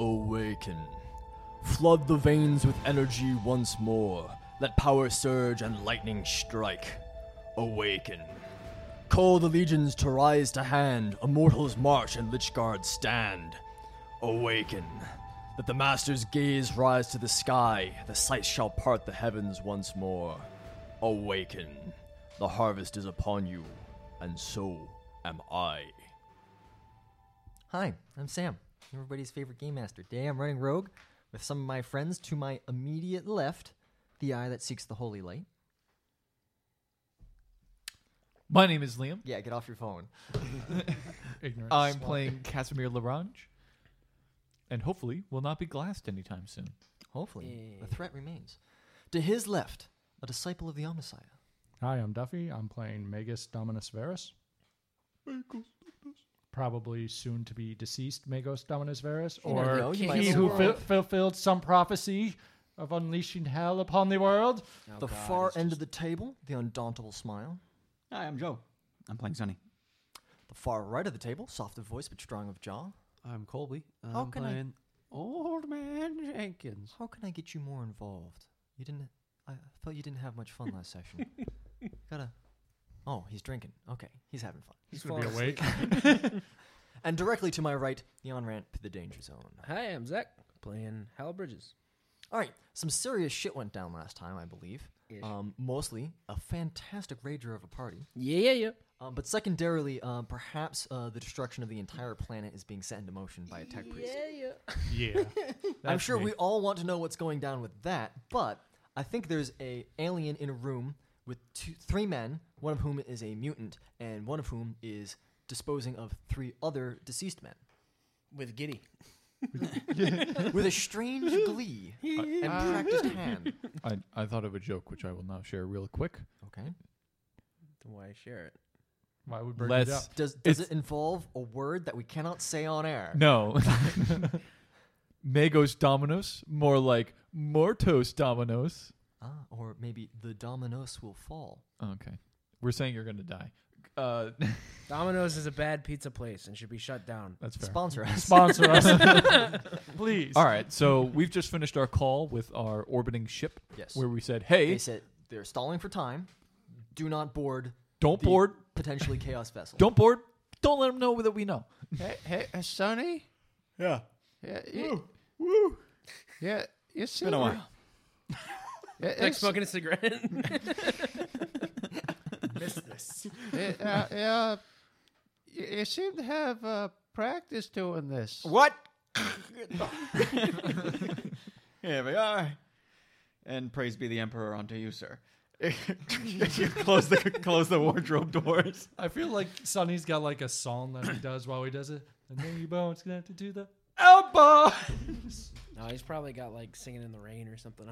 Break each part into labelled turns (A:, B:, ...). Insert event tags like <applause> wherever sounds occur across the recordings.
A: Awaken. Flood the veins with energy once more. Let power surge and lightning strike. Awaken. Call the legions to rise to hand. Immortals march and Lich Guard stand. Awaken. Let the Master's gaze rise to the sky. The sight shall part the heavens once more. Awaken. The harvest is upon you, and so am I.
B: Hi, I'm Sam, everybody's favorite game master. Today I'm running Rogue with some of my friends to my immediate left, the eye that seeks the holy light.
C: My name is Liam.
B: Yeah, get off your phone.
C: Ignorant. I'm playing Casimir Larange, and hopefully will not be glassed anytime soon.
B: Hopefully, the threat remains. To his left, a disciple of the Omnissiah.
D: Hi, I'm Duffy. I'm playing Magus Dominus Verus. Probably soon to be deceased Magus Dominus Verus,
B: never know,
D: or
B: you might
D: he
B: know
D: who
B: the
D: ful-
B: world.
D: fulfilled some prophecy of unleashing hell upon the world.
B: the Oh, far end of the table, the undauntable smile.
E: Hi, I'm Joe. I'm playing Sonny.
B: The far right of the table, soft of voice but strong of jaw.
E: I'm Colby. I'm
B: How can I-
E: playing Old Man Jenkins.
B: How can I get you more involved? You didn't. I felt you didn't have much fun last session. Gotta. Oh, he's drinking. Okay, he's having fun.
D: He's going to be awake.
B: And directly to my right, the on ramp to the danger zone.
F: Hi, I'm Zach, playing Hal Bridges.
B: All right, some serious shit went down last time, I believe. Um, mostly a fantastic rager of a party,
F: Yeah, yeah, yeah.
B: um, but secondarily, um, perhaps uh, the destruction of the entire planet is being set into motion by a tech priest.
D: <laughs> yeah.
B: <laughs> I'm sure we all want to know what's going down with that, but I think there's a alien in a room with two, three men, one of whom is a mutant, and one of whom is disposing of three other deceased
C: <laughs>
B: men
F: With Giddy.
B: with a strange glee and
C: <laughs>
B: practiced hand.
C: I, I thought of a joke which I will now share real quick.
B: Okay.
F: Why share it?
D: Why would bring it up?
C: Let's
B: Does does
C: It's-
B: it involve a word that we cannot say on air?
C: <laughs> no. Magos Dominos, more like Mortos Dominos. Oh,
B: Ah, or maybe the dominoes will fall.
C: Okay, we're saying you're gonna die. <laughs> Uh,
F: Domino's is a bad pizza place and should be shut down.
C: that's fair.
B: Sponsor
C: <laughs>
B: us. <laughs>
D: Sponsor us, <laughs> please.
C: all right, so we've just finished our call with our orbiting ship,
B: Yes.
C: where we said, "Hey,
B: They said they're stalling for time. Do not board
C: don't
B: the
C: board,
B: potentially chaos vessel.
C: don't board, don't let them know that we know."
G: Hey, hey, uh, Sonny.
E: Yeah.
G: Yeah, you, woo, Yeah, you seem.
E: Been
G: <laughs>
E: a while.
G: Yeah,
F: Like
G: it's-
F: smoking a cigarette.
G: yeah, uh,
E: <laughs>
G: yeah, you, you seem to have uh, practice doing this.
E: What? Here we are. And praise be the emperor unto you, sir. <laughs> close the close the wardrobe doors.
D: I feel like Sonny's got like a song that
B: <clears throat>
D: he does while he does it, and then you bones gonna have to do the elbow.
F: no, he's probably got like singing in the rain or something.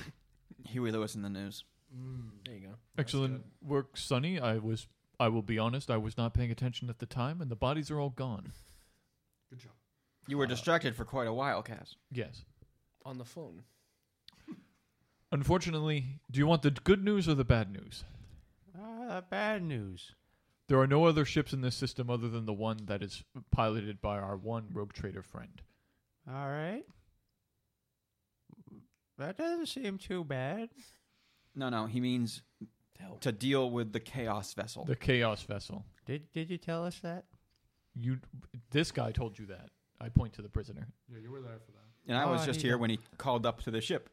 F: <laughs>
E: Huey Lewis in the news.
D: Mm,
F: there you go.
C: Excellent work, Sonny. I was I will be honest, I was not paying attention at the time and the bodies are all gone.
D: Good job.
E: You were distracted for quite a while, Cass.
C: Yes.
F: On the phone.
C: Unfortunately, do you want the good news or the bad news?
G: Ah, bad news.
C: There are no other ships in this system other than the one that is piloted by our one rogue trader friend.
G: All right. That doesn't seem too bad.
E: No, no, he means to deal with the chaos vessel.
C: The Chaos Vessel.
G: Did Did you tell us that?
C: You this guy told you that. I point to the prisoner.
D: Yeah, you were there for that.
E: And I was
G: Oh,
E: just
G: he-
E: here when he called up to the ship.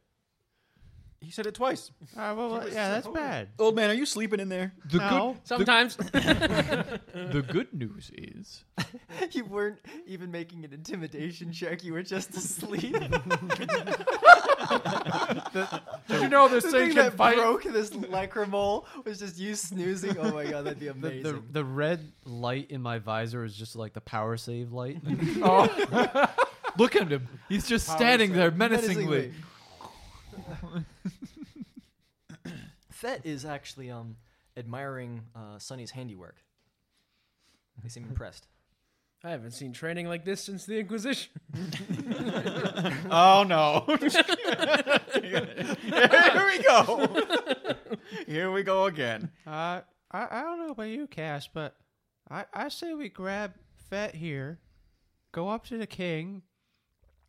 E: He said it twice.
G: Ah, well, yeah, that's bad.
E: Old man, are you sleeping in there?
C: The
G: No.
F: Sometimes. <laughs>
C: good the good news is
B: <laughs> you weren't even making an intimidation check. You were just asleep.
D: Did you know this
B: the thing that broke this lacrimol was just you snoozing. Oh my god, that'd be
H: The,
B: amazing.
H: the, the red light in my visor is just like the power
E: <laughs>
H: save light.
C: look at him. He's just standing there menacingly.
B: Fett is actually um, admiring uh, Sonny's handiwork. They seem impressed.
F: I haven't seen training like this since the Inquisition.
E: Oh no. Here we go. Here we go again.
G: Uh, I I don't know about you, Cass, but I I say we grab Fett here, go up to the king.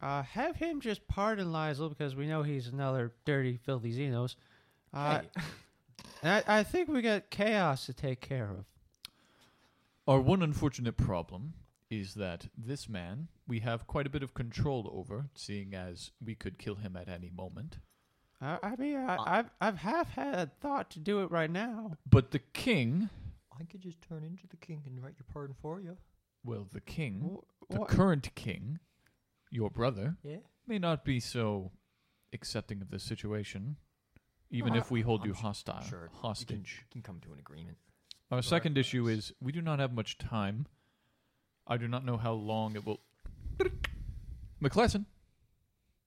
G: Uh, have him just pardon Lizel because we know he's another dirty, filthy Xenos. Uh, and <laughs> I, I think we got chaos to take care of.
C: Our one unfortunate problem is that this man we have quite a bit of control over, seeing as we could kill him at any moment.
G: I, I mean,
F: Uh,
G: I, I've I've half had a thought to do it right now.
C: But the king,
B: I could just turn into the king and write your pardon for you.
C: well, the
F: Mm-hmm.
C: king,
G: Wh-
C: the
G: what-
C: current king, your brother,
B: Yeah.
C: may not be so accepting of this situation, even
B: No,
C: if we hold
B: I'm
C: you
B: su-
C: hostile,
B: sure you can-
C: hostage.
B: You can come to an agreement.
C: Our second issue
B: Correct.
C: is we do not have much time. I do not know how long it will. McClesson,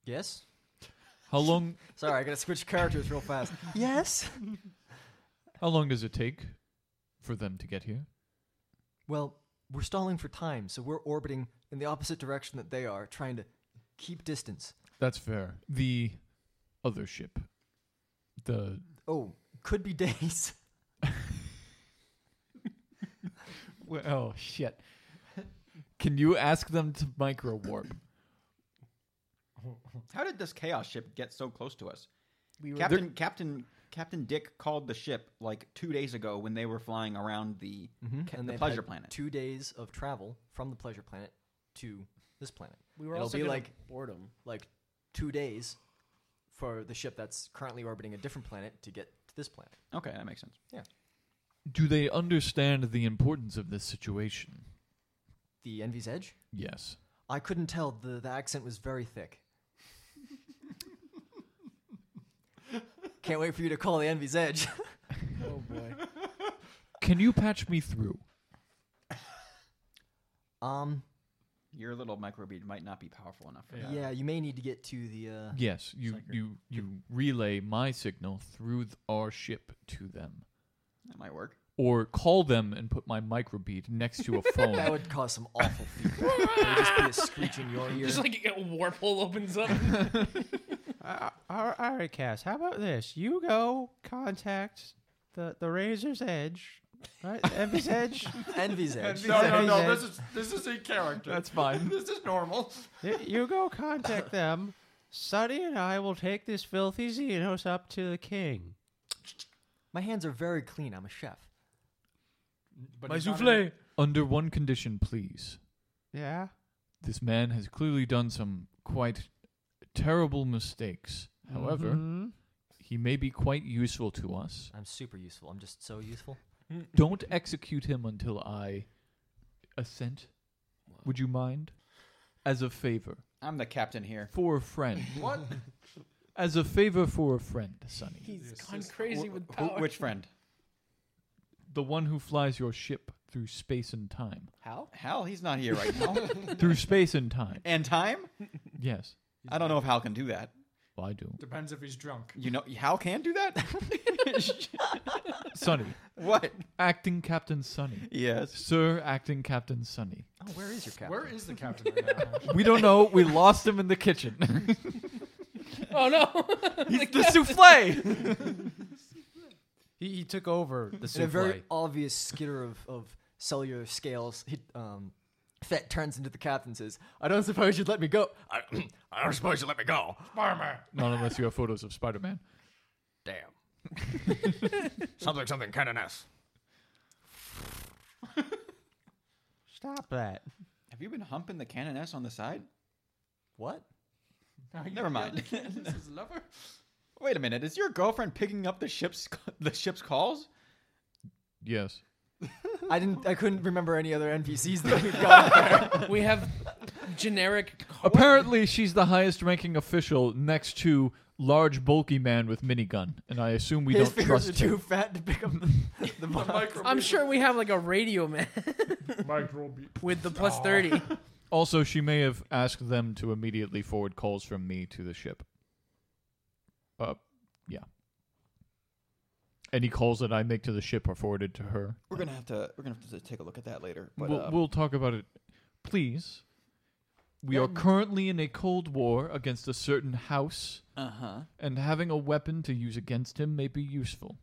B: Yes.
C: how long
B: Sorry, I gotta switch characters real fast. yes.
C: how long does it take for them to get here?
B: Well, we're stalling for time, so we're orbiting in the opposite direction that they are, trying to keep distance.
C: That's fair. The other ship, the
B: Oh, could be days.
C: Well, oh shit. Can you ask them to micro warp?
E: How did this chaos ship get so close to us?
F: We were
E: Captain Captain Captain Dick called the ship like two days ago when they were flying around the ca-
B: And
E: the
B: they've
E: pleasure
B: had
E: planet.
B: Two days of travel from the pleasure planet to this planet.
F: we were
B: It'll
F: also
B: be
F: gonna
B: like
F: board 'em.
B: like two days for the ship that's currently orbiting a different planet to get to this planet.
E: Okay, that makes sense.
C: Do they understand the importance of this situation?
B: The Envy's Edge?
C: Yes.
B: I couldn't tell. The, the accent was very thick. Can't wait for you to call the Envy's Edge. <laughs>
F: Oh boy.
C: Can you patch me through?
B: um,
E: Your little microbead might not be powerful enough for
D: Yeah.
E: that.
B: yeah, you may need to get to the. Uh,
C: Yes, you
E: Sucker.
C: you you relay my signal through th- our ship to them
E: That might work.
C: or call them and put my microbead next <laughs> to a
B: That
C: phone.
B: would cause some awful feedback. it would just be a screech in your ear.
F: <laughs> Just like a warp hole opens up.
G: Uh, all right- all right, Cass. How about this? You go contact the the Razor's Edge, right?
F: <laughs>
G: Envy's Edge.
B: Envy's <laughs> Edge.
G: No, no, no, this
E: is this is a character.
C: That's fine.
E: this is normal.
G: Y- You go contact them. Sonny and I will take this filthy Xenos up to the king.
B: My hands are very clean. I'm a chef.
D: But
C: My
D: he's not
C: souffle.
D: in-
C: Under one condition, please.
G: Yeah.
C: This man has clearly done some quite terrible mistakes. However,
G: Mhm.
C: he may be quite useful to us.
B: I'm super useful. I'm just so useful.
C: Don't execute him until I assent. Would you mind? As a favor.
E: I'm the captain here.
C: For a friend.
D: What?
C: As a favor for a friend, Sonny.
F: He's
D: This
F: gone
D: is-
F: crazy
E: Wh-
F: with
E: who-
F: power.
E: which friend?
C: The one who flies your ship through space and time.
F: How?
E: Hal, he's not here right
F: <laughs>
E: now.
C: through space and time.
E: and time?
C: Yes.
E: I don't know if Hal can do that.
C: Well, I do.
D: Depends if he's drunk.
E: You know, Hal can do <laughs> that.
C: Sonny.
E: what?
C: Acting Captain Sonny.
E: Yes.
C: Sir Acting Captain Sonny.
B: Oh, where is your captain?
D: Where is the captain right now?
C: We don't know. We lost him in the kitchen.
F: <laughs>
C: <laughs>
F: Oh no.
C: He's the souffle!
H: He, he took over the
B: In a
H: souffle.
B: very obvious skitter of, of cellular scales, he, um, Fett turns into the captain and says, I don't suppose you'd let me go. I, I don't suppose you'd let me go.
C: Not unless you have photos of Spider Man.
B: Damn. <laughs> something, something kind of nice.
G: Stop that.
E: Have you been humping the canoness on
D: <laughs>
E: the side?
B: What?
E: Never mind.
D: this
E: <laughs>
D: is lover.
E: Wait a minute. Is your girlfriend picking up the ship's <laughs> the ship's calls?
C: Yes.
B: I didn't. I couldn't remember any other NPCs that <laughs> we've got.
F: we have generic. car-
C: Apparently, she's the highest ranking official next to large, bulky man with minigun, and I assume we
B: His
C: don't
B: fingers are
C: trust
B: too
C: him.
B: fat to pick up the, the box.
F: I'm sure we have like a radio man <laughs>
D: Microbead.
F: with the plus thirty.
C: Also, she may have asked them to immediately forward calls from me to the ship. Uh, yeah. Any calls that I make to the ship are forwarded to her.
E: We're gonna have to we're gonna have to take a look at that later. But
C: we'll,
E: uh,
C: we'll talk about it, please. We are currently in a cold war against a certain house,
E: uh-huh.
C: and having a weapon to use against him may be useful.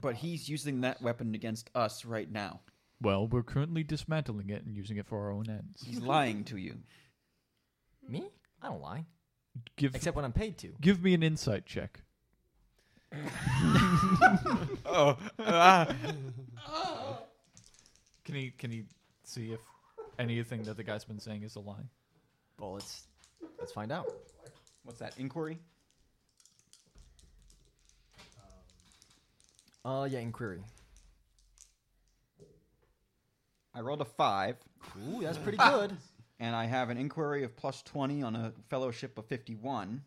E: But he's using that weapon against us right now.
C: Well, we're
D: <laughs>
C: currently dismantling it and using it for our own ends.
E: He's lying to you.
B: Me? I don't lie,
C: Give
B: except when I'm paid to.
C: give me an insight check.
E: Oh, ah.
C: <laughs> Can he can he see if anything that the guy's been saying is a lie?
B: Well, let's let's find out.
E: what's that? Inquiry.
B: Uh, yeah, inquiry.
E: I rolled a five,
B: Ooh, that's pretty good.
E: and I have an inquiry of plus twenty on a fellowship of fifty-one,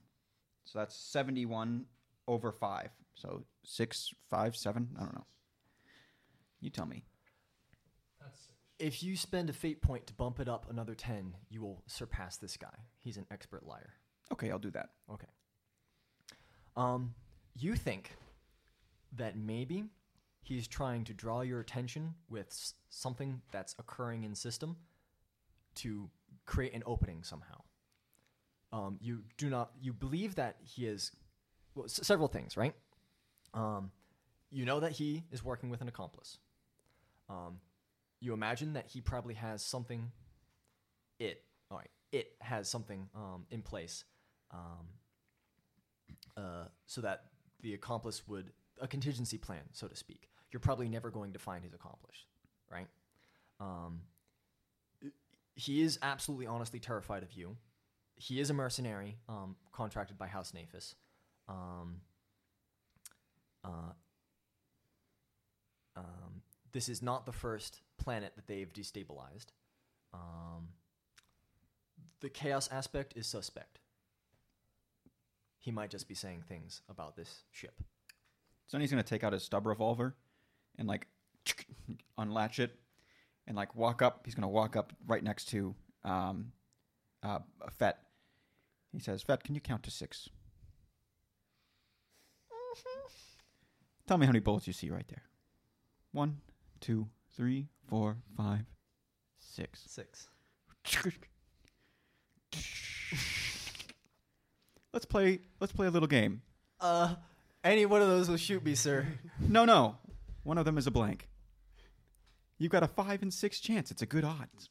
E: so that's seventy-one over five. So six, five, seven. I don't know. You tell me.
B: if you spend a fate point to bump it up another ten, you will surpass this guy. He's an expert liar.
E: Okay, I'll do that.
B: Okay. Um, you think that maybe he's trying to draw your attention with s- something that's occurring in system to create an opening somehow. Um, you do not. You believe that he is well, s- several things, right? Um, you know that he is working with an accomplice. Um, you imagine that he probably has something. It all right. It has something um, in place um, uh, so that the accomplice would a contingency plan, so to speak. You're probably never going to find his accomplice, right? Um, he is absolutely, honestly terrified of you. He is a mercenary um, contracted by House Naphis. Um, uh, um, this is not the first planet that they've destabilized. Um, the chaos aspect is suspect he might just be saying things about this ship.
E: So then he's gonna take out his stub revolver and like unlatch it and like walk up. He's gonna walk up right next to um, uh, Fett. He says, "Fett, can you count to 6 Tell me how many bullets you see right there. One, two, three, four, five, six.
B: Six.
E: Let's play. Let's play a little game.
B: Uh, any one of those will shoot me, sir.
E: No, no. One of them is a blank. You've got a five and six chance. It's a good odds.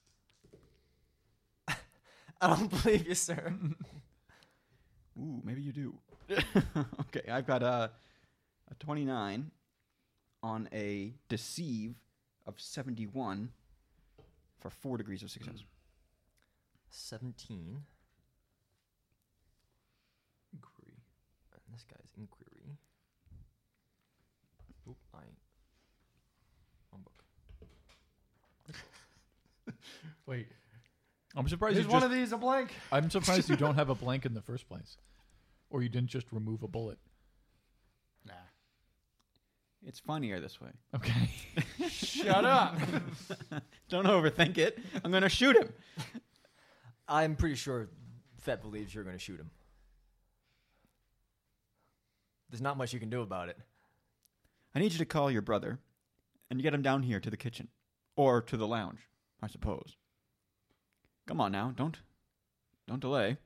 B: I don't <laughs> believe you, sir.
E: Ooh, maybe you
C: <laughs>
E: do. okay, I've got a, a 29 on a deceive of 71 for four degrees of success.
C: Hmm.
B: 17. Inquiry. And this guy's inquiry. Oop, I. Wrong book.
D: Wait,
C: I'm surprised
D: is
C: you
D: one
C: just,
D: of these a blank?
C: I'm surprised you don't have a blank in the first place, or you didn't just remove a bullet.
F: Nah.
E: It's funnier this way.
C: Okay.
D: Shut up.
E: Don't overthink it. I'm going to shoot him.
B: I'm pretty sure Fett believes you're going to shoot him. There's not much you can do about it.
E: I need you to call your brother and get him down here to the kitchen or to the lounge, I suppose. Come on now, don't don't delay.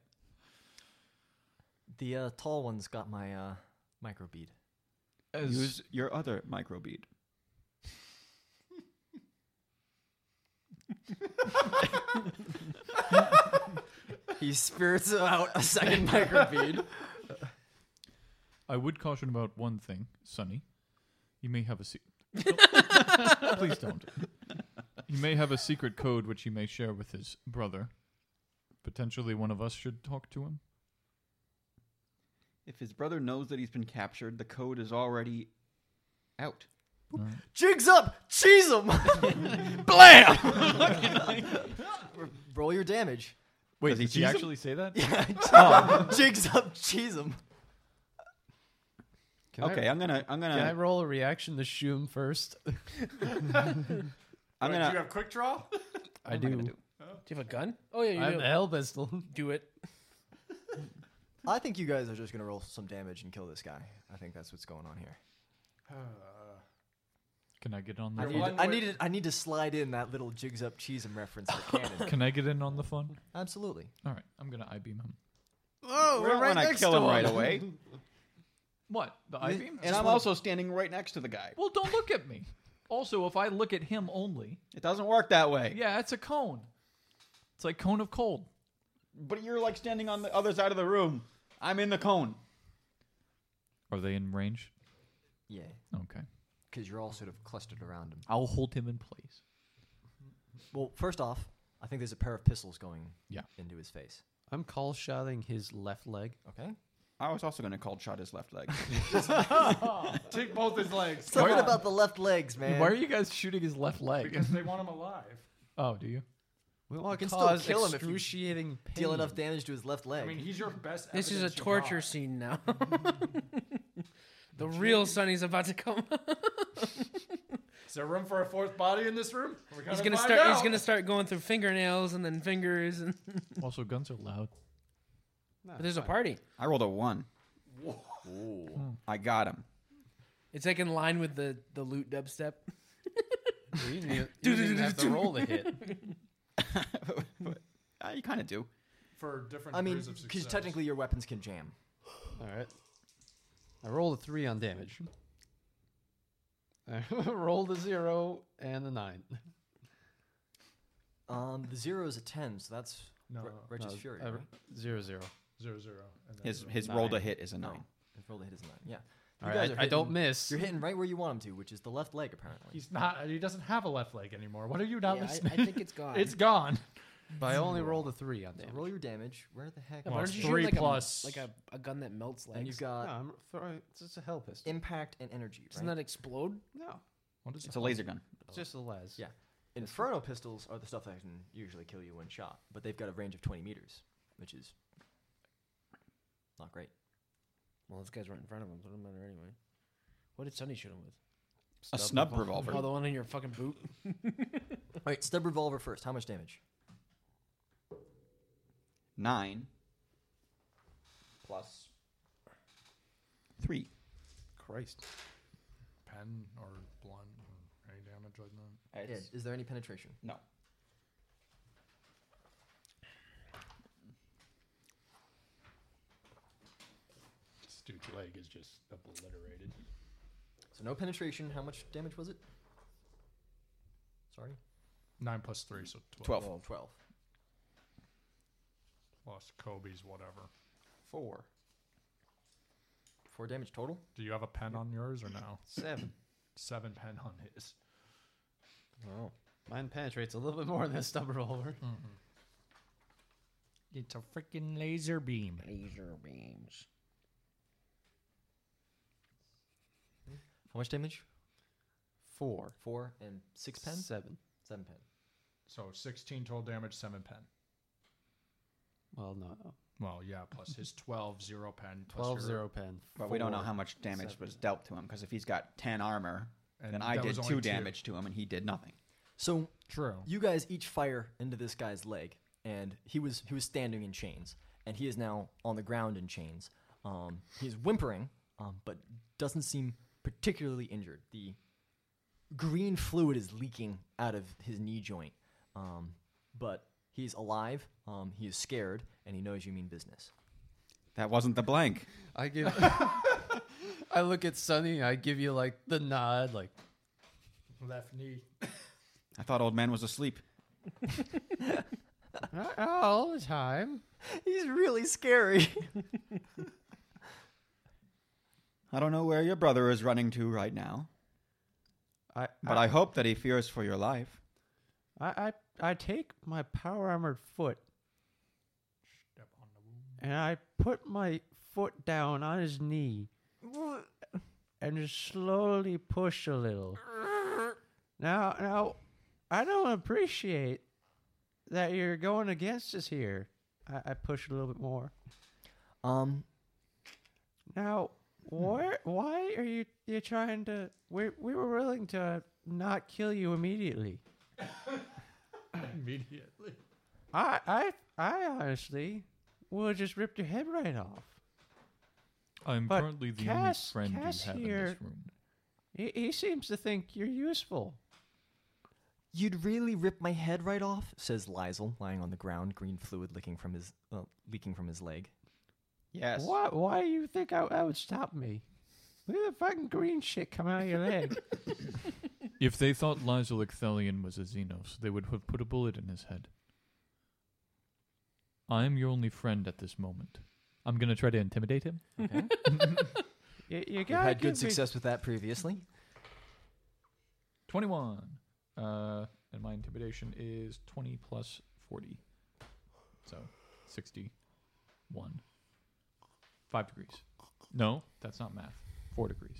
B: The uh, tall one's got my uh, microbead.
E: Use your other microbead.
B: He spirits out a second microbead.
C: I would caution about one thing, Sonny. You may have a <laughs> se- No, please don't. You may have a secret code which he may share with his brother. Potentially, one of us should talk to him.
E: If his brother knows that he's been captured, the code is already out.
B: Jigs up, cheese him.
E: Blam!
B: <laughs> Roll your damage.
C: Wait,
E: Does he
C: did he
E: tease him?
C: actually say that?
B: Jigs up, cheese him.
H: Can I-
E: Okay, I'm gonna, I'm
H: Can I
E: gonna,
H: roll a reaction to Shum
G: <laughs>
H: first?
E: I'm
D: Wait, do you
E: gonna.
D: have quick draw?
H: I
E: what am
H: do.
E: gonna
F: Do you have a gun? Oh yeah, you
H: I have
F: do.
H: a hell pistol.
G: <laughs>
F: do it.
B: I think you guys are just gonna roll some damage and kill this guy. I think that's what's going on here.
C: Can I get on
B: I
C: the
B: need,
C: fun?
D: one
B: I
D: way-
B: needed, I need to slide in that little jigs up, cheese him reference to canon.
C: Can I get in on the fun?
B: Absolutely.
C: All right, I'm gonna I beam him.
E: Oh, we don't want to kill him right <laughs> away.
C: What the I beam?
E: and I'm also standing right next to the guy.
C: well, don't look at me. Also, if I look at him only,
E: It doesn't work that way.
C: yeah, it's a cone. It's like cone of cold.
E: But you're like standing on the other side of the room. I'm in the cone.
C: Are they in range?
B: Yeah,
C: Okay.
B: because you're all sort of clustered around him.
C: I'll hold him in place.
B: Well, first off, I think there's a pair of pistols going
C: Yeah.
B: into his face.
H: I'm call shotting his left leg.
B: Okay.
E: I was also going to call shot his left leg.
D: Take both his legs
B: Something about the left legs, man.
H: Why are you guys shooting his left leg?
D: because they want him alive.
C: Oh, do you?
H: We want to
B: can still
H: cause
B: kill him if you
H: excruciating pain.
B: deal <laughs> enough damage to his left leg?
D: I mean, he's your best.
F: This is a
D: evidence you
F: torture
D: got.
F: scene <laughs> now. the real Sonny's about to come.
D: Is there room for a fourth body in this room? We're
F: he's gonna
D: find
F: start. He's
D: out.
F: gonna start going through fingernails and then fingers, and
C: Also, guns are loud.
F: but there's a party.
E: I rolled a one. I got him. <laughs>
F: It's like in line with the the loot dubstep.
H: You didn't even- you didn't even have to roll to hit.
E: Uh, you kind of do.
D: for different.
B: I mean,
D: degrees of
B: because
D: success.
B: technically your weapons can jam.
H: All right. I rolled a three on damage. <laughs> I rolled a zero and a nine.
B: Um, the zero is a ten, so that's
D: Oh, no,
B: Re- Reggie's
H: No,
B: Fury.
H: I-
B: right?
H: Zero zero.
D: zero zero. And then
E: His
D: zero.
E: his roll to hit is a
B: No.
E: nine.
B: If roll to hit is a nine. Yeah.
H: All
B: You
H: right.
B: guys are
H: I don't
B: hitting-
H: miss.
B: You're hitting right where you want him to, which is the left leg, apparently.
D: He's not. He doesn't have a left leg anymore. What are you not
F: Yeah, I,
D: listening?
F: I think it's
D: <laughs>
F: gone.
D: it's gone.
H: But I only rolled a three on damage.
B: roll your damage. Where the heck?
F: Yeah,
D: Well,
F: why
D: it's
F: don't you shoot
D: three
F: like a-
D: plus-
F: like a, a gun that melts legs?
B: and you've got
H: No, I'm throwing. It's just a hell pistol.
B: impact and energy.
F: Doesn't
B: Right?
F: that explode?
H: No,
D: What is
E: It's a laser gun.
H: it's just a les. <laughs>
B: Yeah. Inferno pistols are the stuff that can usually kill you one shot, but they've got a range of 20 meters, which is not great.
F: Well, this guy's right in front of him. so It doesn't matter anyway. What did Sonny shoot him with?
E: A snub revolver.
F: Oh, the one in your fucking boot.
B: All right, stub revolver first. How much damage?
E: Nine. Plus. Three.
H: Christ.
D: pen or blunt or any damage like that?
F: Uh,
E: It's-
B: Is there any penetration?
E: No.
D: This dude's leg is just obliterated.
B: So no penetration. How much damage was it? Sorry?
D: Nine plus three, so twelve.
E: Twelve.
B: Twelve.
D: Plus Kobe's whatever.
E: Four.
B: Four damage total?
D: Do you have a pen on yours or no?
H: Seven.
D: Seven pen on his.
B: Oh.
H: Mine penetrates a little bit more than a stub revolver.
D: It's a freaking laser beam.
F: Laser beams.
B: How much damage?
H: Four.
B: Four and six pen?
H: Seven.
B: Seven pen.
D: So sixteen total damage, seven pen.
H: Well, no. no.
D: Well, yeah, plus his 12, zero pen. Plus
H: 12
D: your-
H: zero
B: <laughs>
H: pen.
E: But we don't know
H: Four.
E: how much damage
H: Seven.
E: was dealt to him because if he's got ten armor,
D: And
E: then I
D: that
E: did
D: was
E: two,
D: only two.
E: damage to him and he did nothing.
B: So
D: True.
B: you guys each fire into this guy's leg, and he was he was standing in chains, and he is now on the ground in chains. Um, he's whimpering, um, but doesn't seem particularly injured. The green fluid is leaking out of his knee joint, um, but he's alive. Um, he is scared, and he knows you mean business.
E: That wasn't the blank.
D: <laughs>
H: I give. I look at Sonny. I give you like the nod, like
D: Left knee.
E: I thought old man was asleep.
H: "Not all the time.
B: He's really scary. <laughs>
E: I don't know where your brother is running to right now,
H: I,
E: but I hope that he fears for your life.
G: I, I, I take my power armored foot
D: Step on the wound.
G: and I put my foot down on his knee and just slowly push a little. Now, now, I don't appreciate that you're going against us here. I, I push a little bit more.
B: um,
G: Now,
D: Hmm.
G: where, why are you you trying to? We we were willing to not kill you immediately.
D: Immediately.
G: I I I honestly would have just ripped your head right off.
C: I'm
G: But
C: currently the
G: Cass-
C: only friend
G: Cass
C: you have in
G: here-
C: this room.
G: He, he seems to think you're useful.
B: You'd really rip my head right off," says Lizel, lying on the ground, green fluid leaking from his uh, leaking from his leg.
E: Yes.
G: Why why do you think I, I would stop me? Look at the fucking green shit coming out of your
B: <laughs>
G: leg.
C: If they thought Lizel Ecthelion was a Xenos, they would have put a bullet in his head. I'm your only friend at this moment. I'm gonna try to intimidate him.
G: You, you
B: You
G: gotta
B: had
G: give
B: good
G: me-
B: success with that previously.
C: Twenty-one, uh, and my intimidation is twenty plus forty, so sixty-one. Five degrees. No, that's not math. Four degrees.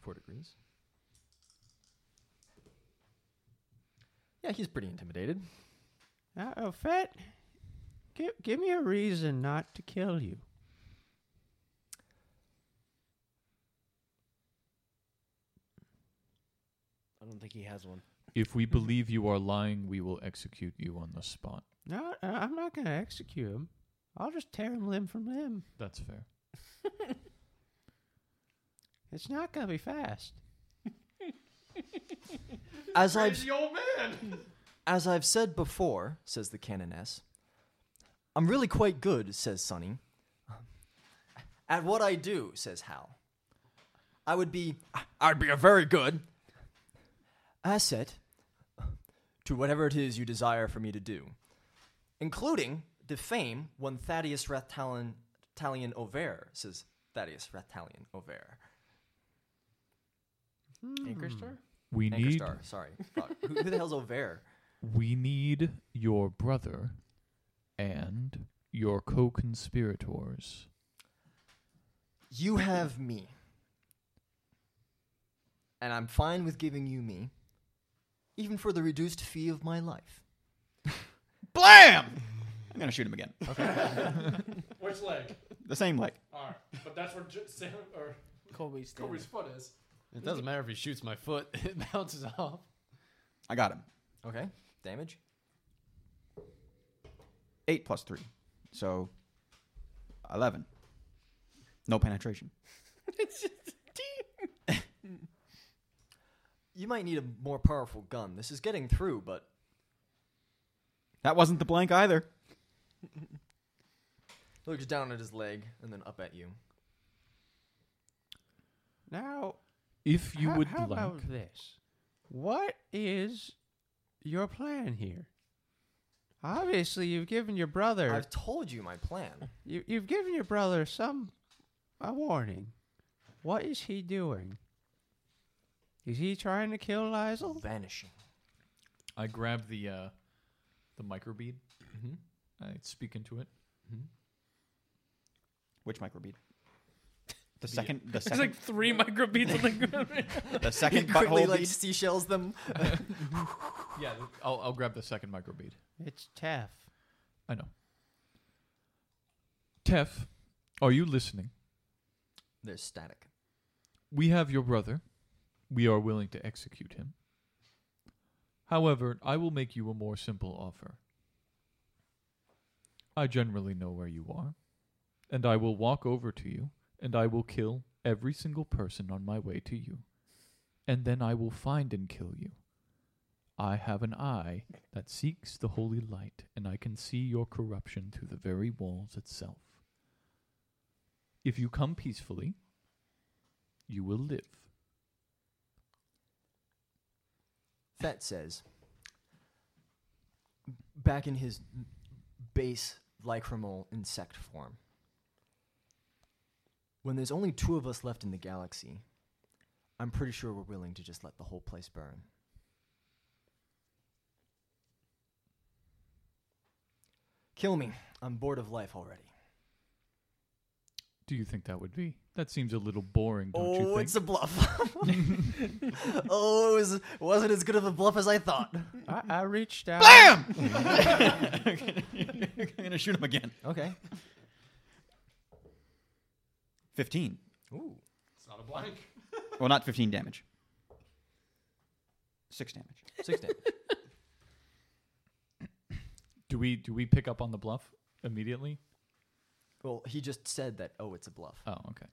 B: Four degrees. Yeah, he's pretty intimidated.
G: Uh, oh, Fett, give, give me a reason not to kill you.
F: I don't think he has one.
C: If we believe you are lying, we will execute you on the spot.
G: No, uh, I'm not going to execute him. I'll just tear him limb from limb.
C: That's fair.
G: It's not going to be fast.
B: As I've As I've said before, says the canoness, I'm really quite good, says Sonny. At what I do, says Hal. I would be I'd be a very good asset to whatever it is you desire for me to do. Including defame one Thaddeus Rathtalion Talion Over, says Thaddeus Rathtalion Over.
F: Anchor
G: Hmm.
F: star?
C: We
B: Hmm. Anchor
C: need
B: Star, sorry. Fuck. who, who the hell's Over?
C: we need your brother and your co-conspirators.
B: You have me. And I'm fine with giving you me, even for the reduced fee of my life.
E: Blam! I'm gonna shoot him again.
D: Which leg?
E: The same leg.
D: All right, but that's where J- Sam or
F: Colby's
D: Corey's
F: <laughs>
D: foot is.
H: It doesn't matter if he shoots my foot; it bounces off.
E: I got him.
B: Okay? Damage?
E: Eight plus three, so eleven. No penetration.
B: You might need a more powerful gun. This is getting through, but
E: That wasn't the blank either.
B: he looks down at his leg and then up at you.
G: Now,
C: If you
G: how,
C: would
G: how
C: like
G: about this? What is your plan here? Obviously, you've given your brother
B: I've told you my plan.
G: you, you've given your brother some a warning. What is he doing? Is he trying to kill Lizel?
B: Vanishing.
C: I grab the uh, the microbead. Mm-hmm. I speak into it.
E: Which microbead? The second.
F: <laughs>
E: The
F: There's
E: second.
F: like three micro beats on the <laughs> ground.
E: the second
B: Quickly,
E: butthole
B: like,
E: bead.
B: seashells them.
C: Yeah, th- I'll I'll grab the second microbead.
G: It's Tef.
C: I know. Tef, are you listening?
B: They're static.
C: We have your brother. We are willing to execute him. However, I will make you a more simple offer. I generally know where you are, and I will walk over to you, and I will kill every single person on my way to you, and then I will find and kill you. I have an eye that seeks the holy light, and I can see your corruption through the very walls itself. If you come peacefully, you will live.
B: Fett says, back in his base lycromal insect form, when there's only two of us left in the galaxy, I'm pretty sure we're willing to just let the whole place burn. Kill me. I'm bored of life already.
C: Do you think that would be? That seems a little boring, don't you
B: oh,
C: think?
B: it's a bluff. <laughs> oh, it was, wasn't as good of a bluff as I thought.
G: I, I reached out.
E: Bam! I'm gonna shoot him again.
B: Okay.
E: Fifteen.
B: Ooh.
D: It's not a blank.
E: <laughs> Well, not fifteen damage. Six damage.
B: Six damage.
C: do we do we pick up on the bluff immediately?
B: Well, he just said that. Oh, it's a bluff.
C: Oh, okay.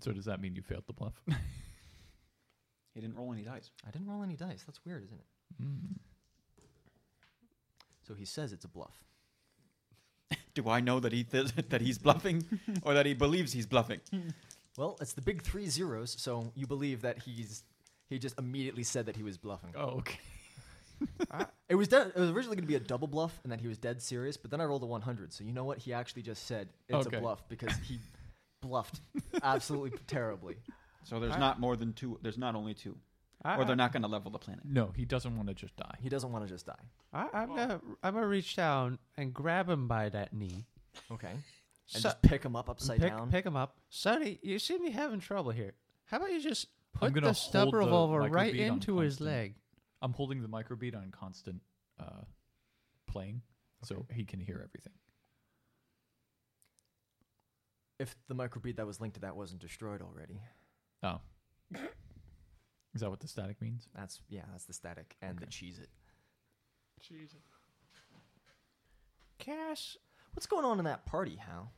C: So does that mean you failed the <laughs> bluff?
E: He didn't roll any dice.
B: I didn't roll any dice. That's weird, isn't it?
C: Mm.
B: So he says it's a bluff.
E: Do I know that he th- <laughs> that he's bluffing, or that he believes he's bluffing?
B: Well, it's the big three <laughs> zeros, so you believe that he's he just immediately said that he was bluffing.
C: oh, okay.
B: It was dead, it was originally going to be a double bluff, and that he was dead serious. But then I rolled a 100, so you know what? He actually just said it's
C: Okay.
B: a bluff because <laughs> he bluffed absolutely terribly.
E: So there's not more than two. There's not only two,
G: I,
E: or they're not going to level the planet.
C: No, he doesn't want to just die.
B: He doesn't want to just die.
G: I, I'm gonna I'm gonna reach down and grab him by that knee.
B: Okay, and
G: So-
B: just pick him up upside
G: pick,
B: down.
G: pick him up, Sonny. You seem to be having trouble here. How about you just
C: I'm
G: put
C: gonna
G: the stub
C: hold the
G: revolver
C: micro
G: right
C: bead on
G: into his
C: constant.
G: leg?
C: I'm holding the microbeat on constant uh, playing, so he can hear everything.
B: If the microbead that was linked to that wasn't destroyed already,
C: Oh, is that what the static means?
B: that's yeah, that's the static and the cheese it.
D: Jesus.
G: Cass,
B: What's going on in that party, Hal?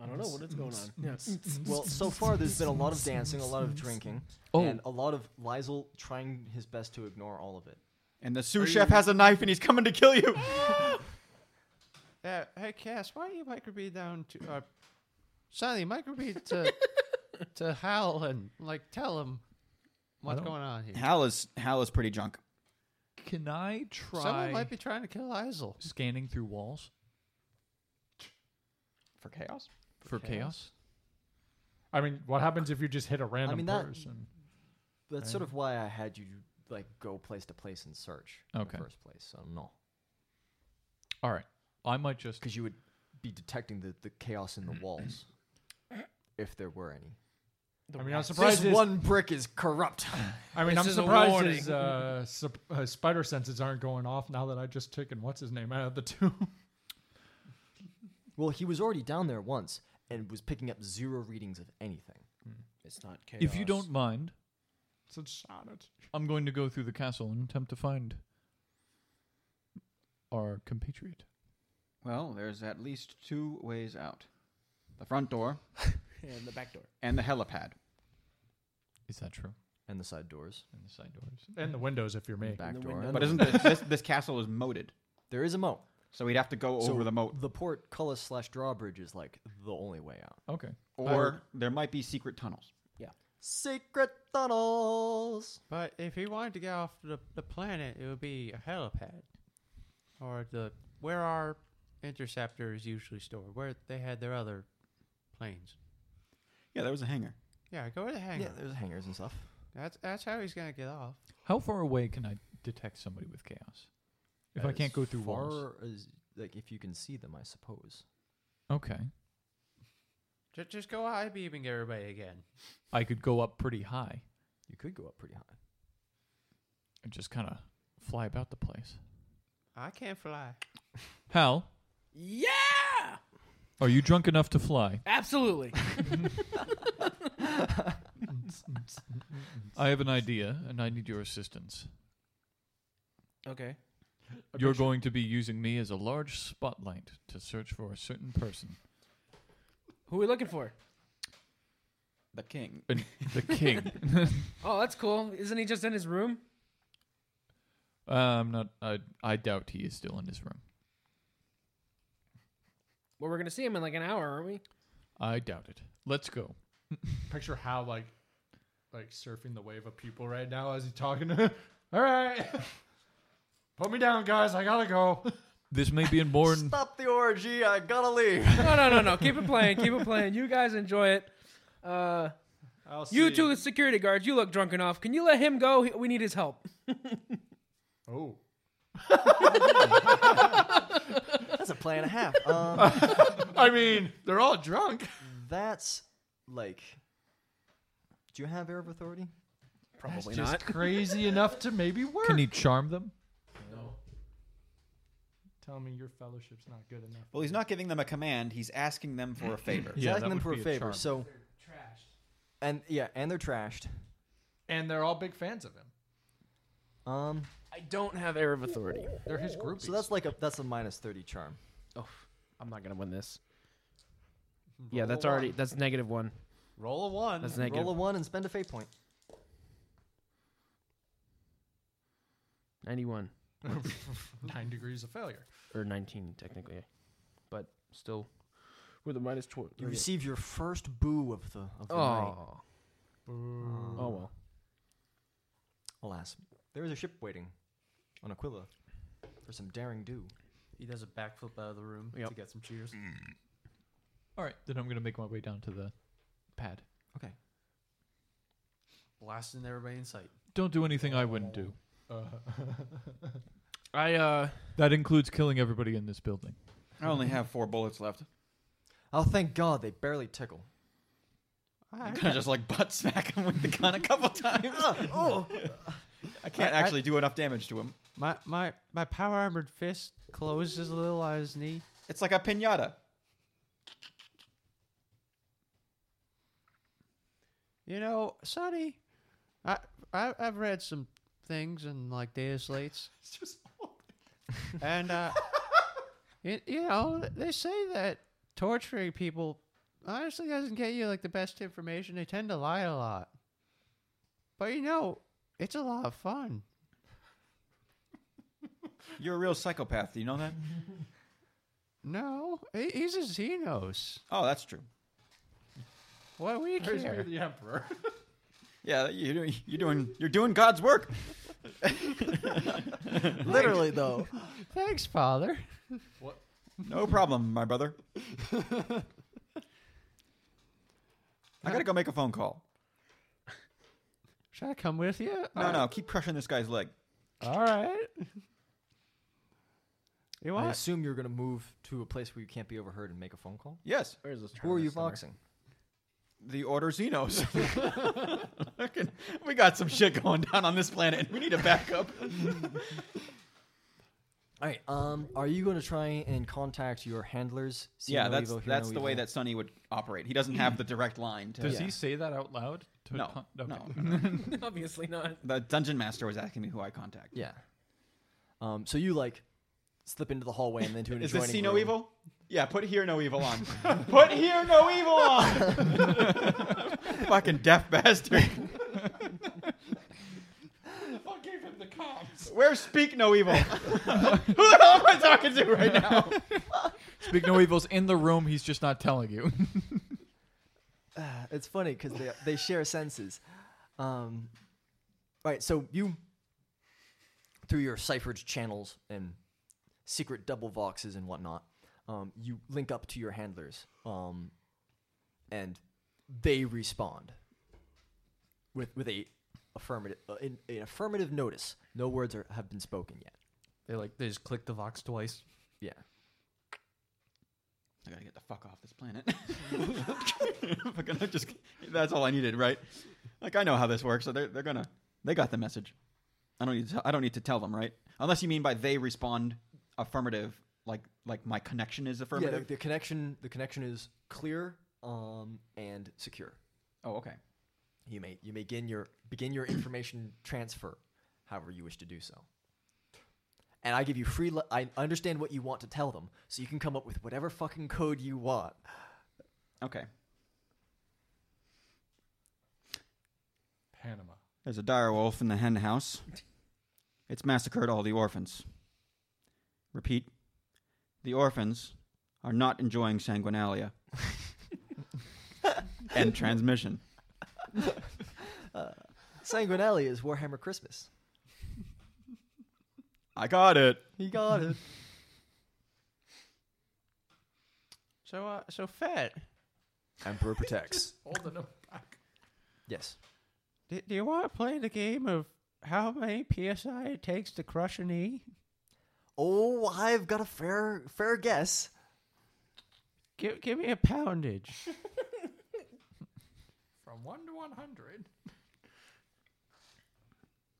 F: I don't know what is going on. Yeah.
D: <laughs>
B: Well, so far there's been a lot of dancing, a lot of drinking,
C: Oh.
B: and a lot of Lizel trying his best to ignore all of it.
E: And the sous chef has a knife and he's coming to kill you. <laughs>
G: uh, hey Cass, why don't you microbead down to uh, Sonny? Microbead
E: <laughs>
G: to to Hal and like tell him what's
C: don't-
G: going on here.
E: Hal is Hal is pretty drunk.
C: Can I try
G: Someone might be trying to kill Isel.
C: scanning through walls
E: For chaos.
C: for chaos?
D: I mean, what happens if you just hit a random
B: mean, that-
D: person?
B: That's sort of why I had you like go place to place and search
C: Okay.
B: in the first place. So no,
C: All right, I might just
B: because you would be detecting the, the chaos in the walls if there were any.
D: I mean, I'm
B: This
D: surprised. is-
B: one brick is corrupt. <laughs>
D: I mean,
F: This
D: I'm
F: is a
D: surprised
F: warning.
D: his uh, sup- uh, spider senses aren't going off now that I just taken what's his name out of the tomb. <laughs>
B: well, he was already down there once and was picking up zero readings of anything.
F: It's not chaos.
C: If you don't mind,
D: so shot it.
C: I'm going to go through the castle and attempt to find our compatriot.
E: Well, there's at least two ways out: the front door
F: and the back door.
E: and the helipad.
C: Is that true?
B: And the side doors,
C: And the side doors.
D: And the windows, if you're
B: and the
D: me.
B: back
F: the
B: door.
F: window.
B: and
E: But
B: the
E: isn't
B: window.
E: this, this this castle is moated?
B: there is a moat?
E: So he'd have to go
B: So
E: over the moat,
B: The portcullis slash drawbridge is like the only way out.
C: Okay.
E: or there might be secret tunnels.
B: Secret tunnels.
G: But if he wanted to get off the, the planet, it would be a helipad, or the where our interceptors usually stored, where they had their other planes.
E: Yeah, there was a hangar.
G: Yeah, go to the hangar.
B: Yeah, there's hangers and stuff.
G: That's that's how he's gonna get off.
C: How far away can I detect somebody with chaos? If I
B: As
C: can't go through
B: far
C: walls.
B: as like if you can see them, I suppose.
C: Okay.
G: Just just go high beaming everybody again.
C: I could go up pretty high
B: You could go up pretty high.
C: and just kind of fly about the place.
G: I can't fly.
C: Hal,
F: Yeah,
C: are you drunk enough to fly?
F: absolutely.
C: I have an idea and I need your assistance.
F: okay.
C: You're going to be using me as a large spotlight to search for a certain person.
F: Who are we looking for?
E: The king.
C: And the king.
F: Oh, that's cool. Isn't he just in his room?
C: Uh, I'm not. I, I doubt he is still in his room.
F: Well, we're gonna see him in like an hour, aren't we?
C: I doubt it. Let's go.
D: Picture how like, like surfing the wave of people right now as he's talking. to <laughs> All right, put me down, guys. I gotta go.
C: This may be
B: <laughs>
C: important.
B: Stop the orgy! I gotta leave.
F: No, no, no, no. Keep it playing. Keep it playing. You guys enjoy it. Uh,
D: I'll see
F: you two security guards, you look drunk enough. Can you let him go? He- We need his help.
D: Oh,
B: That's a play and a
C: <laughs>
B: half.
C: Ah.
B: Um,
D: I mean, they're all drunk.
B: that's like. Do you have air of authority?
E: Probably
D: Just
E: not.
D: crazy enough to maybe work.
C: Can he charm them?
D: Tell me your fellowship's not good enough.
E: Well, he's not giving them a command. He's asking them for a <laughs> favor.
B: He's
C: Yeah, that
B: asking them
C: would
B: for a
C: be a
B: favor.
C: charm.
B: so, and yeah, and they're trashed.
D: And they're all big fans of him.
B: Um,
F: I don't have air of authority.
D: They're his groupies.
B: so that's like a that's a minus thirty charm.
F: Oh, I'm not gonna win this. Yeah,
D: Roll
F: that's
D: a
F: already
D: one.
F: that's negative one.
H: Roll a one.
F: That's negative.
B: Roll a one and spend a fate point.
F: Ninety-one
D: nine degrees of failure.
F: or nineteen technically, but still with a minus twelve.
B: You receive your first boo of the of the
F: Oh,
B: night.
F: oh well.
C: Oh,
B: Um, Alas, there is a ship waiting. on Aquila for some daring do.
H: He does a backflip out of the room
C: Yep.
H: to get some cheers.
C: All right, then I'm going to make my way down to the pad.
H: Blasting everybody in sight.
C: Don't do anything I wouldn't do.
H: I, uh.
C: That includes killing everybody in this building.
E: I only have four bullets left.
B: Oh, thank God <laughs>
H: <laughs>
B: they barely tickle.
E: I'm gonna just like butt smack him with the gun a <laughs> couple times.
B: Oh,
E: I can't
G: I- I-
E: actually do enough damage to him.
G: My my my power armored fist closes a little on his knee.
E: It's like a pinata.
G: You know, Sonny, I, I I've read some things and like data slates. <laughs> and uh, it, you know, they say that torturing people honestly doesn't get you like the best information. They tend to lie a lot. But you know, it's a lot of fun.
E: You're a real psychopath. Do you know <laughs> that?
G: No, he- he's a Xenos.
E: Oh, that's true.
G: What do we
D: Praise be
G: care?
D: the emperor.
E: Yeah, you're doing you're doing you're doing God's work.
B: Literally, though.
G: Thanks, Father.
E: No problem, my <laughs> brother. I gotta go make a phone call.
G: Should I come with you?
E: No, no, keep crushing this guy's leg.
G: All right. You
B: I
G: want?
B: assume you're going to move to a place where you can't be overheard and make a phone call?
E: Yes,
F: Where's this?
B: Who are you
F: tournament
B: boxing?
E: the Order Xenos. <laughs> Fucking- we got some shit going down on this planet. We need a backup.
B: All right. Um, are you going to try and contact your handlers? See
E: yeah,
B: no
E: that's
B: evil, hear
E: that's
B: no
E: the way
B: evil?
E: that Sonny would operate. He doesn't have the direct line to.
C: Does
B: Yeah.
C: he say that out loud? To
E: No,
C: con-
E: no,
C: okay.
E: no, no.
F: tomorrow? <laughs> Obviously not.
E: The dungeon master was asking me who I contact.
B: Yeah. Um, so you like slip into the hallway and then to an
E: <laughs> Is
B: adjoining
E: this see no
B: room.
E: evil? Yeah, put here no evil on.
B: <laughs>
E: put here no evil on. <laughs> Fucking deaf bastard.
D: Fuck gave him the cops.
E: Where speak no evil? <laughs> Who the hell am I talking to right now?
C: Speak no evil's in the room. He's just not telling you.
B: Uh, <sighs> it's funny because they they share senses. Um, all right, so you through your ciphered channels and secret double voxes and whatnot, um, you link up to your handlers, um, and they respond with with a affirmative uh, an, an affirmative notice. No words are, have been spoken yet.
H: They like, they just click the Vox twice.
B: Yeah.
E: I gotta get the fuck off this planet. <laughs> Fucking, I just, that's all I needed, right? Like I know how this works, so they're, they're gonna they got the message. I don't need to, I don't need to tell them, right? Unless you mean by they respond affirmative, like like my connection is
B: Yeah,
E: affirmative.
B: the, the connection the connection is clear um, and secure.
E: oh, okay.
B: You may you may begin your begin your <coughs> information transfer, however you wish to do so. And I give you free. Li- I understand what you want to tell them, so you can come up with whatever fucking code you want.
E: Okay.
D: Panama.
E: There's a dire wolf in the hen house. It's massacred all the orphans. Repeat. The orphans are not enjoying sanguinalia and transmission.
B: Sanguinelli is Warhammer Christmas.
E: I got it.
B: He got it.
G: So, uh, so Fett,
B: <laughs> Emperor <laughs> protects.
D: Holding him back.
B: Yes.
G: do, do you want to play the game of how many psi it takes to crush an E?
B: Oh, I've got a fair fair guess.
G: Give, give me a poundage.
D: From 1 to 100.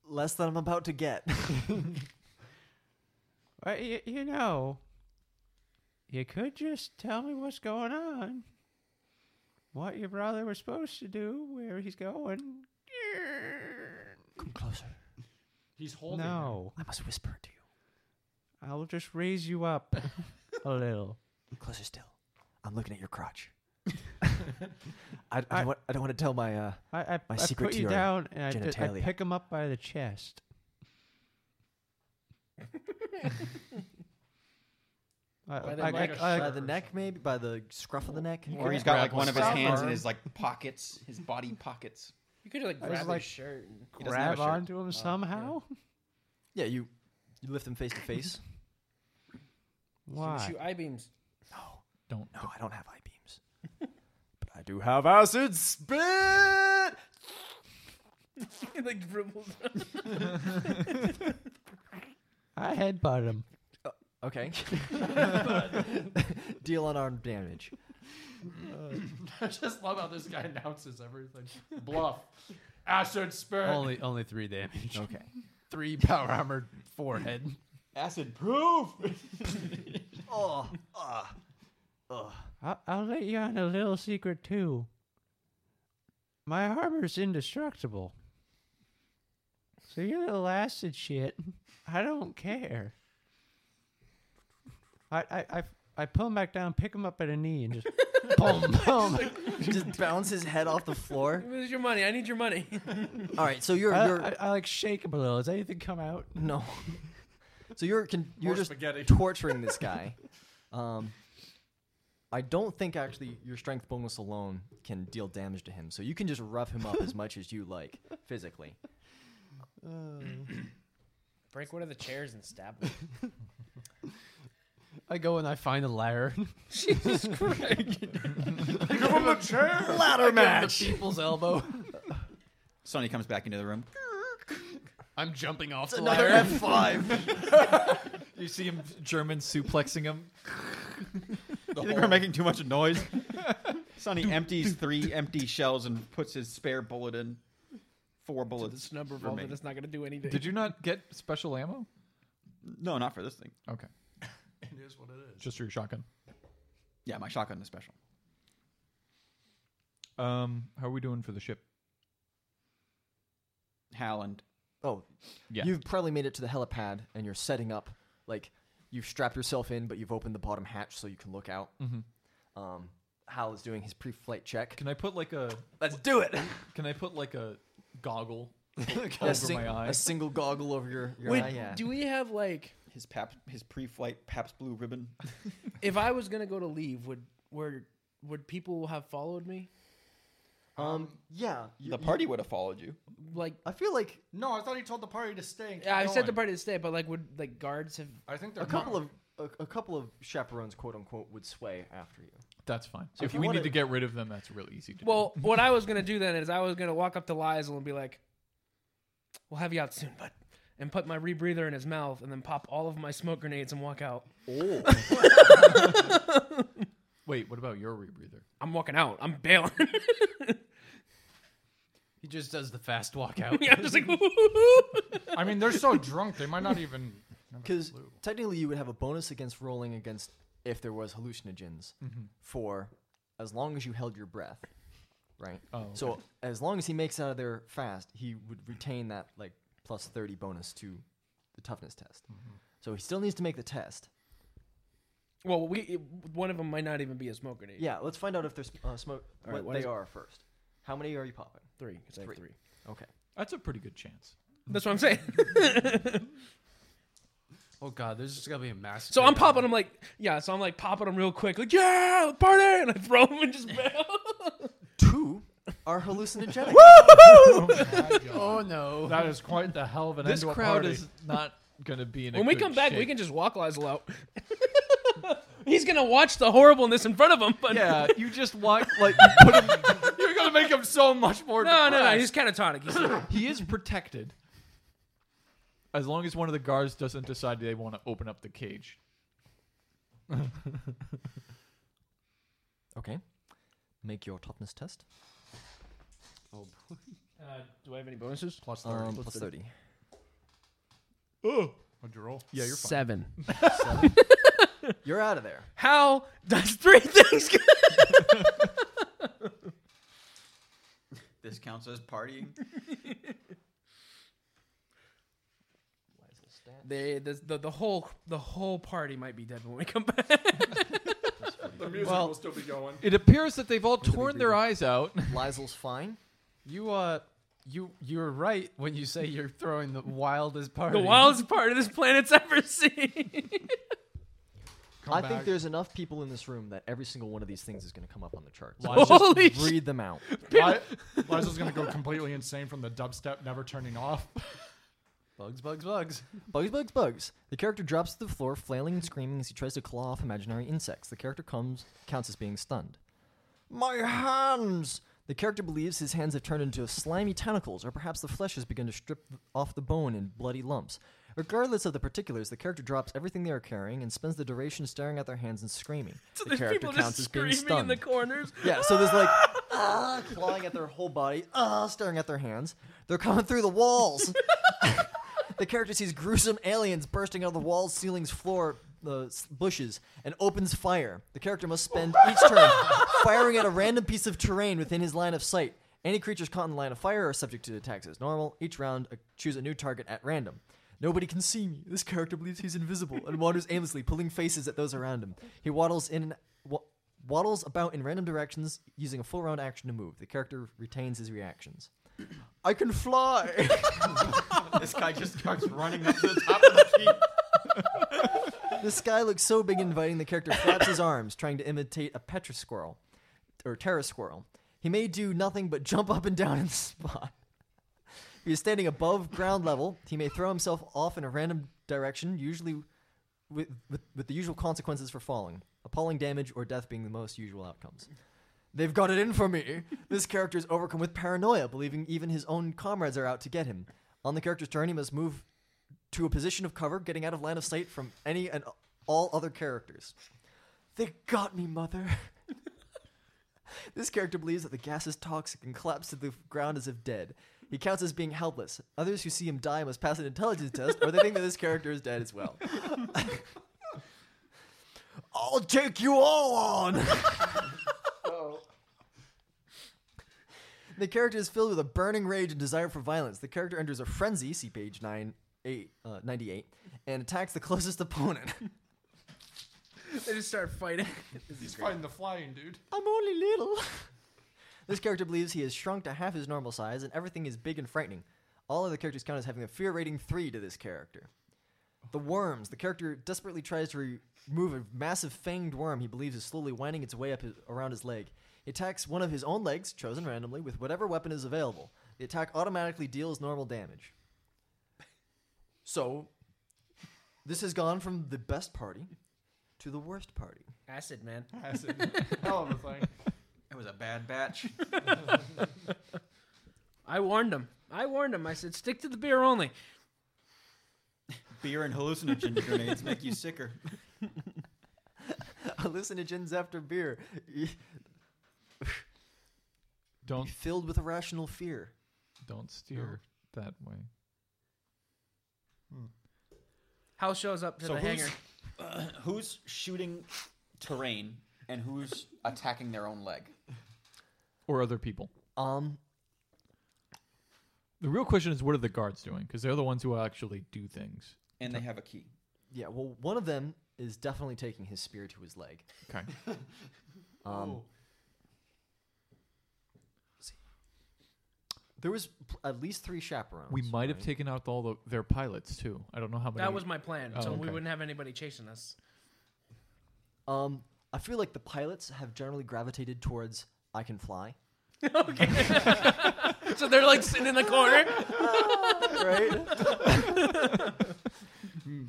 B: Less than I'm about to get. <laughs>
G: Well, you, Uh, you know, you could just tell me what's going on, what your brother was supposed to do, where he's going.
B: Come closer.
D: He's holding him.
G: No,
B: I must whisper to you.
G: I will just raise you up a little.
B: Closer still. I'm looking at your crotch. I, I, don't want, I don't want to tell my uh,
G: I, I, I
B: secret
G: put
B: to
G: you
B: your
G: down and I, d- I
B: genitalia.
G: pick him up by
B: <laughs>
G: the chest. I,
H: By the
G: I-
H: neck.
G: I-
H: By
B: by
G: I-
B: the neck, maybe by the scruff of the neck.
E: Or he's got like one of his hands in his like pockets, his body pockets.
F: You could like
G: I was
F: grab
G: like-
F: his shirt. And...
H: Oh,
E: doesn't have a
G: grab
E: shirt.
G: onto him somehow.
B: Yeah, you You lift them face to face.
G: Why?
F: Shoot I beams.
C: Don't.
B: No, I don't have I beams, <laughs> but I do have acid spit.
F: <laughs> like dribbles.
G: I headbutt him.
B: <laughs> Okay. Deal unarmed damage.
D: <laughs> I just love how this guy announces everything. Bluff. Acid spirit.
H: only only three damage.
B: Okay.
H: Three power armored forehead.
E: Acid proof.
B: oh, uh, uh.
G: I'll, I'll let you on a little secret too. My armor's indestructible. So your little acid shit, I don't care. I I I, I pull him back down, pick him up at a knee,
H: <laughs>
G: and just boom, boom.
B: <laughs> Just bounce his head off the floor.
F: Where's your money? I need your money. <laughs>
B: All right, so you're
G: I,
B: you're
G: I, I, like shake him a little. Does anything come out? <laughs>
B: no. So you're con- you're
D: More
B: just
D: spaghetti.
B: torturing this guy. Um, I don't think actually your strength bonus alone can deal damage to him. So you can just rough him
G: <laughs>
B: up as much as you like physically.
F: Break one of the chairs and stab him.
H: I go and I find a lyre.
D: Give him a chair.
B: Ladder match.
H: People's elbow.
E: Sonny comes back into the room.
H: I'm jumping off the
B: Another
H: lyre.
B: F five.
C: <laughs> You see him German suplexing him.
E: <laughs> You think we're making too much <laughs> noise? Sonny empties three empty shells and puts his spare bullet in. Four
F: With a
E: bullets.
F: snub revolver
E: Remain.
F: that's not going to do anything.
C: Did you not get special ammo?
E: No, not for this thing.
C: Okay.
D: It is what it is.
C: Just for your shotgun.
E: Yeah, my shotgun is special.
C: Um, how are we doing for the ship?
E: Howland.
B: Oh,
C: Yeah.
B: You've probably made it to the helipad and you're setting up. Like you've strapped yourself in, but you've opened the bottom hatch so you can look out.
C: mm-hmm.
B: Um, Hal is doing his pre-flight check.
C: Can I put like a
B: Let's do <laughs>
G: <laughs>
B: it.
C: Can I put like a goggle
B: a,
C: over
B: sing-
C: my eye?
B: a single goggle over your, your
F: Wait,
B: eye. Yeah.
F: <laughs> do we have like?
E: His pap, his pre-flight Paps Blue Ribbon.
F: If I was going to go to leave, would were would people have followed me?
B: um. Yeah. you-
E: The party would have followed you.
F: Like
B: I feel like
D: No, I thought he told the party to stay. and keep
F: yeah, I said the
D: going.
F: party to stay, but like would like guards have?
D: I think they're
B: a couple of a, a couple of chaperones, quote unquote, would sway after you.
C: That's fine. So
B: if
C: if,
B: you
C: we
B: wanna-
C: need to get rid of them, that's really easy to
F: Well, what I was going to do then is I was going to walk up to Lizel and be like, "We'll have you out soon, bud," and put my rebreather in his mouth, and then pop all of my smoke grenades and walk out.
H: Oh.
C: do. Wait, what about your rebreather?
F: I'm walking out. I'm bailing.
H: He just does the fast walk
F: <laughs>
H: out.
F: yeah, I'm just like, "Woo-hoo-hoo."
D: I mean, they're so drunk they might not even.
B: Because technically, you would have a bonus against rolling against if there was hallucinogens
C: Mm-hmm.
B: for as long as you held your breath, right?
C: Oh, okay.
B: So as long as he makes it out of there fast, he would retain that like plus thirty bonus to the toughness test. So he still needs to make the test.
F: well, we it- one of them might not even be a smoke grenade.
B: Yeah, let's find out if there's uh, smoke.
F: All right,
B: what
F: what
B: they
F: is-
B: are first. How many are you popping?
F: three. It's like
B: Three.
F: three.
B: Okay.
C: That's a pretty good chance.
F: That's what I'm saying.
H: Oh god, there's just gonna be a massive.
F: So I'm popping them like yeah. So I'm like popping them real quick, like yeah, party, and I throw them and just bail. <laughs>
B: Two are hallucinogenic.
H: Oh no.
D: That is quite the hell of an
C: This
D: end to a
C: crowd
D: party.
C: is not going to be in. A
F: when we
C: good
F: come back, we
C: shape.
F: can just walk Lizel out. <laughs> He's gonna watch the horribleness in front of him, but
C: Yeah, <laughs> you just walk <laughs> like you put him.
D: You're gonna make him so much more.
F: no, no, no.
D: depressed.
F: He's catatonic. He's <coughs> like,
C: He is protected. As long as one of the guards doesn't decide they want to open up the cage.
B: okay. Make your toughness test.
F: do I have any bonuses? Plus
B: Um, plus thirty.
D: What'd you roll?
C: Yeah, you're fine.
F: seven.
B: Seven. You're out of there.
F: How does three things? Good?
E: This counts as partying.
F: <laughs>
E: <laughs>
F: They, the, the the whole the whole party might be dead when we come back.
D: The music
C: Well-
D: will still be going.
C: It appears that they've all torn their eyes out.
B: Lysel's fine.
H: You uh, you you're right when you say you're throwing the wildest party.
F: the wildest part of this planet's ever
B: <laughs>
F: seen.
D: Come
B: I
D: back.
B: think there's enough people in this room that every single one of these things is going to come up on the chart. So
D: Lizel's-
F: Holy <laughs>
B: just read them out. <laughs>
C: <laughs>
D: Li- Lizel's gonna go completely insane from the dubstep never turning off.
H: Bugs, bugs, bugs.
B: Bugs, bugs, bugs. The character drops to the floor, flailing and screaming as he tries to claw off imaginary insects. The character comes counts as being stunned. My hands! The character believes his hands have turned into slimy tentacles, or perhaps the flesh has begun to strip off the bone in bloody lumps. Regardless of the particulars, the character drops everything they are carrying and spends the duration staring at their hands and screaming.
F: So
B: the
F: there's
B: character
F: people
B: counts
F: just
B: as being
F: screaming in
B: stunned.
F: the corners.
B: Yeah, so there's like ah, clawing at their whole body, ah, staring at their hands. They're coming through the walls. the character sees gruesome aliens bursting out of the walls, ceilings, floor, the s bushes, and opens fire. The character must spend each turn firing at a random piece of terrain within his line of sight. Any creatures caught in line of fire are subject to attacks as normal. Each round, uh, choose a new target at random. Nobody can see me. This character believes he's invisible and wanders aimlessly, pulling faces at those around him. He waddles in and wa- waddles about in random directions, using a full round action to move. The character retains his reactions. I can fly.
E: this guy just starts running up to the top of <laughs> the key.
B: this guy looks so big and inviting. The character flaps his arms, trying to imitate a petra squirrel or terra squirrel. He may do nothing but jump up and down in the <laughs> spot. If he is standing above ground level, he may throw himself off in a random direction, usually with, with, with the usual consequences for falling, appalling damage or death being the most usual outcomes. They've got it in for me. This character is overcome with paranoia, believing even his own comrades are out to get him. On the character's turn, he must move to a position of cover, getting out of line of sight from any and all other characters. They got me, mother. <laughs> this character believes that the gas is toxic and collapses to the ground as if dead. He counts as being helpless. Others who see him die must pass an intelligence test, or they think that this character is dead as well. <laughs> I'll take you all on! <laughs> The character is filled with a burning rage and desire for violence. The character enters a frenzy, see page 9, 8, uh, 98, and attacks the <laughs> closest opponent.
F: They just start fighting.
D: He's fighting the flying dude.
B: I'm only little. <laughs> this character believes he has shrunk to half his normal size and everything is big and frightening. All other characters count as having a fear rating 3 to this character. The worms. The character desperately tries to re- remove a massive fanged worm he believes is slowly winding its way up his, around his leg. He attacks one of his own legs, chosen randomly, with whatever weapon is available. The attack automatically deals normal damage. So, this has gone from the best party to the worst party. <laughs>
F: Acid, man.
D: That's a hell of a thing.
E: That was a bad batch.
F: I warned him. I warned him. I said, stick to the beer only.
E: Beer and hallucinogen grenades make you sicker.
B: hallucinogens after beer. Be
C: Don't
B: filled with irrational fear.
C: don't steer that way.
F: House shows up to
E: So
F: the
E: who's-
F: hangar.
E: <laughs> who's shooting terrain and who's attacking their own leg?
C: Or other people.
B: Um,
C: The real question is, what are the guards doing? Because they're the ones who actually do things.
E: And they have a key.
B: yeah. Well, one of them is definitely taking his spear to his leg.
C: Okay.
B: Um, let's see. There was p- at least three chaperones.
C: We might have
B: right?
C: taken out all the, their pilots too. I don't know how many.
F: That was my plan,
C: Oh,
F: so we
C: okay.
F: wouldn't have anybody
C: <laughs>
F: chasing us.
B: Um, I feel like the pilots have generally gravitated towards I can fly.
F: okay. <laughs> so they're like sitting in the corner.
B: Right.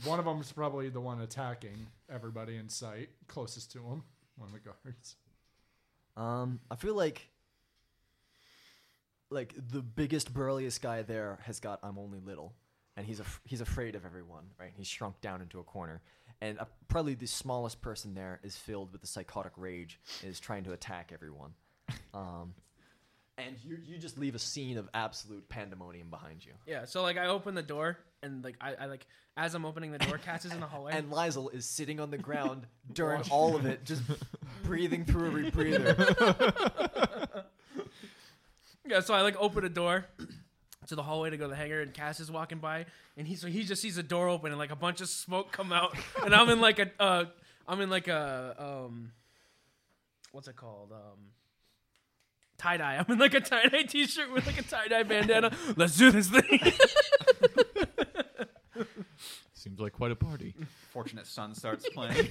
D: One of them's probably the one attacking everybody in sight, closest to him. One of the
B: <laughs>
D: guards.
B: Um, I feel like like the biggest burliest guy there has got I'm only little, and he's af- he's afraid of everyone, right? He's shrunk down into a corner, and uh, probably the smallest person there is filled with the psychotic rage and is trying to attack everyone. Um, and you you just leave a scene of absolute pandemonium behind you.
F: Yeah. So like I open the door and like I, I like as I'm opening the door, Cass is in the hallway.
B: And Lizel is sitting on the ground during all of it, just breathing through a rebreather.
F: yeah. So I like open a door to the hallway to go to the hangar, and Cass is walking by, and he so he just sees a door open and like a bunch of smoke
C: <laughs>
F: come out, and I'm in like a uh, I'm in like a um, what's it called um. Tie dye. I'm in like a tie dye T-shirt with like a tie
C: <laughs>
F: dye bandana. Let's do this thing.
C: Seems like quite a party.
E: Fortunate Son starts playing.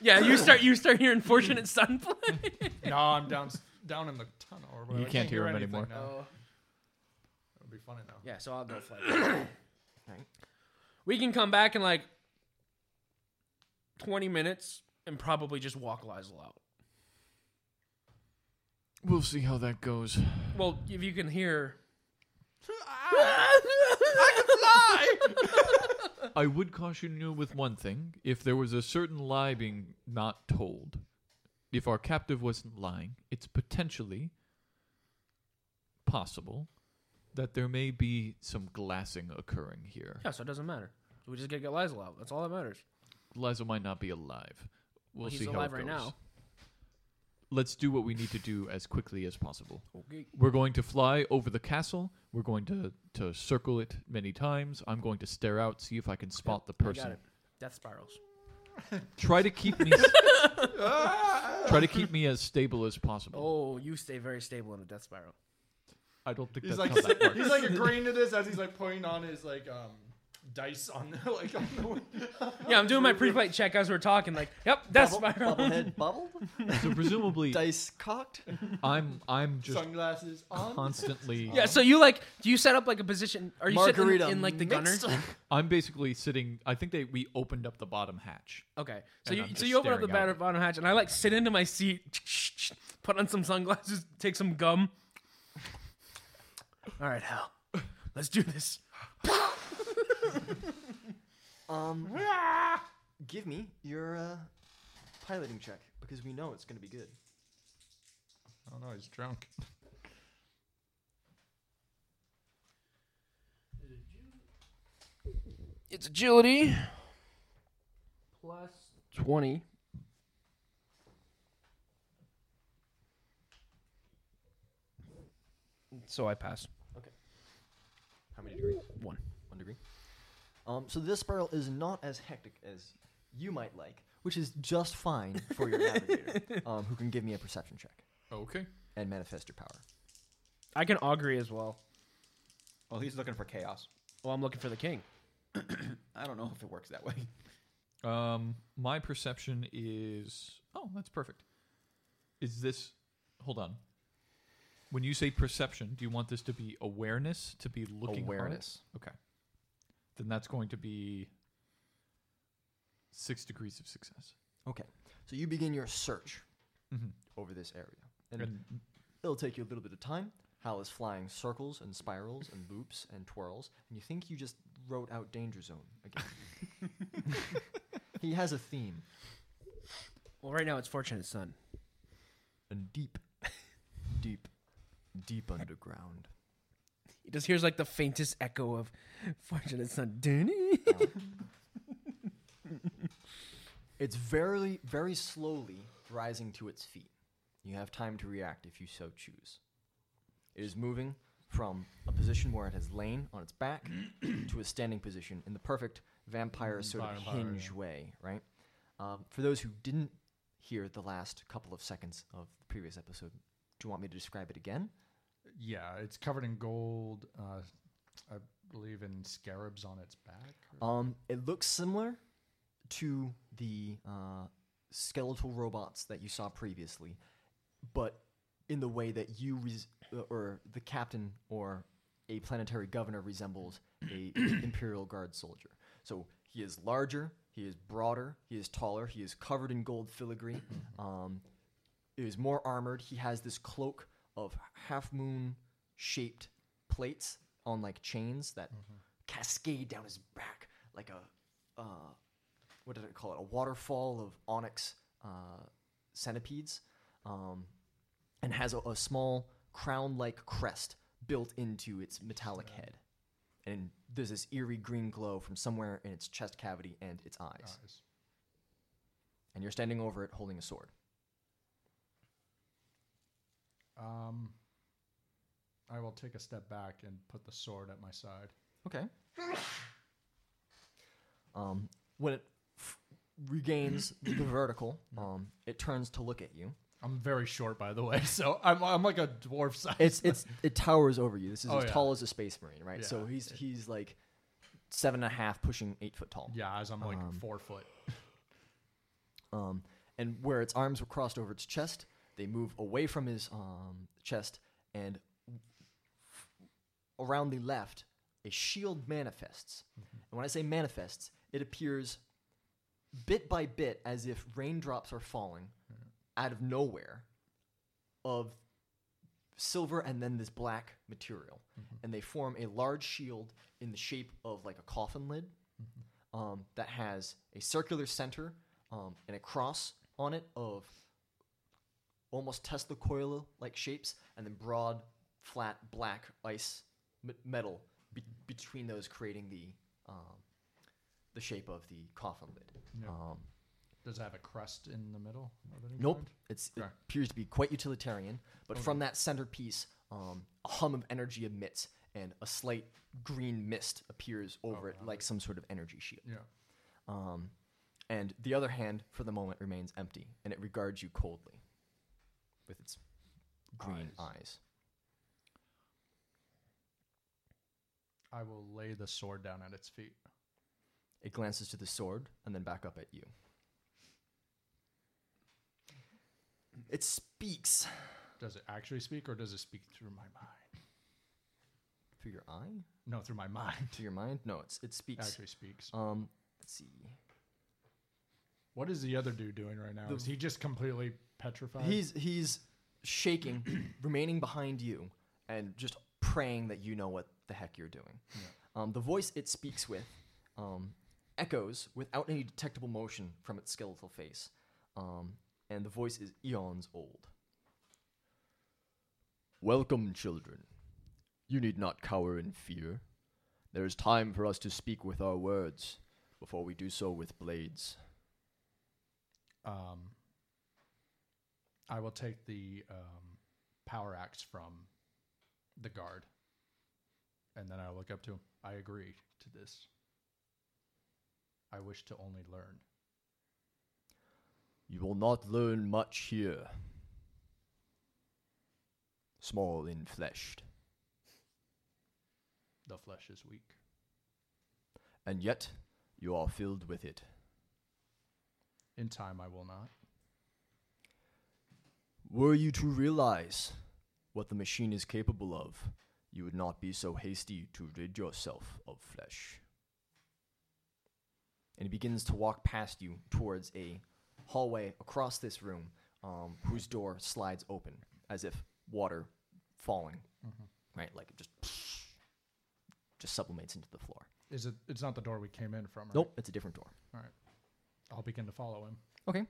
F: yeah, you start. You start hearing "Fortunate Son" play.
D: No, I'm down down in the tunnel. Or whatever.
C: You
D: I
C: can't hear him
D: anything
C: anymore.
D: now. It'll be be funny now.
F: Yeah, so I'll <clears throat> go flight. Alright. We can come back in like 20 minutes and probably just walk Lizel out.
C: We'll see how that goes.
F: Well, if you can hear.
C: I would caution you with one thing. If there was a certain lie being not told, if our captive wasn't lying, it's potentially possible that there may be some glassing occurring here.
F: Yeah, so it doesn't matter. So we just gotta get Lizel out. That's all that matters.
C: Liza might not be alive. We'll
F: Well, he's
C: see
F: alive
C: how it
F: right
C: goes.
F: now.
C: Let's do what we need to do as quickly as possible.
F: Okay.
C: We're going to fly over the castle. We're going to, to circle it many times. I'm going to stare out, see if I can spot the
F: I
C: person.
F: got it. Death spirals.
C: Try to keep me. <laughs> try to keep me as stable as possible.
F: Oh, you stay very stable in a death spiral.
C: I don't think
D: He's
C: that's
D: like
C: how
D: <laughs>
C: that works.
D: he's like agreeing to this as he's like putting on his like um dice on the <laughs> like on the
F: Yeah, I'm doing my pre-flight check as we're talking. Like, yep, death spiral.
A: Bubblehead bubbled?
C: So presumably,
A: Dice cocked?
C: I'm I'm just
D: sunglasses
C: <laughs>
D: on.
C: constantly.
F: <laughs> Yeah, so you like, do you set up like a position? Are you sitting in,
A: Margarita
F: in like the gunner?
A: mixed.
C: I'm basically sitting. I think they we opened up the bottom hatch.
F: Okay, so
C: And
F: you
C: I'm
F: so
C: just
F: you open up the
C: staring out.
F: batter, bottom hatch, and I like sit into my seat, put on some sunglasses, take some gum. All right, Hal, let's do this.
A: Um, give me your uh, piloting check because we know it's going to be good.
D: Oh no, he's drunk.
F: It's agility plus twenty. So I pass.
A: How many degrees?
F: One.
A: One degree. Um, so this spiral is not as hectic as you might like, which is just fine for your navigator, <laughs> um, who can give me a perception check
C: Okay.
A: and manifest your power.
F: I can augury as well.
E: Well, he's looking for chaos.
F: Oh, I'm looking for the king.
E: I don't know if it works that way.
C: Um, my perception is oh, that's perfect. Is this? Hold on. When you say perception, do you want this to be awareness? To be looking hard?
A: Awareness.
C: Okay. Then that's going to be six degrees of success.
A: Okay. So you begin your search
C: Mhm.
A: over this area, and
C: And
A: it'll take you a little bit of time. Hal is flying circles and spirals and loops and twirls, and you think you just wrote out Danger Zone again.
C: <laughs>
A: he has a theme.
F: Well, right now it's fortunate son.
A: and deep, deep,
C: <laughs>
A: deep underground.
F: He just hears like the faintest echo of fortunate son.
A: Um, It's very, very slowly rising to its feet. You have time to react if you so choose. It is moving from a position where it has lain on its back to a standing position in the perfect vampire sort of
D: Vampire,
A: hinge
D: yeah.
A: way, right? Um, for those who didn't hear the last couple of seconds of the previous episode, do you want me to describe it again?
D: Yeah, it's covered in gold. Uh, I believe in scarabs on its back. or-
A: Um, it looks similar to the uh, skeletal robots that you saw previously, but in the way that you res- uh, or the captain or a planetary governor resembles a imperial guard soldier. So he is larger, he is broader, he is taller, he is covered in gold filigree. Um, is more armored. He has this cloak of half moon shaped plates on like chains that
D: Mm-hmm.
A: cascade down his back like a uh, what did I call it? A waterfall of onyx uh, centipedes, um, and has a, a small crown like crest built into its metallic head. And there's this eerie green glow from somewhere in its chest cavity and its eyes.
D: Eyes.
A: And you're standing over it holding a sword.
D: Um, I will take a step back and put the sword at my side.
A: Okay. um, when it f- regains
D: <coughs>
A: the vertical, um, it turns to look at you.
D: I'm very short, by the way, <laughs> so I'm I'm like a dwarf size.
A: It's
D: <laughs>
A: it's it towers over you. This is
D: Oh,
A: as
D: yeah.
A: tall as a space marine, right? So
D: Yeah.
A: he's he's like seven and a half, pushing eight foot tall.
D: yeah, as I'm like
A: Um,
D: four foot.
A: Um, and where its arms were crossed over its chest, they move away from his um, chest and around the left, a shield manifests. And when I say manifests, it appears bit by bit as if raindrops are falling out of nowhere of silver and then this black material. And they form a large shield in the shape of like a coffin lid um, that has a circular center um, and a cross on it of almost Tesla coil like shapes, and then broad, flat, black ice m- metal be- between those, creating the um, the shape of the coffin lid.
D: Yeah.
A: Um,
D: Does it have a crust in the middle? Of any
A: nope,
D: kind?
A: it's, it
D: Okay.
A: appears to be quite utilitarian, but from that centerpiece, um, a hum of energy emits, and a slight green mist appears over it like some sort of energy shield.
D: Yeah.
A: Um, and the other hand, for the moment, remains empty, and it regards you coldly with its green eyes.
D: I will lay the sword down at its feet.
A: It glances to the sword and then back up at you. It speaks
D: Does it actually speak, or does it speak through my mind?
A: through your eye,
D: No, through my <laughs> mind.
A: through your mind. No, it's it speaks.
D: Actually speaks.
A: Um, let's see.
D: What is the other dude doing right now?
A: The-
D: is he just completely petrified?
A: He's he's shaking, <clears throat> remaining behind you, and just praying that you know what the heck you're doing. Um, the voice it speaks with um, echoes without any detectable motion from its skeletal face, um, and the voice is eons old. Welcome, children. You need not cower in fear. There is time for us to speak with our words before we do so with blades.
D: um, I will take the um, power axe from the guard, and then I will look up to him. I agree to this. I wish to only learn.
I: You will not learn much here. Small in fleshed,
D: The flesh is weak.
I: and yet you are filled with it.
D: In time, I will not.
I: Were you to realize what the machine is capable of, you would not be so hasty to rid yourself of flesh.
A: and he begins to walk past you towards a hallway across this room, um, whose door slides open as if water falling, right? Like it just just sublimates into the floor.
D: Is it? It's not the door we came in from. Right?
A: Nope, it's a different door.
D: I'll begin to follow him.
A: Okay,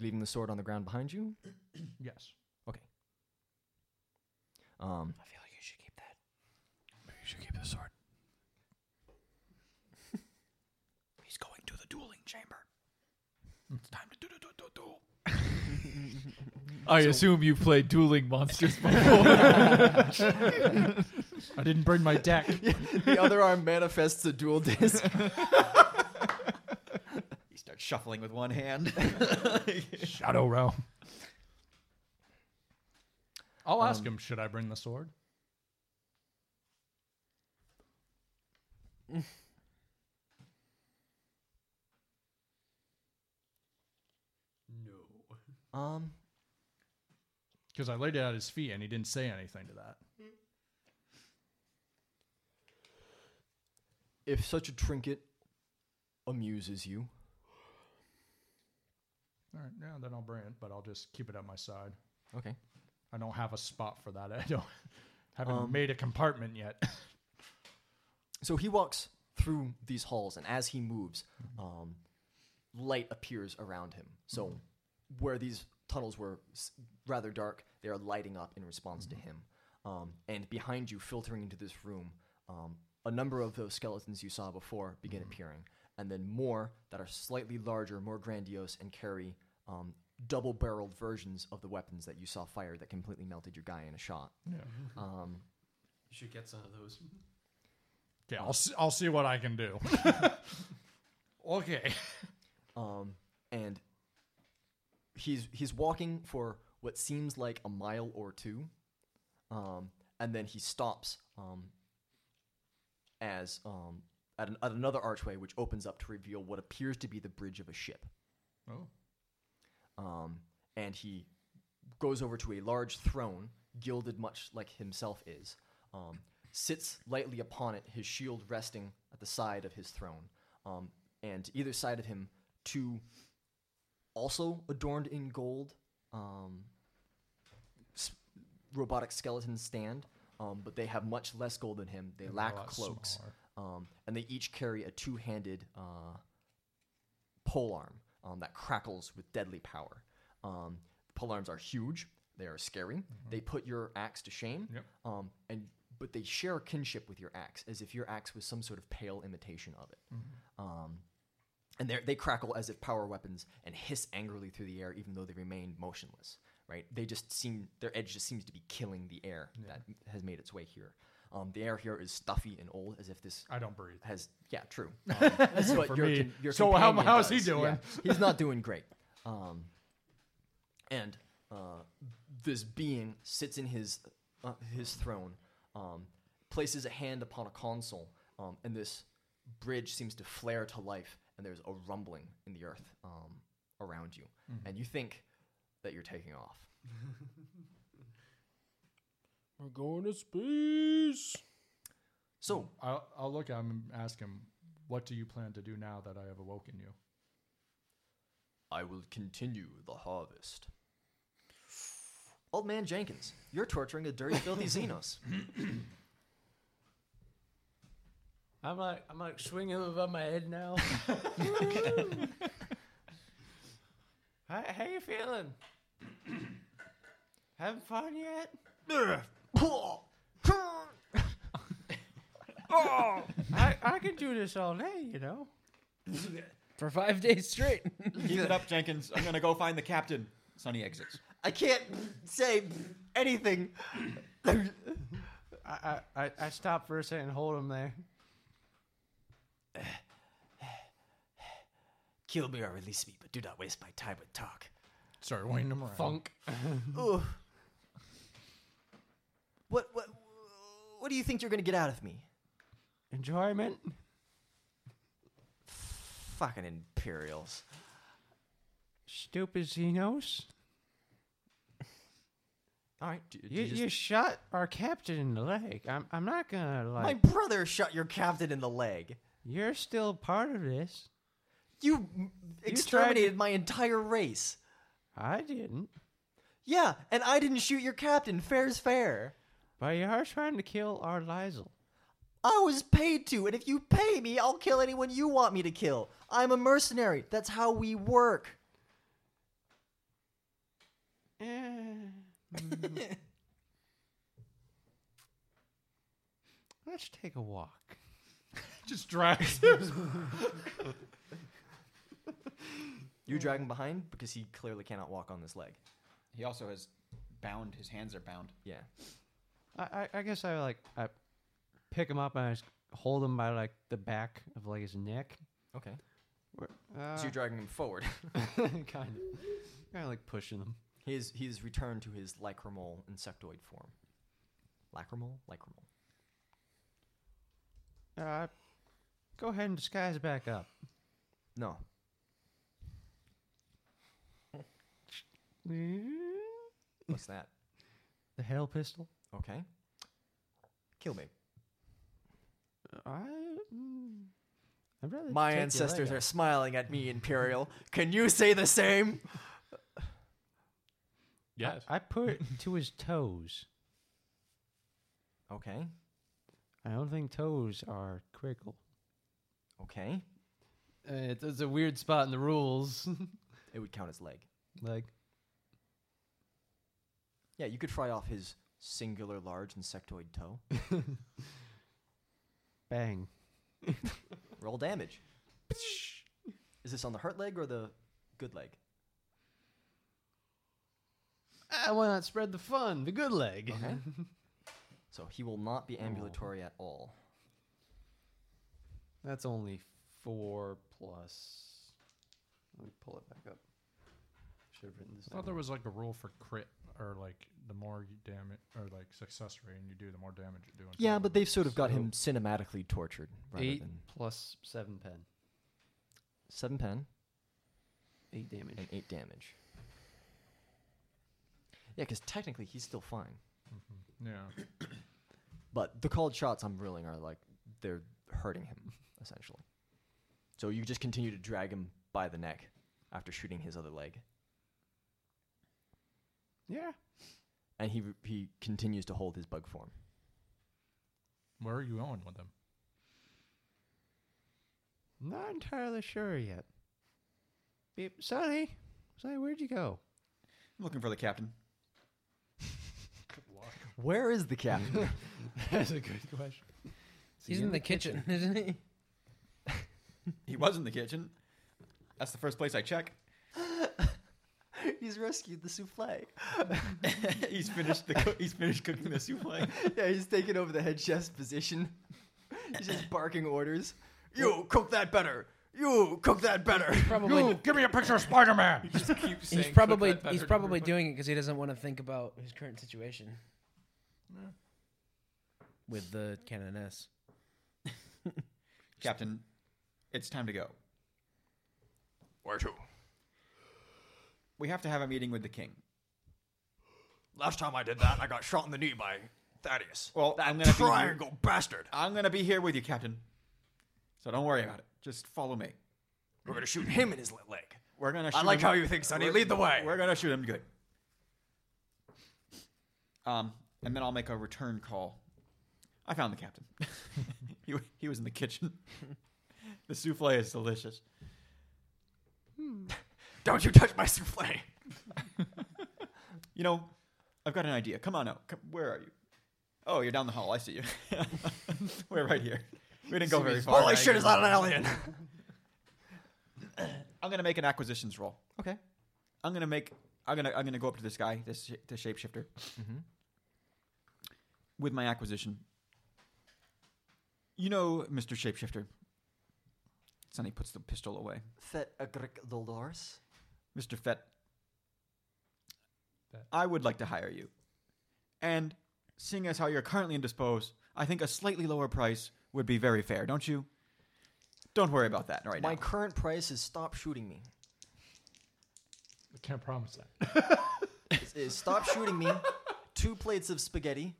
A: leaving the sword on the ground behind you.
D: Yes. <laughs>
A: Um,
J: I feel like you should keep that.
K: You should keep the sword.
J: He's going to the dueling chamber. It's time to do do do do do.
K: I assume you played dueling monsters before.
D: I didn't bring my deck.
A: the other arm manifests
I: <laughs>
A: a dual disc.
L: He starts shuffling with one hand.
D: Shadow Realm. I'll ask him. Should I bring the sword? no.
A: Um,
D: Because I laid it at his feet and he didn't say anything to that.
A: if such a trinket amuses you,
D: All right, yeah, then I'll bring it, but I'll just keep it at my side.
A: okay.
D: I don't have a spot for that. <laughs> I don't haven't
A: Um,
D: made a compartment yet. <laughs>
A: So he walks through these halls, and as he moves, um, light appears around him. So where these tunnels were s- rather dark, they are lighting up in response to him. Um, and behind you, filtering into this room, um, a number of those skeletons you saw before begin appearing, and then more that are slightly larger, more grandiose, and carry um, double-barreled versions of the weapons that you saw fired that completely melted your guy in a shot. Um,
M: You should get some of those.
D: Okay, I'll s- I'll see what I can do. <laughs> okay.
A: um, and he's he's walking for what seems like a mile or two, um, and then he stops um, as um, at, an, at another archway, which opens up to reveal what appears to be the bridge of a ship.
D: Oh.
A: Um, and he goes over to a large throne, gilded much like himself is, um,
B: sits lightly upon it, his shield resting at the side of his throne. Um, and to either side of him, two also adorned in gold um, s- robotic skeletons stand, um, but they have much less gold than him. They
D: They're a
B: lack
D: lot
B: cloaks,
D: smaller.
B: um, and they each carry a two-handed uh, pole arm um, that crackles with deadly power. Um, pole arms are huge. They are scary. They put your axe to shame.
D: Yep.
B: Um, and but they share a kinship with your axe, as if your axe was some sort of pale imitation of it. Um, and they're- they crackle as if power weapons and hiss angrily through the air, even though they remain motionless. Right? They just seem their edge just seems to be killing the air that has made its way here. Um, the air here is stuffy and old, as if this
D: I don't breathe.
B: has yeah, <laughs> true. Um, that's what
D: for
B: your,
D: me.
B: con- your
D: So how-
B: companion
D: how's he
B: does.
D: doing?
B: Yeah, <laughs> he's not doing great. Um, and uh, this being sits in his uh, his throne, um, places a hand upon a console, um, and this bridge seems to flare to life, and there's a rumbling in the earth um, around you,
N: Mm-hmm.
B: and you think that you're taking off.
N: <laughs> We're going to space.
B: So
D: I'll, I'll look at him and ask him, "What do you plan to do now that I have awoken you?"
B: I will continue the harvest. Old man Jenkins, you're torturing a dirty, filthy Xenos.
G: I'm like I'm like swinging above my head now. how, how you feeling? Having fun yet? Oh, I I can do this all day, you know.
F: For five days straight.
E: <laughs> Keep it <laughs> up, Jenkins. I'm gonna go find the captain. Sonny exits.
B: <laughs> I can't say anything.
G: I I I- I stop for a second and hold him there.
B: Kill me or release me, but do not waste my time with talk.
D: Start winding him around.
H: Funk.
B: Ugh. What what what do you think you're gonna get out of me?
G: Enjoyment.
B: Fucking Imperials.
G: Stupid Xenos.
B: All right, do, do
G: You,
B: you
G: you,
B: just-
G: shot our captain in the leg. I'm I'm not gonna like.
B: my brother shot your captain in the leg.
G: You're still part of this.
B: You m-
G: to-
B: exterminated my entire race.
G: I didn't.
B: Yeah, and I didn't shoot your captain. Fair's fair.
G: But you are trying to kill our Lizel.
B: I was paid to, and if you pay me, I'll kill anyone you want me to kill. I'm a mercenary. That's how we work.
G: Eh, Let's take a walk.
D: Just drags him.
B: You drag him behind because he clearly cannot walk on this leg.
E: He also has bound. His hands are bound.
B: Yeah.
G: I, I, I guess I like I pick him up and I just hold him by like the back of like his neck.
B: Okay.
G: Uh,
B: So you're dragging him forward. <laughs>
G: <laughs> kind of, kind of like pushing him.
B: he is he is returned to his lacrimal insectoid form. Lacrimal, lacrimal.
G: Uh, go ahead and disguise back up.
B: No.
G: The
B: What's that?
G: hell pistol.
B: Okay. Kill me.
G: I. mm, I'd rather
B: My
G: take your leg
B: ancestors
G: out.
B: are smiling at me, Imperial. Can you say the same?
C: Yes.
G: I put it to his toes.
B: Okay.
G: I don't think toes are critical.
B: Okay.
H: Uh, It's, it's a weird spot in the rules.
B: It would count as leg.
G: <laughs> Like
B: Yeah, you could fry off his singular large insectoid toe.
G: bang.
B: Roll damage. Is this on the hurt leg or the good leg?
H: ah, why not spread the fun? The good leg.
B: Okay. so he will not be ambulatory at all.
H: <laughs> That's only four plus. Let me pull it back up. Should have written this
D: I thought
H: down.
D: there was like a rule for crit, or like the more you damage, or like success rate and you do, the more damage you're doing.
B: Yeah, but they've sort of got
H: So-
B: him cinematically tortured rather
H: Eight
B: than
H: plus seven pen.
B: seven pen
H: Eight damage.
B: and eight damage.
D: Mm-hmm.
B: Yeah, because technically he's still fine.
D: Yeah,
B: But the called shots I'm reeling are like they're hurting him essentially. So you just continue to drag him by the neck after shooting his other leg,
G: Yeah.
B: and he he continues to hold his bug form.
D: Where are you going with them?
G: Not entirely sure yet. Beep. Sonny, Sonny, where'd you go?
E: I'm looking for the captain.
B: Where is the <laughs> captain?
H: That's a good question.
F: <laughs> <laughs> He's in the kitchen, isn't he?
E: He was in the kitchen. That's the first place I check.
B: he's rescued the <laughs> souffle.
E: he's finished the coo- he's finished cooking the souffle.
B: <laughs> yeah, he's taken over the head chef's position. he's just barking orders. You cook that better. You cook that better.
F: Probably.
D: give me a picture of Spider Man.
F: he's probably he's probably doing it because he doesn't want to think about his current situation with the canoness.
E: captain, it's time to go.
A: Where to?
E: We have to have a meeting with the king.
A: Last time I did that, I got shot in the knee by Thaddeus.
E: Well,
A: that
E: I'm gonna be-
A: triangle bastard.
E: I'm gonna be here with you, captain. So don't worry about it. Just follow me.
A: We're gonna shoot him in his lit leg.
E: We're gonna. Shoot
A: I like
E: him
A: how
E: up.
A: you think, Sonny.
E: We're-
A: Lead the way.
E: We're gonna shoot him good. Um, and then I'll make a return call. I found the captain. <laughs> he he was in the kitchen. <laughs> the souffle is delicious.
A: Don't you touch my souffle.
E: You know, I've got an idea. Come on out. Come, where are you? Oh, you're down the hall. I see you. <laughs> We're right here. We didn't go very far.
A: Holy shit, is that an alien?
E: I'm gonna make an acquisitions roll. Okay. I'm gonna make. I'm gonna. I'm gonna go up to this guy, this sh- the shapeshifter, with my acquisition. You know, Mister Shapeshifter. Sonny puts the pistol away.
B: Fet agric dolores.
E: Mister Fett.
D: Fett.
E: I would like to hire you, and seeing as how you're currently indisposed, I think a slightly lower price would be very fair, don't you? Don't worry about that right
B: My
E: now.
B: current price is stop shooting me.
D: I can't promise that.
B: Is- Is stop shooting me. Two plates of spaghetti,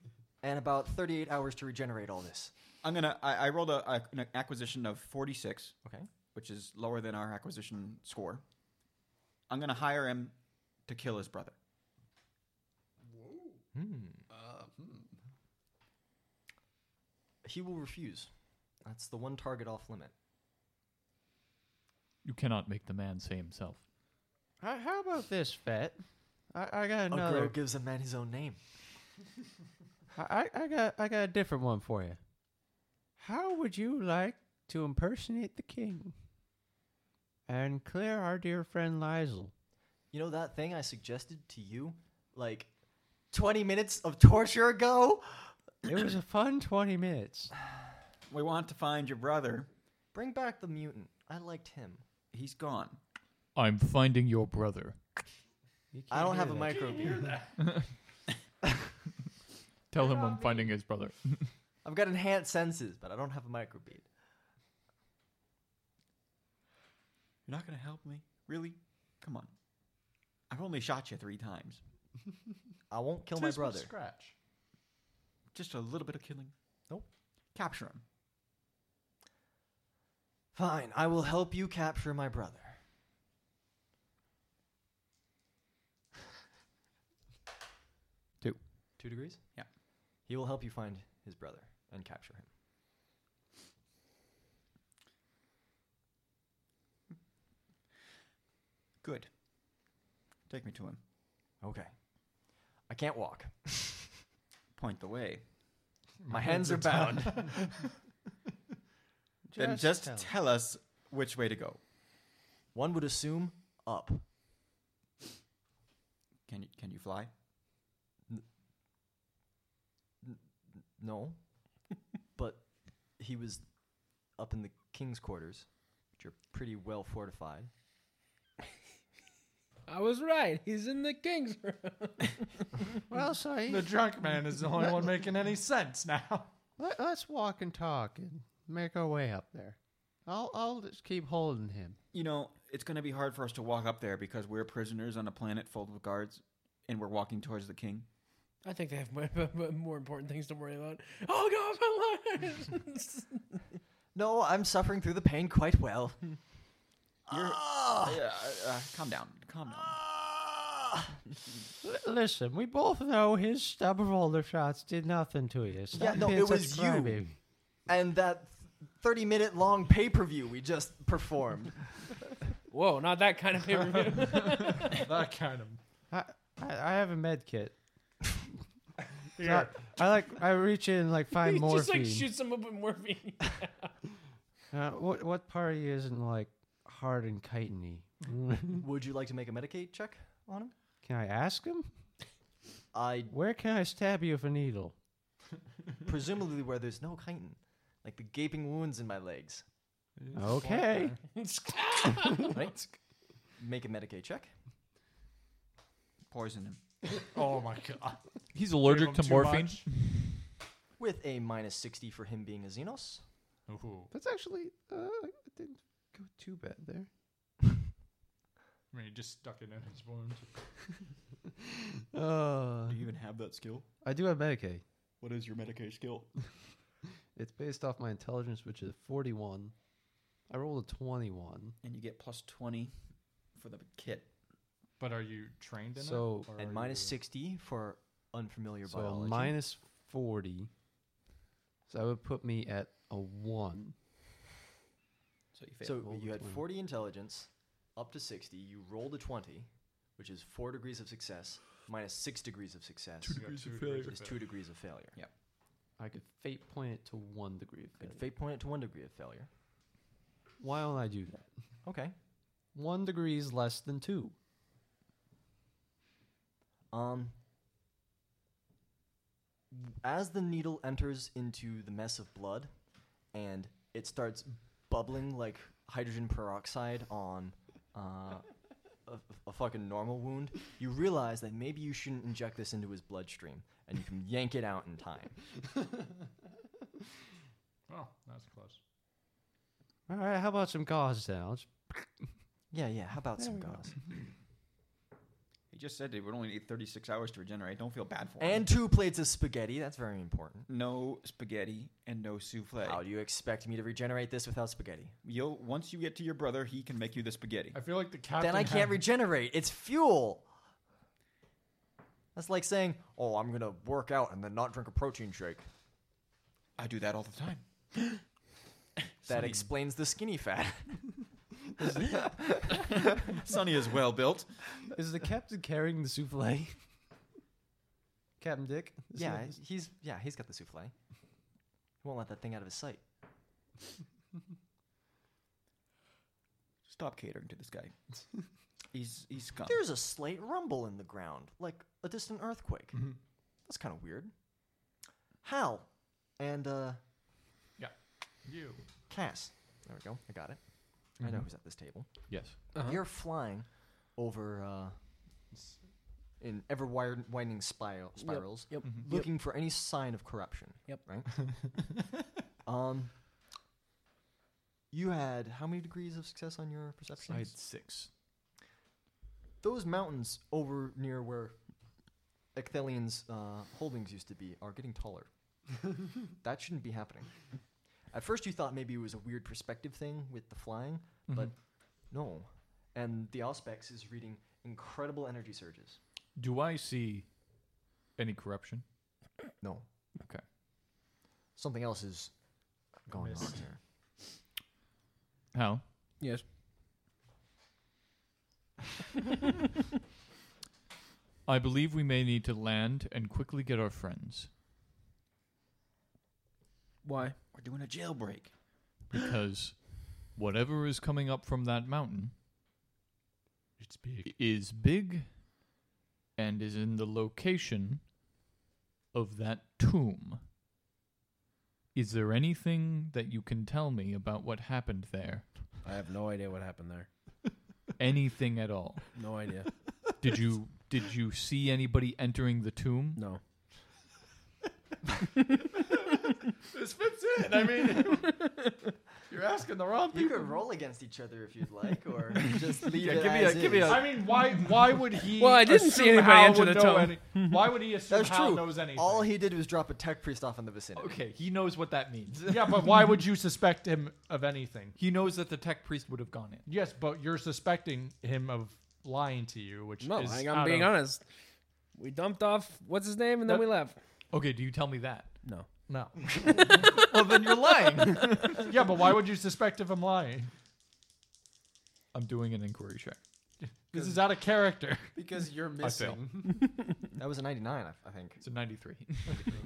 B: and about 38 hours to regenerate all this.
E: I'm gonna. I, I rolled a, a, an acquisition of 46.
B: Okay.
E: which is lower than our acquisition score. I'm going to hire him to kill his brother.
B: He will refuse. That's the one target off limit.
C: You cannot make the man say himself.
G: How, how about this, Fett? I, I got
B: A girl
G: another.
B: gives a man his own name.
G: I, I I got I got a different one for you. How would you like to impersonate the king and clear our dear friend Lizel?
B: You know that thing I suggested to you like 20 minutes of torture ago?
G: It was a fun twenty minutes.
E: We want to find your brother.
B: Bring back the mutant. I liked him.
E: He's gone.
C: I'm finding your brother.
G: You
B: I
G: can't
B: don't have
G: do
B: a
G: that.
B: microbeard.
C: Tell him I'm finding his brother.
B: I've got enhanced senses, but I don't have a microbead.
E: You're not going to help me? Really? Come on. I've only shot you three times.
B: I won't kill my
D: Tis but
B: brother.
D: Scratch.
E: Just a little bit of killing.
B: Nope.
E: Capture him.
B: Fine, I will help you capture my brother.
E: Two.
B: Two degrees?
E: Yeah.
B: He will help you find his brother and capture him.
E: Good. Take me to him.
B: Okay. I can't <laughs> walk.
E: Point the way.
B: My hands are bound. <laughs>
E: Then
G: Just
E: just tell, us which way to go.
B: One would assume up.
E: Can you, can you fly?
B: No. but he was up in the king's quarters, which are pretty well fortified.
F: I was right. He's in the king's room.
G: Well,
D: <laughs>
G: Sonny,
D: The drunk man is the only one making any sense now.
G: Let, let's walk and talk and make our way up there. I'll I'll just keep holding him.
E: You know, it's going to be hard for us to walk up there because we're prisoners on a planet filled with guards and we're walking towards the king.
F: I think they have <laughs> mo- mo- more important things to worry about. Oh God, my life!
B: No, I'm suffering through the pain quite <laughs> well.
E: You're,
B: Ah!
E: yeah, uh, uh, calm down. Calm down.
B: Ah!
G: L- listen, we both know his stub of older shots did nothing to you. Stop
B: no,
G: being
B: it
G: such
B: was
G: a
B: you.
G: crybaby.
B: and that 30 minute long pay per view we just performed. <laughs>
F: Whoa, not that kind of pay per view.
D: that kind of
G: I, I, I have a med kit.
D: <laughs>
G: So I, I like I reach in
F: <laughs>
G: and like
N: <laughs>
G: find morphine.
F: just like shoots him up with morphine.
G: Uh, what what party isn't like hard and chitiny?
B: Would you like to make a Medicaid check on him?
G: Can I ask him?
B: I
G: Where can I stab you with a needle?
B: <laughs> presumably where there's no chitin, like the gaping wounds in my legs.
G: Okay.
B: Right? Make a Medicaid check.
E: Poison him.
D: Oh my god.
C: He's
D: Gave 'em
C: allergic to
D: too
C: morphine.
D: much.
B: With a minus 60 for him being a Xenos.
D: Ooh.
H: That's actually uh, it didn't go too bad there.
D: I mean, he just stuck it in his wound.
H: Uh,
E: you even have that skill?
H: I do have Medicaid.
E: What is your Medicaid skill?
H: It's based off my intelligence, which is 41. I rolled a 21.
E: And you get plus 20 for the kit.
D: But are you trained in
H: So-
D: it? or
B: And
D: are
B: minus
D: you-
B: 60 for unfamiliar
H: so
B: biology.
H: minus 40. So that would put me at a 1.
E: So you fail.
B: So
H: rolled a
B: you had
H: 20.
B: 40 intelligence, up to 60. You rolled a 20, which is 4 degrees of success, minus 6 degrees of success.
D: You got two degrees
B: is 2 degrees of failure.
H: I could fate point it to 1 degree of
B: Could
H: failure.
B: fate point it to 1 degree of failure.
H: Why don't I do that?
B: Okay.
H: 1 degree is less than 2.
B: Um, as the needle enters into the mess of blood, and it starts bubbling like hydrogen peroxide on uh, a, a fucking normal wound, you realize that maybe you shouldn't inject this into his bloodstream, and you can <laughs> yank it out in time.
D: Oh, that's close.
G: All right. How about some gauze then? I'll just-
B: Yeah, yeah. How about some gauze?
E: He just said it would only need 36 hours to regenerate. Don't feel bad for him.
B: And two plates of spaghetti. That's very important.
E: no spaghetti and no souffle.
B: How do you expect me to regenerate this without spaghetti?
E: You'll once you get to your brother, he can make you the spaghetti.
D: I feel like the captain.
B: then I can't
D: had-
B: regenerate. It's fuel. That's like saying, "Oh, I'm gonna work out and then not drink a protein shake."
E: I do that all the time. <laughs>
B: That explains the skinny fat. <laughs>
E: Sonny is well built.
G: Is the captain carrying
D: <laughs>
G: the souffle? captain Dick. Is he-
B: yeah, he's yeah he's got the souffle. He won't let that thing out of his sight.
E: Stop catering to this guy. He's he's scum.
B: There's a slight rumble in the ground, like a distant earthquake. That's kind of weird. Hal and uh,
D: Yeah. You.
B: Cass. There we go. I got it. I know who's at this table.
C: Yes.
F: Uh-huh.
B: You're flying over uh, in ever wire- winding spiral- spirals,
F: yep,
B: looking for any sign of corruption.
F: Yep.
B: Right.
F: <laughs>
B: um. You had how many degrees of success on your perception?
C: I had six.
B: Those mountains over near where Ecthelion's uh, holdings used to be are getting taller. that shouldn't be happening. At first, you thought maybe it was a weird perspective thing with the flying,
C: Mm-hmm.
B: but no. And the Auspex is reading incredible energy surges.
C: Do I see any corruption?
B: No.
C: Okay.
B: Something else is going on
D: Missed.
B: here.
C: How? <laughs>
F: Yes.
C: I believe we may need to land and quickly get our friends
F: Why?
E: We're doing a jailbreak.
C: because whatever is coming up from that mountain
D: It's big.
C: is big and is in the location of that tomb. Is there anything that you can tell me about what happened there?
N: I have no idea what happened there.
C: <laughs> Anything at all?
N: No idea.
C: Did you did you see anybody entering the tomb?
N: No.
D: This fits in. I mean, <laughs> You're asking the wrong
B: You
D: people.
B: could roll against each other if you'd like, <laughs> or just leave
E: Yeah,
B: it
E: give me
B: as
E: a- give me
B: is.
E: a-
D: I mean, why? Why would he?
F: Well, I didn't see
D: assume
F: anybody
D: Hal
F: enter
D: would
F: the
D: know
F: tone. <laughs>
D: any- why would he assume
B: That's
D: Hal
B: true.
D: knows anything?
B: All he did was drop a tech priest off in the vicinity.
D: okay, he knows what that means. <laughs> yeah, but why would you suspect him of anything?
C: He knows that the tech priest would have gone in.
D: Yes, but you're suspecting him of lying to you, which
F: No, I
D: is
F: think I'm
D: out
F: being
D: of-
F: honest. We dumped off what's his name, and then
D: That-
F: we left.
C: Okay, do you tell me that?
F: No,
D: No.
C: well, then you're lying.
D: <laughs> Yeah, but why would you suspect of him lying?
C: I'm doing an inquiry check.
D: This is out
B: <laughs>
D: of character.
H: Because you're
C: fail.
H: missing.
B: That was a 99, I, I think.
C: It's a
D: <laughs>
C: 93.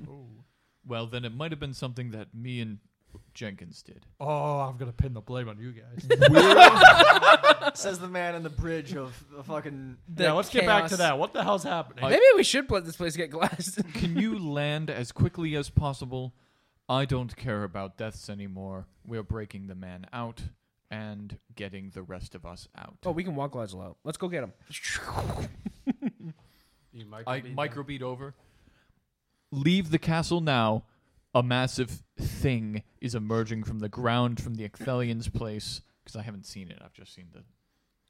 C: <laughs> well, then it might have been something that me and Jenkins did.
D: Oh, I'm gonna pin the blame on you <laughs> guys.
B: <laughs> Says the man in the bridge of the fucking.
D: yeah, let's get back to that. What the hell's happening?
F: Maybe we should let this place get glassed. <laughs>
C: Can you land as quickly as possible? I don't care about deaths anymore. We're breaking the man out and getting the rest of us out.
F: oh, we can walk Lodgel out. Let's go get him.
H: You
C: I
H: microbeat them.
C: microbeat over. Leave the castle now. A massive thing is emerging from the ground from the Ecthelian's place because I haven't seen it. I've just seen the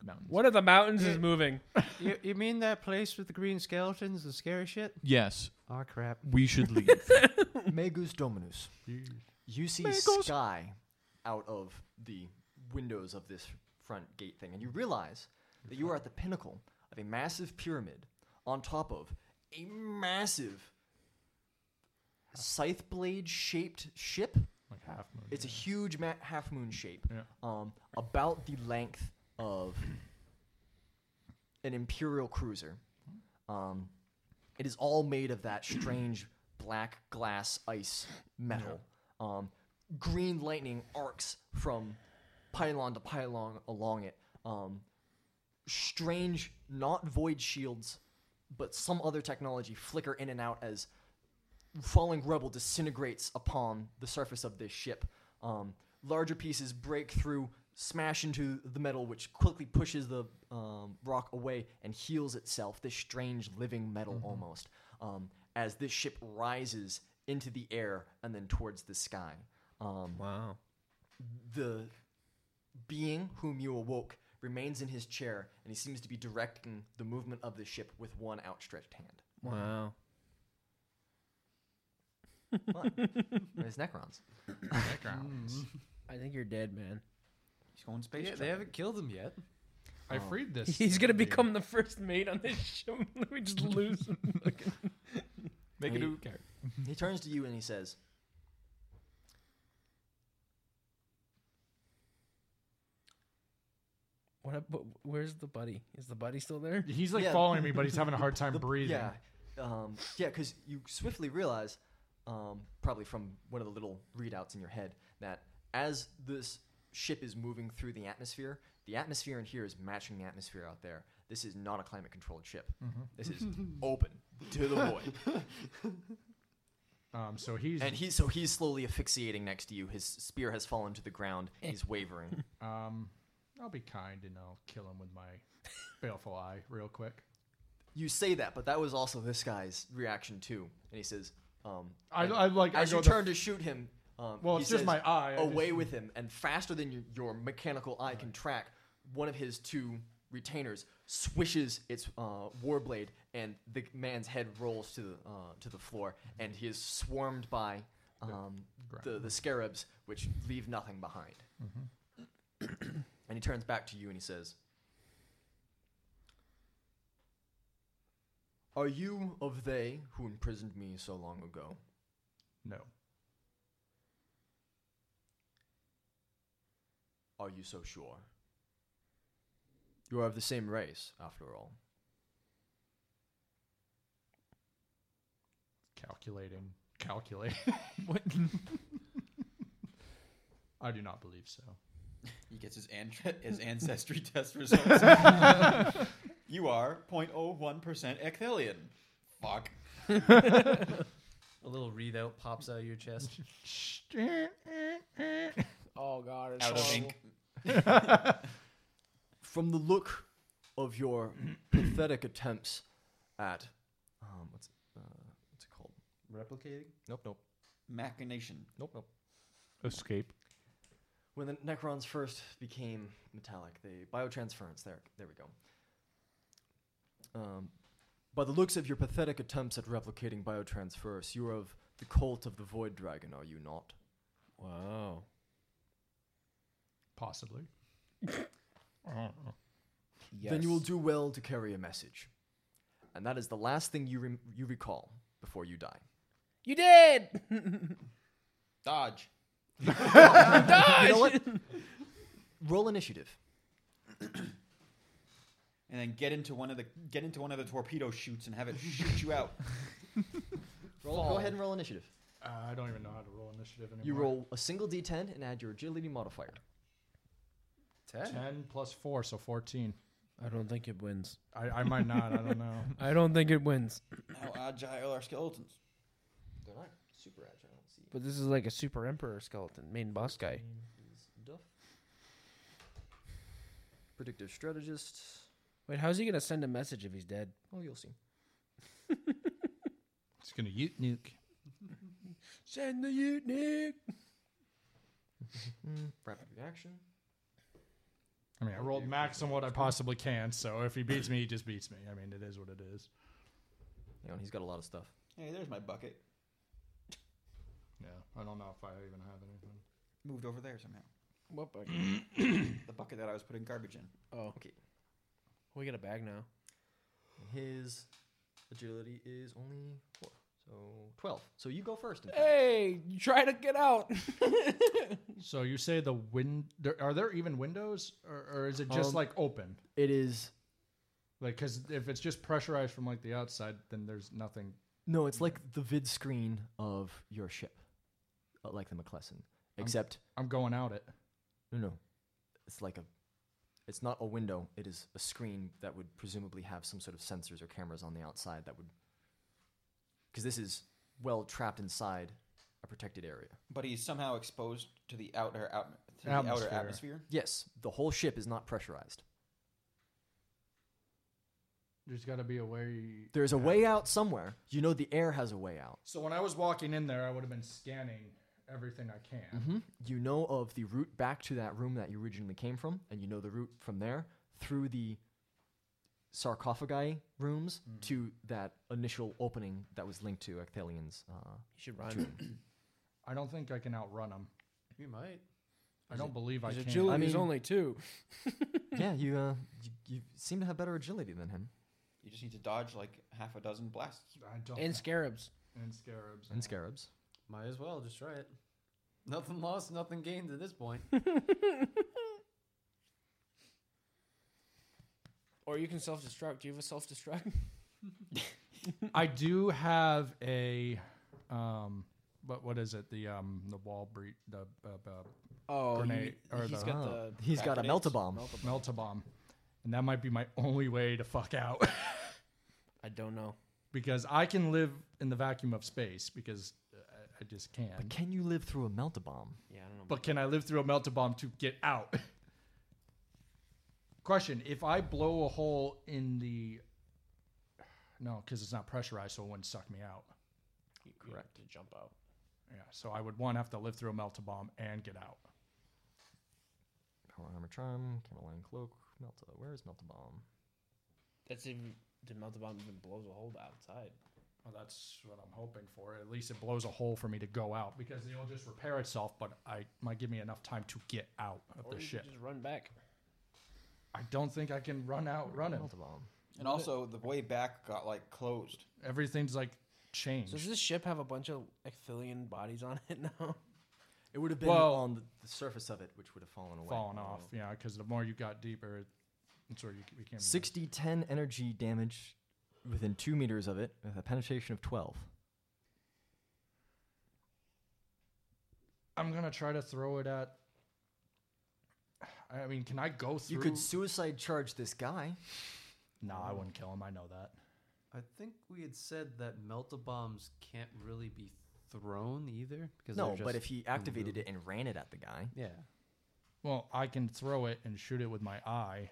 C: mountains.
F: One of the mountains is moving.
G: you, you mean that place with the green skeletons, the scary shit?
C: Yes,
G: Aw, crap.
B: <laughs>
C: we should leave.
B: Magus Dominus. You see
C: Magus.
B: sky out of the windows of this front gate thing, and you realize that you are at the pinnacle of a massive pyramid on top of a massive scythe blade shaped ship.
D: Like half moon.
B: It's a huge ma- half moon shape,
D: Yeah.
B: um, about the length of an imperial cruiser. Um, it is all made of that strange black glass ice metal. Um, green lightning arcs from pylon to pylon along it. Um, strange, not void shields, but some other technology flicker in and out as falling rubble disintegrates upon the surface of this ship. Um, larger pieces break through, smash into the metal, which quickly pushes the um, rock away and heals itself, this strange living metal almost, um, as this ship rises into the air and then towards the sky. Um,
N: Wow.
B: the being whom you awoke remains in his chair and he seems to be directing the movement of the ship with one outstretched hand.
N: Wow.
B: What? There's Necrons.
D: backgrounds.
F: I think you're dead, man.
E: He's going space.
H: Yeah, they
E: travel.
H: haven't killed him yet.
D: I freed this.
F: He's gonna
D: lady.
F: become the first mate on this show. <laughs> we
N: <laughs>
F: just lose him.
C: Make
B: Wait.
C: a new character.
B: He turns to you and he says,
F: What? ab- but Where's the buddy? Is the buddy still there?
D: He's like
B: Yeah.
D: following me, but he's having a hard
B: <laughs>
D: time
B: The-
D: breathing.
B: Yeah, um, yeah, because you swiftly realize, um, probably from one of the little readouts in your head, that as this ship is moving through the atmosphere, the atmosphere in here is matching the atmosphere out there. This is not a climate controlled ship.
D: Mm-hmm.
B: This is open to the void,
D: Um. So he's
B: and he so he's slowly asphyxiating next to you. His spear has fallen to the ground.
D: Eh.
B: He's
D: <laughs>
B: wavering.
D: Um, I'll be kind and I'll kill him with
B: <laughs>
D: my baleful eye real quick.
B: You say that, but that was also this guy's reaction too. And he says, um,
D: I,
B: and-
D: I like
B: as
D: I go
B: you
D: the-
B: turn to shoot him, um,
D: Well,
B: he
D: it's just
B: says,
D: my eye, I
B: Away
D: just-
B: with him, and faster than your, your mechanical eye can track, one of his two retainers swishes its uh, war blade, and the man's head rolls to the uh, to the floor, and he is swarmed by um, the the scarabs, which leave nothing behind.
D: Mm-hmm.
B: and he turns back to you and he says. Are you of they who imprisoned me so long ago?
D: no.
B: Are you so sure? You are of the same race, after all.
D: Calculating, calculating. <laughs>
C: What?
D: I do not believe
B: <laughs>
D: so.
E: He gets his, an- his ancestry <laughs> test results. <laughs> you are 0.01% Ecthelian. Fuck.
H: A little readout pops out of your chest.
F: Oh God! It's
E: Out of
F: horrible.
E: ink.
B: <laughs> From the look of
D: <clears throat>
B: your pathetic attempts at um, what's uh, what's it called?
H: Replicating?
B: Nope, nope,
E: Machination.
B: nope, nope.
C: Escape.
B: when the Necrons first became metallic, the biotransference. There, there we go. Um, by the looks of your pathetic attempts at replicating biotransference, you are of the cult of the Void Dragon, are you not?
N: Wow.
D: Possibly.
N: Yes.
B: Then you will do well to carry a message, and that is the last thing you rem- you recall before you die.
F: You did.
E: Dodge.
B: You know what? Roll initiative.
E: And then get into one of the get into one of the torpedo chutes and have it shoot you
B: <laughs>
E: out.
B: Roll, go ahead and roll initiative.
D: Uh, I don't even know how to roll initiative anymore.
B: You roll a single d10 and add your agility modifier.
D: ten plus four, so fourteen.
N: I don't think it wins.
D: I, I might not. I don't know.
F: I don't think it wins.
E: How agile are skeletons?
B: They're not super agile. Let's see.
N: But this is like a super emperor skeleton, main boss guy.
B: Duff. Predictive strategist.
N: Wait, how's he gonna send a message if he's dead?
B: Oh, you'll see.
D: <laughs> It's gonna ute nuke.
F: Send the Ute, Nick.
B: Rapid reaction.
D: I mean, I rolled max on what I possibly can, so if he beats me, he just beats me. I mean, it is what it is.
B: You know, he's got a lot of stuff.
E: Hey, there's my bucket.
D: Yeah, I don't know if I even have anything.
E: Moved over there somehow.
N: What bag?
E: The bucket that I was putting garbage in.
N: Oh,
B: Okay.
N: we got a bag now.
B: And his agility is only four. So 12. So you go first.
F: Eh.
B: in fact.
N: Hey, you try to get out.
D: So you say the wind? There, are there even windows, or, or is it just
B: Um,
D: like open?
B: It is.
D: Like, because if it's just pressurized from like the outside, then there's nothing.
B: No, it's like the vid screen of your ship, uh, like the McClellan. Except,
D: I'm going out it.
B: no, no. It's like a. It's not a window. It is a screen that would presumably have some sort of sensors or cameras on the outside that would. Because this is well trapped inside a protected area.
E: But he's somehow exposed to the outer out, to the outer
D: Atmosphere.
E: atmosphere.
B: Yes, the whole ship is not pressurized.
D: There's got to be a way.
B: There's a way out somewhere. You know the air has a way out.
D: So when I was walking in there, I would have been scanning everything I can.
H: Mm-hmm.
B: You know of the route back to that room that you originally came from, and you know the route from there through the sarcophagi rooms
D: Mm.
B: to that initial opening that was linked to Ecthelion's. Uh,
N: You should run.
D: I don't think I can outrun him.
H: You might.
D: I don't believe I
N: His
D: can.
N: agility
B: I
N: is
B: mean-
N: only two.
B: yeah, you, uh, you you seem to have better agility than him.
E: You just need to dodge like half a dozen blasts.
D: I don't.
N: And scarabs.
D: and scarabs.
B: And scarabs.
H: Might as well just try it. Nothing lost, nothing gained at this point.
N: Or you can self destruct. Do you have a self destruct?
D: I do have a, um, what what is it? The um the wall breach the uh, uh,
N: Oh,
D: Grenade, or
N: he's
D: the-
N: got
B: Oh,
N: the.
B: he's got a
E: grenades?
B: melta bomb.
D: melt bomb, and that might be my only way to fuck out
N: I don't know.
D: because I can live in the vacuum of space because uh, I, I just can.
B: But
D: But can,
B: can you live through a melta bomb?
N: Yeah, I don't know.
D: I live through a melt bomb to get out? <laughs> Question: If I blow a hole in the, <sighs> no, because it's not pressurized, so it wouldn't suck me out.
N: You- you have To jump out.
D: Yeah, so I would one have to live through a melt bomb and get out.
B: Power armor charm, Cameline cloak, melta. Where is melta bomb?
N: That's if the melted bomb even blows a hole outside.
D: Well, that's what I'm hoping for. At least it blows a hole for me to go out because it'll just repair itself, but I might give me enough time to get out of
N: Or
D: the
N: you
D: ship.
N: could just run back.
D: I don't think I can run out running.
B: Melta bomb.
E: And also the way back got like closed.
D: Everything's like changed.
N: So does this ship have a bunch of ecthelian bodies on it <laughs> now?
B: It would have been
D: Well-
B: on the, the surface of it, which would have fallen away.
D: falling off, yeah, because the more you got deeper, it's where you became
B: 60 10 energy damage within 2 meters of it with a penetration of 12
D: I'm gonna try to throw it at. I mean, can I go through?
B: you could suicide charge this guy
D: No, I wouldn't kill him. I know that.
H: I think we had said that meltabombs can't really be thrown either. Because
B: no
H: they're
B: but
H: just
B: if he activated
H: unwieldy.
B: it and ran it at the guy
H: Yeah.
D: Well, I can throw it and shoot it with my eye.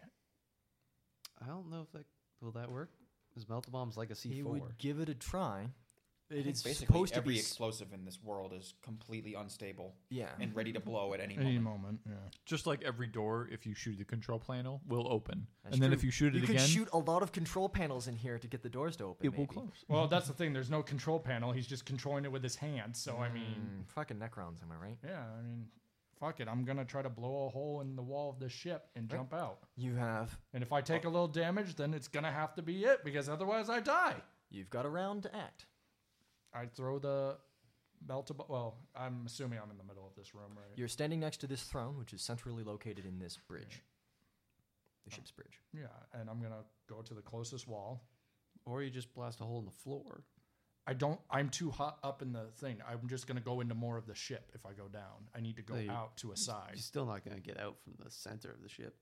H: I don't know if that will that work. Is meltabombs like a C4?
B: he would give it a try
E: I
B: It
E: think
B: is
E: basically
B: supposed to
E: every
B: be. s-
E: explosive in this world is completely unstable
B: yeah.
E: and ready to blow at any moment.
D: Any moment, yeah.
C: Just like every door, if you shoot the control panel, will open,
B: That's
C: and then
B: true.
C: if you shoot
B: You
C: it
B: could
C: again,
B: shoot a lot of control panels in here to get the doors to open.
C: it will
B: maybe.
C: close.
D: Well, that's the thing. There's no control panel. He's just controlling it with his hand. So I mean,
B: Mm, fucking Necrons, am I right?
D: yeah, I mean, fuck it. I'm gonna try to blow a hole in the wall of the ship and jump out.
B: You have.
D: And if I take a little damage, then it's gonna have to be it because otherwise I die.
B: You've got a round to act.
D: I throw the belt. Ab- well, I'm assuming I'm in the middle of this room, right?
B: You're standing next to this throne, which is centrally located in this bridge. The ship's bridge.
D: yeah, and I'm gonna go to the closest wall.
H: Or you just blast a hole in the floor.
D: I don't. I'm too hot up in the thing. I'm just gonna go into more of the ship if I go down. I need to go
H: No, you-
D: out to a side.
H: You're still not going to get out from the center of the ship.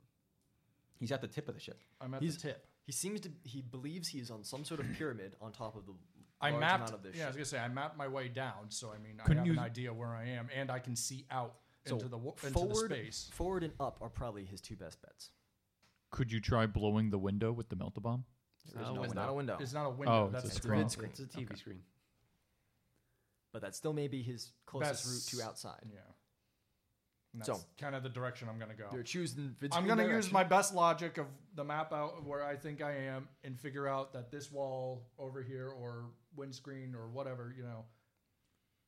E: He's at the tip of the ship.
D: I'm at
B: He's-
D: the tip.
B: He seems to. He believes he is on some
D: <clears throat>
B: sort of pyramid on top of the.
D: I
B: large
D: mapped.
B: amount of this
D: yeah, I was
B: ship.
D: gonna say I mapped my way down, so I mean
C: Couldn't
D: I have
C: you-
D: an idea where I am, and I can see out
B: So,
D: into the wo- into
B: forward,
D: the space.
B: forward and up are probably his two best bets.
C: Could you try blowing the window with the melt <laughs> bomb?
H: There's no
B: There's
H: window.
B: not a window,
D: It's not a window.
C: it's
D: that's
C: a
D: the
C: screen.
D: screen.
B: It's-
H: It's a TV screen.
B: but that still may be his closest
D: Best-
B: route to outside.
D: Yeah. And
B: So-
D: That's kind of the direction I'm gonna go.
B: You're choosing.
D: I'm gonna use my best logic of the map out of where I think I am and figure out that this wall over here or windscreen or whatever, you know,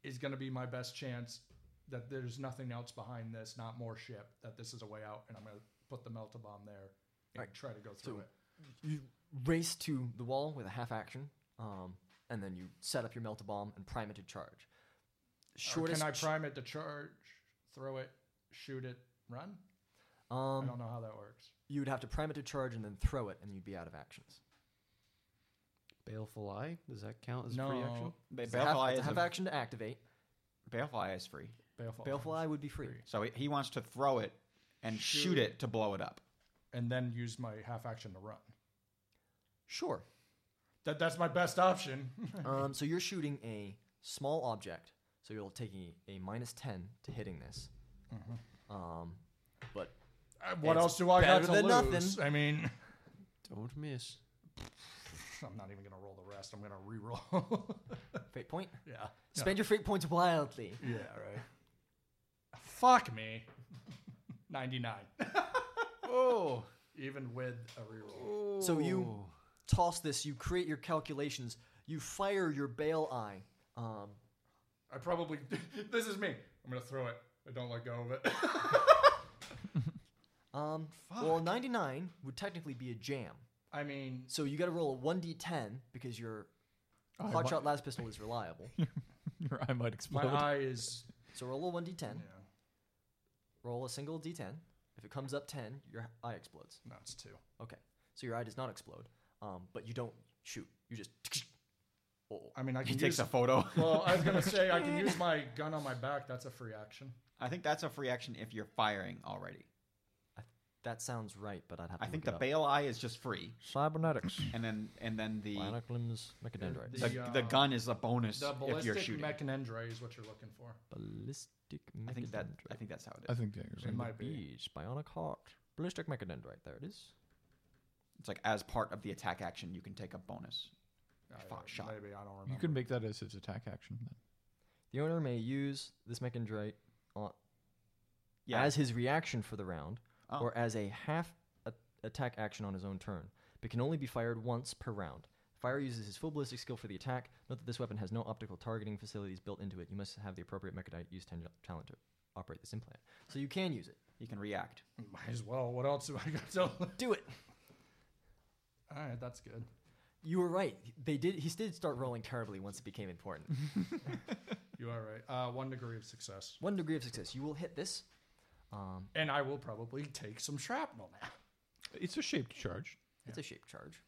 D: is gonna be my best chance that there's nothing else behind this, not more ship, that this is a way out and I'm gonna put the melta bomb there and
B: Right.
D: try to go through
B: So-
D: it.
B: You race to the wall with a half action, um, and then you set up your melt bomb and prime it to charge.
D: Or
B: Shortest.
D: can I prime it to charge, throw it, shoot it, run? I
B: Um,
D: don't know how that works.
B: you would have to prime it to charge and then throw it, and you'd be out of actions.
H: Baleful Eye. Does that count as a
D: no,
H: free action?
E: Ba-
B: It's a half,
E: Balefly
B: it's a
E: is,
B: half
E: a-
B: action to activate.
E: Balefly is free.
D: Baleful.
B: Baleful Eye would be free.
D: free.
E: So he- he wants to throw it and shoot,
D: Shoot.
E: it to blow it up.
D: And then use my half action to run.
B: Sure.
D: That, that's my best option.
B: <laughs> um, so you're shooting a small object, so you're taking a minus ten to hitting this.
D: Mm-hmm.
B: Um, but
D: Uh, what
B: It's
D: else do I got
B: better
D: to
B: than nothing.
D: lose? I mean, <laughs>
H: Don't miss.
D: I'm not even gonna roll the rest. I'm gonna re-roll. <laughs>
B: fate point.
D: yeah.
B: Spend your fate points wildly.
D: Yeah. Right. Fuck me. <laughs> Ninety-nine. oh. Even with a reroll.
B: So you toss this, you create your calculations, you fire your bail eye. Um,
D: I probably. <laughs> this is me. I'm gonna throw it. I don't let go of it. <laughs>
B: um, well, 99 would technically be a jam.
D: I mean,
B: So you got to roll a 1d10 because your
E: Oh,
C: I
B: hot
C: might-
B: shot last pistol is
E: <laughs>
B: reliable.
C: Your eye might
D: my
C: explode.
D: eye is.
B: so roll a 1d10,
D: Yeah.
B: roll a single d10. If it comes up 10, your eye explodes.
D: No, it's two.
B: Okay. So your eye does not explode, um, but you don't shoot. You just. <laughs> Oh.
D: I mean, I can
E: He takes
D: use.
E: a photo. <laughs>
D: well, I was gonna say I can use my gun on my back. That's a free action.
E: I think that's a free action if you're firing already.
B: That sounds right, but I'd have to.
E: I think the
B: look it
E: bail eye is just free,
B: up. cybernetics,
E: and then and then the
B: bionic limbs, mechadendrites,
E: the,
D: The,
E: the
D: uh,
E: gun is a bonus
D: The
E: if you're
D: ballistic
E: shooting.
D: mechanendra is what you're looking for.
B: ballistic.
E: I think that I think that's how it
C: I
E: is.
C: think that you're
D: It
C: right.
D: might be.
B: Bees, bionic heart, ballistic mechadendrite. There it is.
E: It's like as part of the attack action, you can take a bonus.
D: I
E: Fuck,
D: don't-
E: shot.
D: Maybe I don't remember.
C: You can make that as his attack action. Then.
B: The owner may use this mechadendrite on,
E: Yeah.
B: as his reaction for the round,
E: Oh.
B: or as a half a- attack action on his own turn, but can only be fired once per round. Fire uses his full ballistic skill for the attack. Note that this weapon has no optical targeting facilities built into it. You must have the appropriate mechadite use ten- talent to operate this implant. So you can use it.
E: you can react.
D: Might as well. What else do I got to? All
B: Do it.
D: right, that's good.
B: You were right. They did. He did start rolling terribly once it became
E: <laughs>
B: important.
D: You are right. Uh, one degree of success,
B: One degree of success. You will hit this. Um,
D: and I will probably take some shrapnel now.
C: It's a shaped charge.
B: It's a shape charge.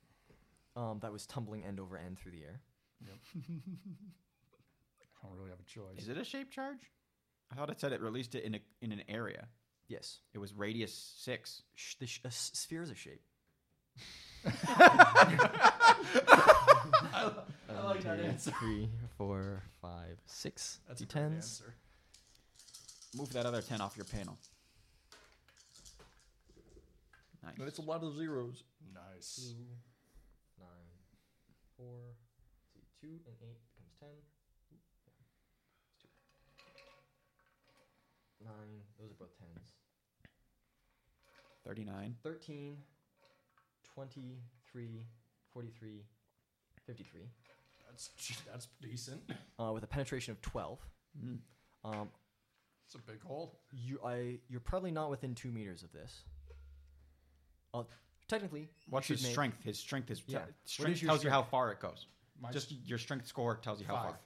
B: Um, that was tumbling end over end through the air.
D: I don't really have a choice.
E: Is it a shape charge? I thought it said it released it in a, in an area.
B: Yes.
E: It was radius six.
B: Sh- the sh- a s- sphere is a
D: <laughs>
B: shape. I like that answer. Three, four, five, six.
D: That's a great
B: D10s.
D: answer.
E: Move that other ten off your panel. Nice.
H: a lot of zeros.
D: Nice.
B: Nine, four, Two and eight becomes ten. Nine. Those are both tens.
E: 39.
B: 13, 23, 43, 53.
D: That's that's decent.
B: Uh, with a penetration of 12.
E: Mm.
B: Um,
D: It's a big hole.
B: you, I, you're probably not within two meters of this. Uh, technically,
E: What's
B: should
E: his
B: make-
E: strength? His strength is.
B: Yeah.
E: Yeah.
B: What
E: Strength
B: is your
E: tells you how far it goes.
D: My
E: Just your strength score tells you how
D: Five.
E: far.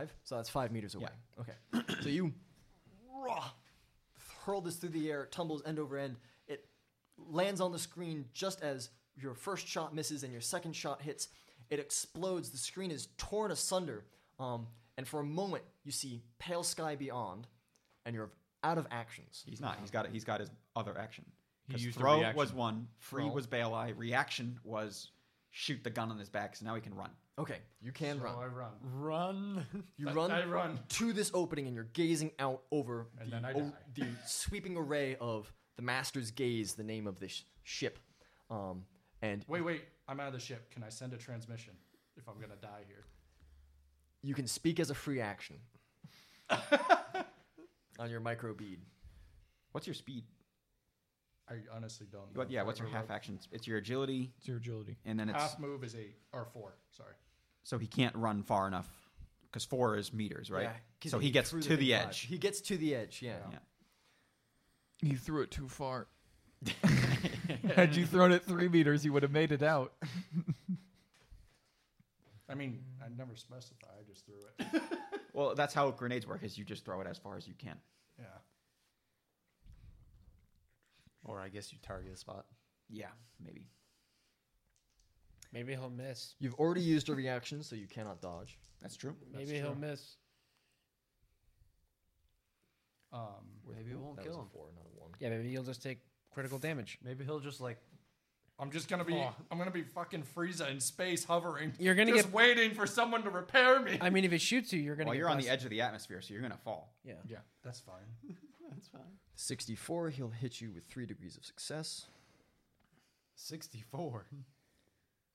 B: Five? So that's five meters away.
E: Yeah.
B: Okay. <clears throat> so you rah, hurl this through the air, it tumbles end over end. It lands on the screen just as your first shot misses and your second shot hits. It explodes. The screen is torn asunder. Um, and for a moment, you see pale sky beyond, and you're out of actions.
E: He's not. He's got it. He's got his other action.
C: He
E: Because
C: used a
E: throw
C: reaction.
E: was one. Free
B: Throw.
E: was bail eye. Reaction was shoot the gun on his back. So now he can run.
B: Okay, you can
D: So
B: run.
D: I run.
C: Run.
B: You
D: I-
B: run,
D: I run.
B: to this opepening, and you're gazing out over
D: And
B: the,
D: then I
B: o-
D: die.
B: the sweeping array of the Master's Gaze, the name of this sh- ship. Um, and
D: Wait, wait. I'm out of the ship. Can I send a transmission if I'm gonna die here?
B: you can speak as a free action <laughs> on your micro bead.
E: What's your speed?
D: I honestly don't.
E: What,
D: know.
E: yeah. What's your half action? It's your agility,
C: It's your agility.
E: and then it's
D: Half move is eight or four. Sorry.
E: so he can't run far enough because four is meters, right?
B: Yeah, 'cause
E: so he gets
B: threw
E: to the
B: big five.
E: edge.
B: He gets to the edge, yeah.
E: Yeah.
C: He threw it too far. Had you thrown it three meters, you would have made it out.
D: <laughs> I mean, I never specify. I just threw
C: <laughs>
D: it.
E: Well, that's how grenades work: is you just throw it as far as you can.
D: Yeah.
H: Or I guess you target a spot.
E: Yeah, maybe.
N: Maybe he'll miss.
B: You've already used a reaction, so you cannot dodge.
E: That's true.
N: Maybe he'll miss.
D: Um,
H: Maybe it won't
B: That was
H: kill
B: a
H: him.
B: four, not a one.
N: Yeah, maybe he'll just take critical damage.
H: Maybe he'll just like
D: I'm just gonna be.
H: Oh.
D: I'm gonna be fucking Frieza in space, hovering.
N: You're gonna
D: <laughs> just
N: get-
D: waiting for someone to repair
C: <laughs>
D: me.
N: I mean, if it shoots you, you're gonna.
E: Well,
N: get
E: you're on the
N: busted.
E: edge of the atmosphere, so you're gonna fall.
N: Yeah.
D: Yeah, that's fine.
B: 64, he'll hit you with three degrees of success.
H: 64.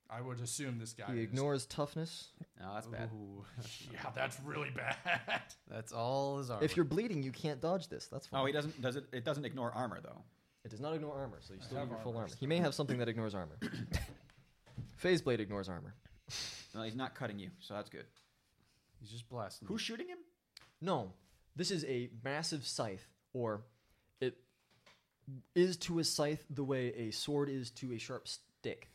D: I would assume this guy.
B: He
D: is- <laughs>
B: ignores toughness.
E: No, that's bad.
H: Ooh.
D: Yeah, that's really bad. <laughs>
H: That's all his armor.
B: If you're bleeding, you can't dodge this. That's fine.
E: Oh, he doesn't. Does it? It doesn't ignore armor though.
B: It does not ignore armor, so you still
D: have
B: have your full
D: armor.
B: armor. He may have something that ignores armor. <coughs> Phase blade ignores armor.
E: No, he's not cutting you, so that's good.
H: he's just blasting.
E: Who's shooting him?
B: No, this is a massive scythe, or it is to a scythe the way a sword is to a sharp stick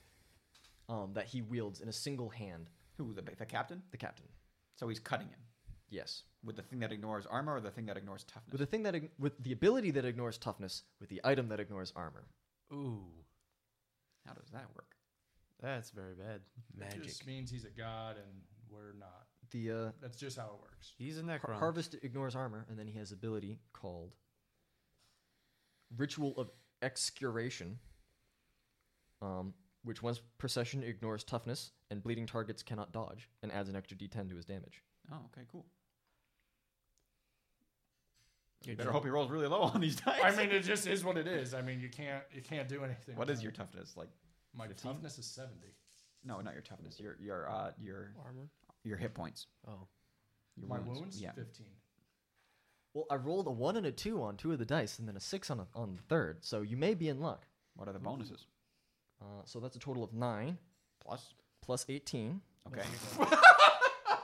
B: um, that he wields in a single hand.
E: Who? The, the captain?
B: The captain.
E: So he's cutting him
B: Yes.
E: with the thing that ignores armor or the thing that ignores toughness.
B: With the thing that ig- with the ability that ignores toughness, with the item that ignores armor.
H: Ooh.
E: How does that work?
H: That's very bad.
D: It just means he's a god and we're not.
B: The uh,
D: That's just how it works.
H: He's a
B: Har-
H: necron.
B: Harvest ignores armor, and then he has ability called Ritual of Excuration, um, which once per session ignores toughness and bleeding targets cannot dodge, and adds an extra d10 to his damage.
E: Oh, okay, cool.
N: You're
E: Better hope he rolls really low on these <laughs> dice.
D: I mean, it just is what it is. I mean, you can't you can't do anything.
E: what is
D: about
E: your
D: it.
E: toughness like?
D: my
E: 15?
D: toughness is seventy.
E: No, not your toughness. Your your uh your
N: armor.
E: your hit points.
N: Oh.
E: Your
D: my wounds,
E: Yeah.
D: fifteen.
B: Well, I rolled a 1 and a 2 on two of the dice, and then a 6 on, a, on the third, so you may be in luck.
E: What are the bonuses?
B: Uh, so that's a total of 9
E: Plus.
B: plus 18
E: Okay. <laughs>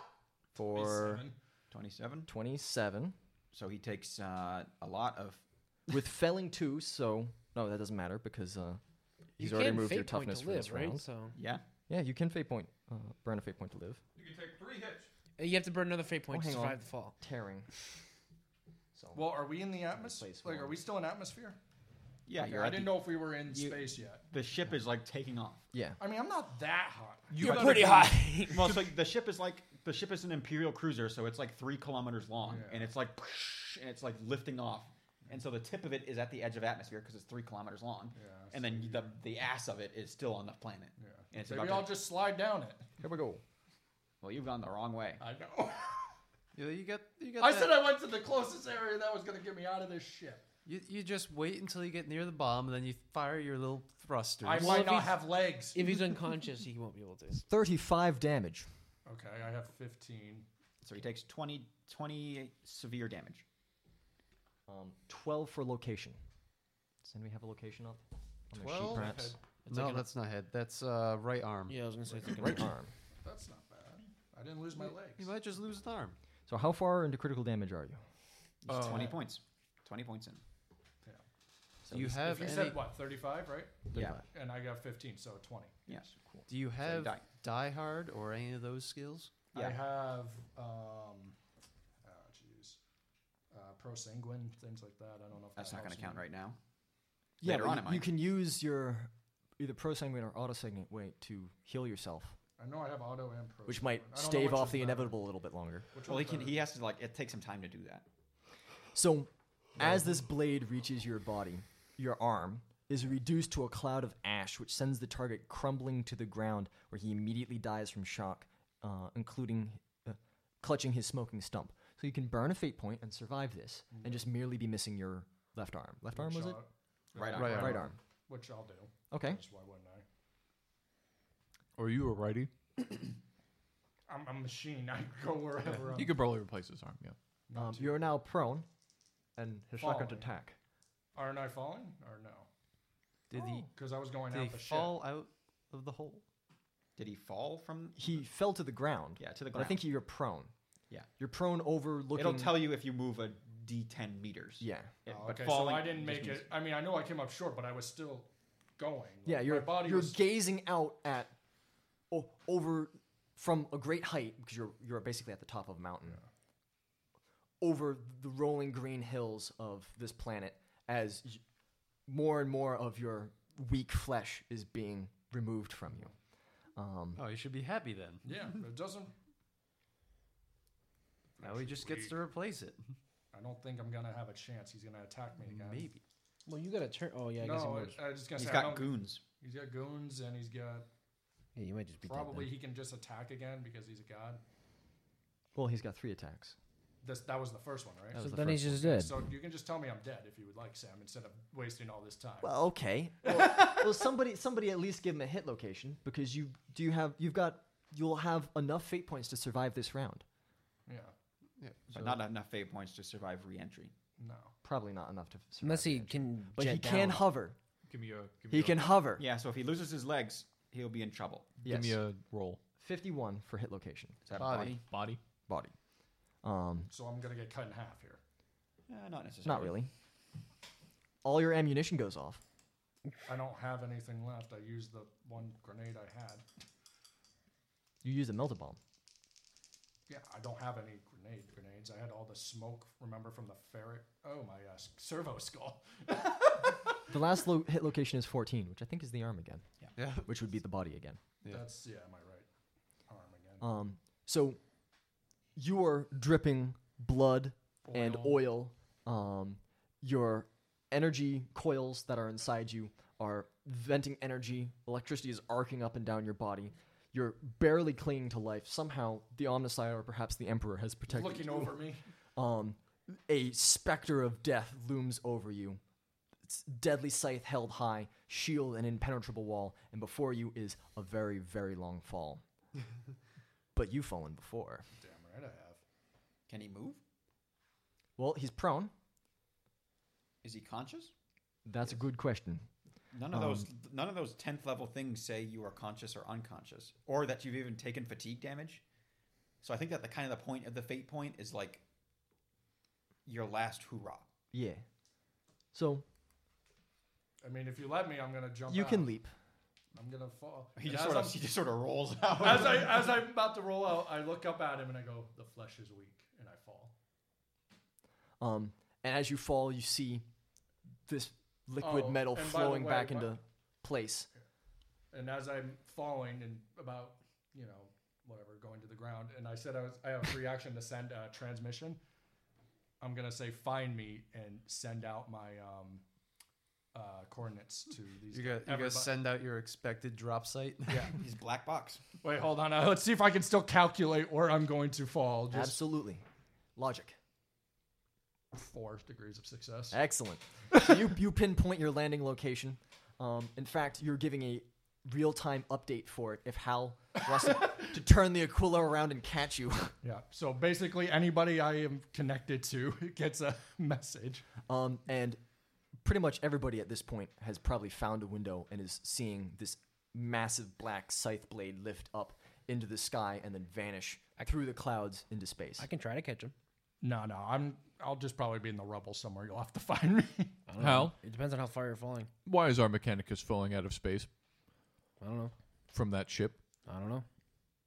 D: <laughs>
B: for
D: Seven.
E: Twenty-seven.
B: 27
E: So he takes uh, a lot of.
B: with felling 2, so no, that doesn't matter because uh, he's
N: You
B: already
N: can
B: moved your
N: fate point to
B: toughness for this
N: live, right?
B: round.
N: So
E: Yeah.
B: Yeah, you can fate point, uh, burn a fate point to live.
C: You can take three hits.
N: Uh, you have to burn another fate point
B: Oh,
N: to
B: hang on.
N: survive the fall.
B: Tearing. So
D: Well, are we in the atmosphere?
B: place
D: Like, are
B: one.
D: we still in atmosphere?
E: Yeah.
D: Okay,
E: you're
D: I
E: at the-
D: didn't know if we were in
E: you-
D: space yet.
E: The ship is like taking
D: <laughs>
E: off.
B: yeah,
D: I mean, I'm not that hot.
E: You are pretty high. well, so the ship is like the ship is an imperial cruiser, so it's like three kilometers long,
D: Yeah.
E: and it's like and it's like lifting off, and so the tip of it is at the edge of atmosphere because it's three kilometers long,
D: Yeah,
E: and then the the ass of it is still on the planet.
D: Yeah.
E: And it's
D: Maybe
E: about
D: I'll
E: to-
D: just slide down it.
B: here we go.
E: Well, you've gone the wrong way.
D: I <laughs> know.
H: You, you got. You got.
D: I
H: that-
D: said I went to the closest area that was gonna get me out of this ship.
H: You, you just wait until you get near the bomb, and then you fire your little thrusters.
D: I
N: Well,
D: might
N: if
D: not
N: he's-
D: have legs.
N: If he's unconscious, he won't be able to.
B: Thirty-five damage.
D: Okay, I have 15.
E: So he takes 20, 20 severe damage.
B: Um, 12 for location. Does anybody have a location up? On their sheet,
D: 12?
B: perhaps?
D: Okay,
B: It's
H: no,
B: like an-
H: that's not head. That's uh, right arm.
N: Yeah, I was gonna say.
B: Right arm.
D: That's not bad. I didn't lose my legs.
H: You might just lose an arm.
B: So how far into critical damage are you?
E: He's
D: Uh,
E: 20 points. 20 points in.
D: Yeah.
B: So
H: do you
B: he's-
H: have
D: If you
H: any?
D: said what, 35, right?
E: Yeah.
B: 35.
D: And I got 15, so 20.
E: Yeah.
H: do you have
E: die.
H: die hard or any of those skills?
E: Yeah.
D: I have, um, oh, jeez. Uh, prosanguine, things like that. I don't know if
E: That's
D: that
E: not going
D: helps
E: to count
D: me.
E: right now.
B: Yeah,
E: Later
B: but
E: on
B: you,
E: it might.
B: you can use your either prosanguine or autosanguine way to heal yourself,
D: I know I have auto and prosanguine.
B: which might
D: I don't know
B: stave
D: which
B: off
D: is
B: the
D: better.
B: inevitable a little bit longer.
D: Which
E: Well, he
D: one's
E: can.
D: better?
E: He has to like. It takes some time to do that.
B: So, as this blade reaches your body, your arm is reduced to a cloud of ash, which sends the target crumbling to the ground, where he immediately dies from shock, uh, including uh, clutching his smoking stump. So you can burn a fate point and survive this, and just merely be missing your left arm. Left arm was it?
D: Shot,
E: Right on.
H: Right
B: Right,
H: arm.
B: arm.
D: Which I'll do.
B: Okay.
D: Just why wouldn't I?
C: Or you a righty?
D: I'm I'm a machine. <laughs> I go wherever. I'm
C: You could probably replace his arm. Yeah.
D: not
B: Um,
D: too-
B: you're now prone, and his second
D: Falling.
B: attack.
D: Aren't I falling or no?
H: Did he?
D: Because I was going
H: Did
D: out
H: he
D: the Oh,
H: fall out of the hole?
E: Did he fall from?
B: He fell to the ground.
E: Yeah, to the
B: But I
E: ground.
B: think you're prone.
E: Yeah.
B: You're prone overlooking.
E: It'll tell you if you move a d10 meters.
B: Yeah.
E: Yeah,
D: ship. Oh,
E: but
D: okay,
E: falling
D: so I didn't
E: just
D: make
E: means-
D: it. I mean, I know I came up short, but I was still going. Like,
B: Yeah,
D: my
B: you're
D: body
B: you're
D: was
B: gazing out at o- over from a great height because you're you're basically at the top of a mountain. Over the rolling green hills of this planet as y- more and more of your weak flesh is being removed from you. Um,
H: Oh, you should be happy then.
C: <laughs>
D: yeah. It doesn't.
H: Now he just gets to replace it.
D: I don't think I'm gonna have a chance. He's gonna attack me again.
H: Maybe.
N: Well, you got to turn. Oh yeah, I guess he
D: no,
N: moves.
D: I, I was just gonna
E: He's
D: say I don't-
E: got goons.
D: He's got goons, and he's got
N: Yeah, you might just be
D: probably
N: Dead
D: he can just attack again because he's a god.
B: well, he's got three attacks.
D: This that was the first one, right?
N: then. So
B: That was the
N: then he's just
B: first
N: dead.
D: So you can just tell me I'm dead if you would like, Sam, instead of wasting all this time.
B: Well, okay. <laughs> Well, well, somebody, somebody at least give him a hit location because you do you have you've got you'll have enough fate points to survive this round.
D: yeah,
H: Yeah.
E: But not enough fate points to survive re-entry.
D: no.
B: Probably not enough to survive.
N: Unless he
B: the-
N: can.
B: but he
N: jet
B: can
N: down.
B: hover.
C: Give me a. Give me
B: He
C: a,
B: can hover.
E: Yeah. So if he loses his legs, he'll be in trouble.
C: Give
B: Yes.
C: me a roll.
B: Fifty-one for hit location
E: Is that
H: Body.
E: a body?
C: Body.
B: body. Um,
D: So I'm gonna get cut in half here.
E: Uh, not necessarily.
B: not really. All your ammunition goes off.
D: I don't have anything left. I used the one grenade I had.
B: You use a melted bomb.
D: Yeah, I don't have any grenade grenades. I had all the smoke, remember, from the ferret. Oh my gosh, servo skull.
B: The last lo- hit location is fourteen, which I think is the arm again.
H: Yeah.
B: Which would be the body again.
H: Yeah.
D: That's yeah, am I right? Arm again.
B: Um, so you are dripping blood Uh, and oil. Um, your energy coils that are inside you are venting energy. Electricity is arcing up and down your body. You're barely clinging to life. Somehow, the Omnissiah or perhaps the Emperor has protected
D: Looking
B: you.
D: over me.
B: Um, a specter of death looms over you. Its deadly scythe held high, shield an impenetrable wall, and before you is a very, very long fall. but you've fallen before.
D: Damn right I have.
E: Can he move?
B: Well, he's prone.
E: Is he conscious?
B: That's a good question.
E: None
B: Um,
E: of those. None of those tenth level things say you are conscious or unconscious, or that you've even taken fatigue damage. So I think that the kind of the point of the fate point is like your last hoorah.
B: Yeah. So
D: I mean, if you let me, I'm gonna jump.
B: you
D: out.
B: can leap.
D: I'm gonna
B: <laughs>
D: fall.
E: He
D: And
E: just
D: as
E: sort of.
D: I'm- <laughs>
E: He just sort of rolls <laughs> out.
D: as I as I'm about to roll out, I look up at him and I go, "The flesh is weak," and I fall.
B: Um, and as you fall, you see this liquid
D: Oh,
B: metal
D: and by the
B: flowing
D: way,
B: back
D: my-
B: into place.
D: And as I'm falling and about, you know, whatever, going to the ground, and I said I was I have a reaction to send a transmission. I'm gonna say find me and send out my um, uh, coordinates to these.
H: You got you
D: everybody-
H: gotta send out your expected drop site.
D: <laughs> Yeah.
E: He's black box.
D: Wait, hold on. Uh, let's see if I can still calculate where I'm going to fall. Just
B: Absolutely. Logic.
D: four degrees of success.
B: Excellent. so you, you pinpoint your landing location. Um, in fact, you're giving a real time update for it if Hal wants to, to turn the Aquila around and catch you.
D: Yeah. So basically, anybody I am connected to <laughs> gets a message.
B: Um, and pretty much everybody at this point has probably found a window and is seeing this massive black scythe blade lift up into the sky and then vanish through the clouds into space.
N: I can try to catch him.
D: No, no, I'm. I'll just probably be in the rubble somewhere. You'll have to <laughs> find me.
C: Hal,
N: It depends on how far you're falling.
C: why is our Mechanicus falling out of space
N: I don't know.
C: from that ship?
N: I don't know.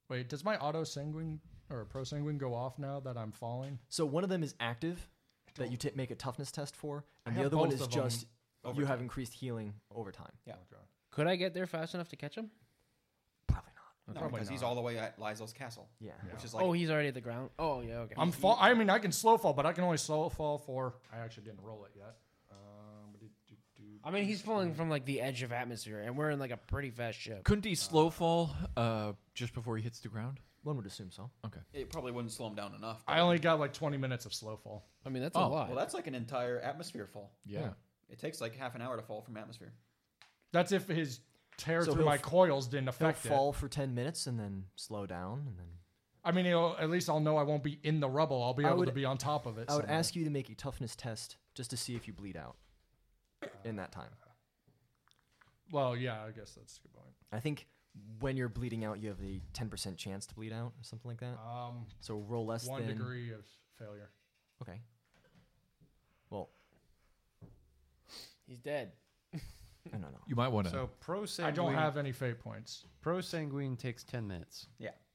D: Wait, does my auto sanguine or pro sanguine go off now that I'm falling?
B: so one of them is active that you t- make a toughness test for, and the
D: have
B: other one
D: both
B: is
D: of 'em
B: just you have increased healing over time.
N: Could I get there fast enough to catch him?
B: Probably not.
E: No, because he's all the way at Lysel's castle,
B: Yeah.
E: which is like
N: oh, he's already at the ground. Oh yeah, okay.
D: I'm fall. I mean, I can slow fall, but I can only slow fall for. I actually didn't roll it yet. Um, but it- do- do-
N: I mean, he's falling from like the edge of atmosphere, and we're in like a pretty fast ship.
C: Couldn't he slow fall uh, just before he hits the ground?
B: One would assume so.
E: it probably wouldn't slow him down enough.
D: I only got like 20 minutes of slow fall.
N: I mean, that's a
C: Oh,
N: lot.
E: well, that's like an entire atmosphere fall.
C: Yeah.
E: It takes like half an hour to fall from atmosphere.
D: That's if his tear
B: So
D: through
B: he'll
D: my
B: f-
D: coils didn't
B: He'll
D: affect it.
B: fall for 10 minutes and then slow down and then
D: I mean, it'll, at least I'll know I won't be in the rubble. I'll be
B: I
D: able to
B: would-
D: be on top of it.
B: I would
D: somewhere.
B: ask you to make a toughness test just to see if you bleed out in that time.
D: Well, yeah, I guess that's a good point.
B: I think when you're bleeding out, you have a 10% chance to bleed out or something like that.
D: Um,
B: So roll less
D: one
B: than.
D: degree of failure.
B: Okay. Well,
N: he's dead.
B: <laughs> no, no, no.
C: You might want to.
H: So pro sanguine.
D: I don't have any fate points.
H: pro sanguine takes ten minutes.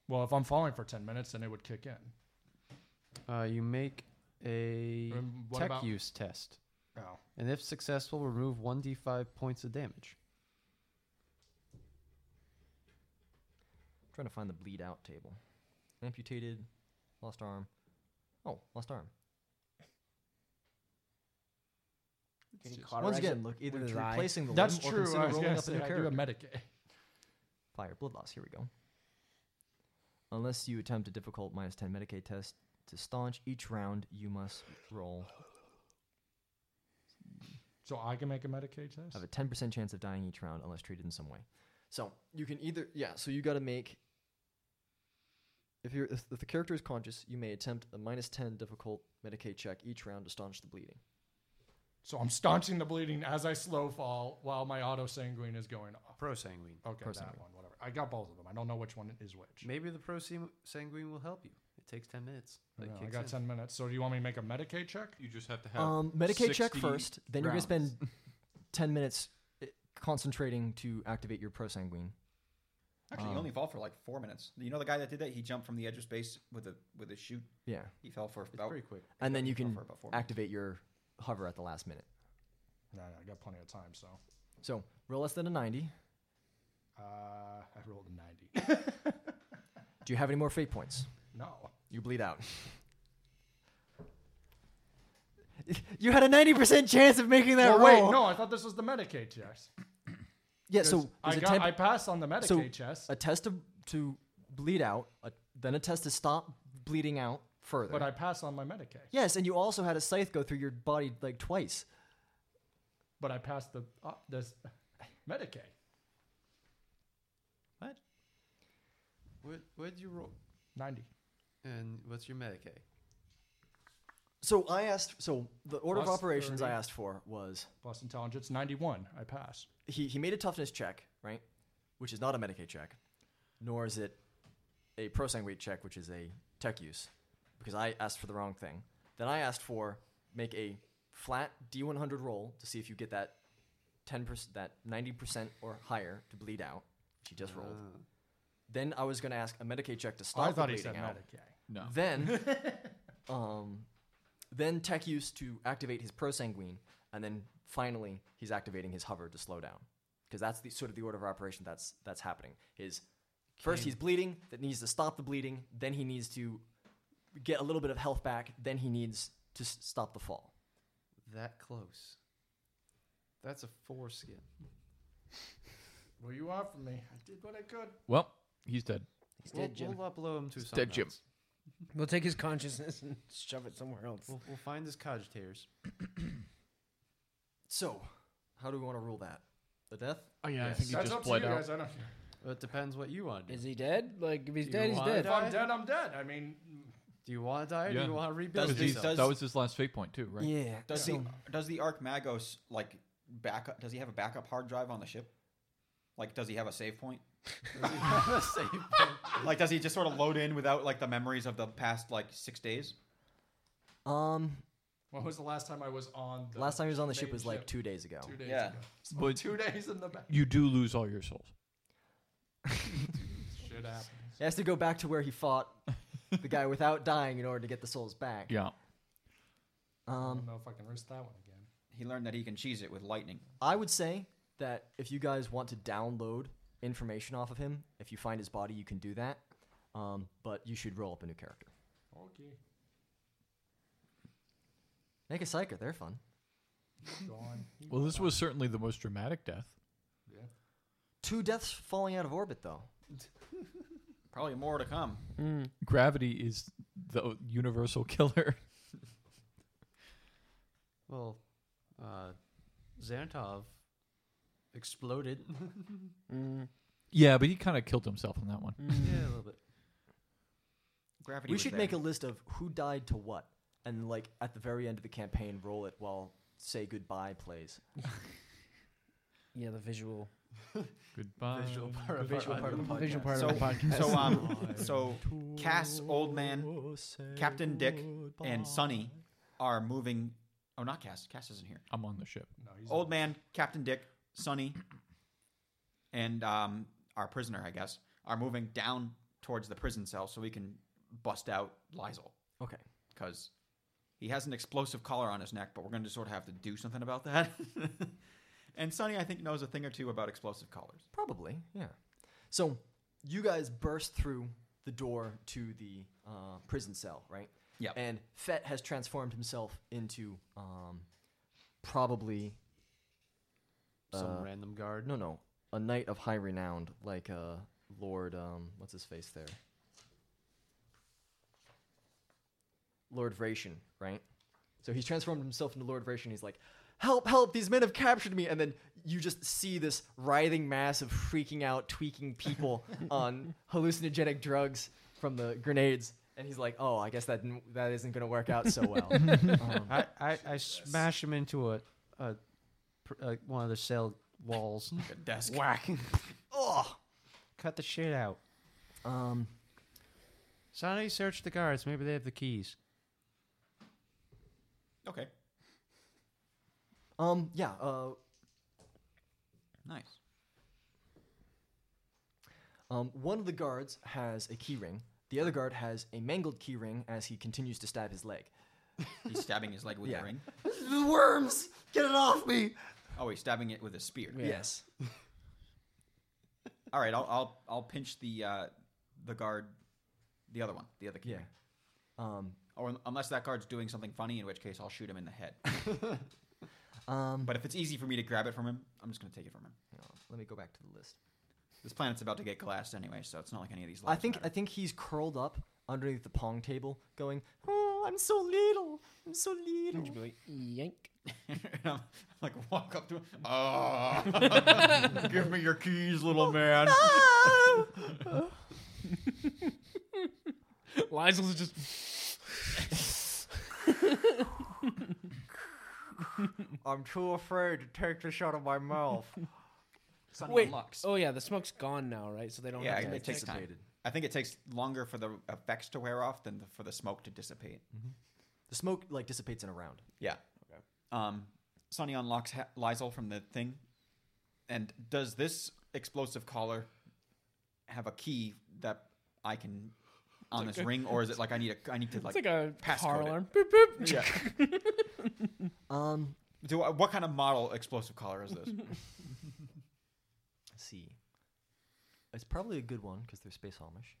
D: Well, if I'm falling for 10 minutes, then it would kick in.
H: Uh, you make a
D: Um, what
H: tech
D: about-
H: use test,
D: Oh.
H: and if successful, remove one d5 points of damage.
B: trying to find the bleed out table. Amputated, lost arm. Oh, lost arm.
N: Can he
B: Once
N: cauterize
B: again,
N: it
B: look either
N: with
B: to
N: his eye?
B: replacing the
D: That's
B: limb or
D: true.
B: consider
D: I was
B: rolling
D: going to
B: up a
D: say,
B: new
D: I do
B: character.
D: a Medicaid.
B: Fire, blood loss. Here we go. Unless you attempt a difficult minus 10 Medicaid test to staunch each round, you must roll.
D: So I can make a Medicaid test?
B: have a 10% chance of dying each round unless treated in some way. So you can either, yeah, so you got to make, if, you're, if the character is conscious, you may attempt a minus 10 difficult Medicaid check each round to staunch the bleeding.
D: So I'm staunching the bleeding as I slow fall while my auto sanguine is going off.
H: Pro sanguine.
D: Okay,
B: Pro
D: that
B: sanguine.
D: one, whatever. I got both of them. I don't know which one is which.
H: Maybe the pro san- sanguine will help you. It takes ten minutes.
D: I
H: It
D: know, I
H: kicks
D: got
H: in.
D: 10 minutes. So do you want me to make a Medicaid check?
C: you just have to have.
B: Um, Medicaid check
C: 60
B: first, then you're going
C: rounds.
B: to spend <laughs> 10 minutes eh, concentrating to activate your prosanguine.
E: Actually,
B: Um,
E: you only fall for like four minutes. You know the guy that did that? He jumped from the edge of space with a with a chute.
B: Yeah.
E: He fell for
H: It's
E: about.
H: pretty quick.
B: And then
E: he
B: you
E: fell
B: can
E: for about four minutes.
B: activate your hover at the last minute.
D: No, no, I got plenty of time. So
B: So roll less than a 90.
D: uh, I rolled a
B: <laughs>
D: 90.
B: Do you have any more fate points?
D: no.
B: You bleed out. <laughs> you had a 90% chance of making that
D: Well,
B: roll.
D: wait, no, I thought this was the Medicaid test.
B: Yeah, so
D: I
B: there's
D: got
B: a, temp-
D: I passed on the Medicaid
B: So-
D: test,
B: a test to, to bleed out, a, then a test to stop bleeding out further.
D: but I passed on my Medicaid.
B: yes, and you also had a scythe go through your body like twice.
D: But I passed the uh, this <laughs> Medicaid.
H: What what'd you roll?
D: 90.
H: And what's your Medicaid?
B: So I asked, so the order of
D: Plus
B: operations
D: 30.
B: I asked for was
D: Plus intelligence, 91. I pass.
B: he, he made a toughness check, right? Which is not a Medicaid check, nor is it a prosanguine check, which is a tech use, because I asked for the wrong thing. Then I asked for make a flat D100 roll to see if you get that 10%, that 90% or higher to bleed out, which he just rolled.
H: Ah.
B: Then I was going to ask a Medicaid check to stop
D: Oh, I
B: the
D: thought he
B: bleeding
D: said
B: out.
D: Medicaid. Oh.
C: No.
B: Then, um, then tech use to activate his prosanguine, and then finally he's activating his hover to slow down, because that's the sort of the order of operation that's that's happening. His first he's bleeding, that needs to stop the bleeding. Then he needs to get a little bit of health back. Then he needs to s- stop the fall.
H: That close. That's a foreskin.
D: Well, you offered me. I did what I could.
C: Well, he's dead.
N: He's
H: We'll,
N: dead, Jim.
H: we'll upload him to
C: It's
H: something
C: dead, Jim.
H: else.
N: We'll take his consciousness and <laughs> shove it somewhere else.
H: We'll, we'll find his cogitators.
B: So, how do we want to rule that? The death?
C: Oh yeah, I
B: Yes.
C: think he
D: That's
C: just
D: up to you
C: bled out.
D: guys. I don't.
H: Well, It depends what you want to do.
N: Is he dead? Like, if he's
H: Do you
N: dead, he's
H: wanna
N: dead.
D: If
H: die?
D: I'm dead, I'm dead. I mean,
H: Do you want to die or
C: Yeah.
H: do you want to rebuild
E: Does
C: Because
E: he-
C: he's-
H: yourself?
E: does-
C: that was his last fate point too, right?
B: Yeah.
E: Does <laughs> the does the Arc Magos like backup? Does he have a backup hard drive on the ship? Like, does he have a
B: <laughs>
E: save point? Like, does he just sort of load in without like the memories of the past like six days?
B: Um,
D: when was the last time I was on? The
B: last time he was on the
D: main
B: ship was like
D: ship?
B: two days ago.
D: Two days.
E: Yeah.
D: ago. So
C: But-
D: two days in the
C: <laughs>
D: back.
C: You do lose all your souls.
D: Shit happens.
B: He has to go back to where he fought the guy without <laughs> dying in order to get the souls back.
C: Yeah.
D: I
B: Um,
D: don't know if I can risk that one again.
E: He learned that he can cheese it with lightning.
B: I would say that if you guys want to download information off of him, if you find his body, you can do that. Um, but you should roll up a new character.
D: Okay.
B: Make a psyker. They're fun.
D: Gone.
C: Well, this was certainly the most dramatic death.
D: Yeah.
B: Two deaths falling out of orbit, though.
E: Probably more to come.
C: Gravity is the universal <laughs> killer.
H: well, uh, Xanatov exploded.
N: mm,
C: yeah, but he kind of killed himself on that one.
H: yeah, a little bit.
E: Gravity.
B: We
E: was
B: should
E: there.
B: make a list of who died to what, and like at the very end of the campaign, roll it while "Say Goodbye" plays.
N: Yeah, the visual,
C: Goodbye.
H: Visual part of
B: visual
H: our-
B: part of the
N: visual
B: podcast.
N: part
E: Uh, So,
N: of the podcast.
E: so um, <laughs> so Cass, old man, Captain Dick, and Sonny are moving. Oh, not Cass. Cass isn't here.
C: I'm on the ship.
D: No, he's
E: Old man, Captain Dick, Sonny, and um, our prisoner, I guess, are moving down towards the prison cell so we can bust out Lizel
B: Okay.
E: because he has an explosive collar on his neck, but we're going to sort of have to do something about that. <laughs> and Sonny, I think, knows a thing or two about explosive collars.
B: Probably, yeah. So you guys burst through the door to the uh, prison cell, right?
E: Yep.
B: And Fett has transformed himself into um, probably
H: Some
B: Uh,
H: random guard.
B: no, no, a knight of high renown, like uh, Lord um, what's his face there, Lord Vration, right? So he's transformed himself into Lord Vration. He's like, "Help! Help! These men have captured me!" And then you just see this writhing mass of freaking out, tweaking people on hallucinogenic drugs from the grenades. And he's like, "Oh, I guess that didn't, that isn't going to work out so well." Um,
G: I, I, I smash him into a, a, pr- uh one of the cell
E: <laughs>
G: walls.
E: desk.
G: Whack!
B: oh,
G: Cut the shit out.
B: um,
G: Sonny, search the guards. Maybe they have the keys.
E: Okay.
B: um, yeah. Uh,
E: Nice.
B: Um, one of the guards has a key ring. The other guard has a mangled key ring as he continues to stab his leg.
E: He's stabbing his leg
B: <laughs>
E: with
B: Yeah.
E: a ring.
B: The worms! Get it off me!
E: Oh, he's stabbing it with a spear.
B: Yes.
E: All right, I'll I'll, I'll pinch the uh, the guard, the other one, the other key.
B: Yeah. Um,
E: Or un- unless that guard's doing something funny, in which case I'll shoot him in the head.
B: um,
E: but if it's easy for me to grab it from him, I'm just gonna take it from him.
B: hang on, let me go back to the list.
E: This planet's about to get collapsed anyway, so it's not like any of these.
B: I
E: lives
B: think I
E: matter.
B: think he's curled up underneath the pong table, going, "Oh, I'm so little, I'm so little."
N: Just be like, yank.
E: <laughs> And I'm- like
B: <laughs>
E: walk up to him. Oh, <laughs> give me your keys,
B: Oh,
E: little man. <laughs>
F: Lysel's just
B: I'm too afraid to take this out of my mouth.
E: Sonny
F: wait.
E: unlocks.
F: Oh yeah, the smoke's gone now, right? So they don't.
E: yeah,
F: have
E: it,
F: to
E: it takes time.
B: dissipated.
E: I think it takes longer for the effects to wear off than the, for the smoke to dissipate.
B: the smoke like dissipates in a round.
E: Yeah. Um, Sonny unlocks ha- Lysol from the thing. And does this explosive collar have a key that I can on this ring, or is it like I need a I need to
F: It's
E: like,
F: like a
E: passcode
F: car
E: it.
F: alarm. Boop, boop.
E: yeah.
B: Um,
E: Do I, what kind of model explosive collar is this?
B: let's see, it's probably a good one because they're space Amish.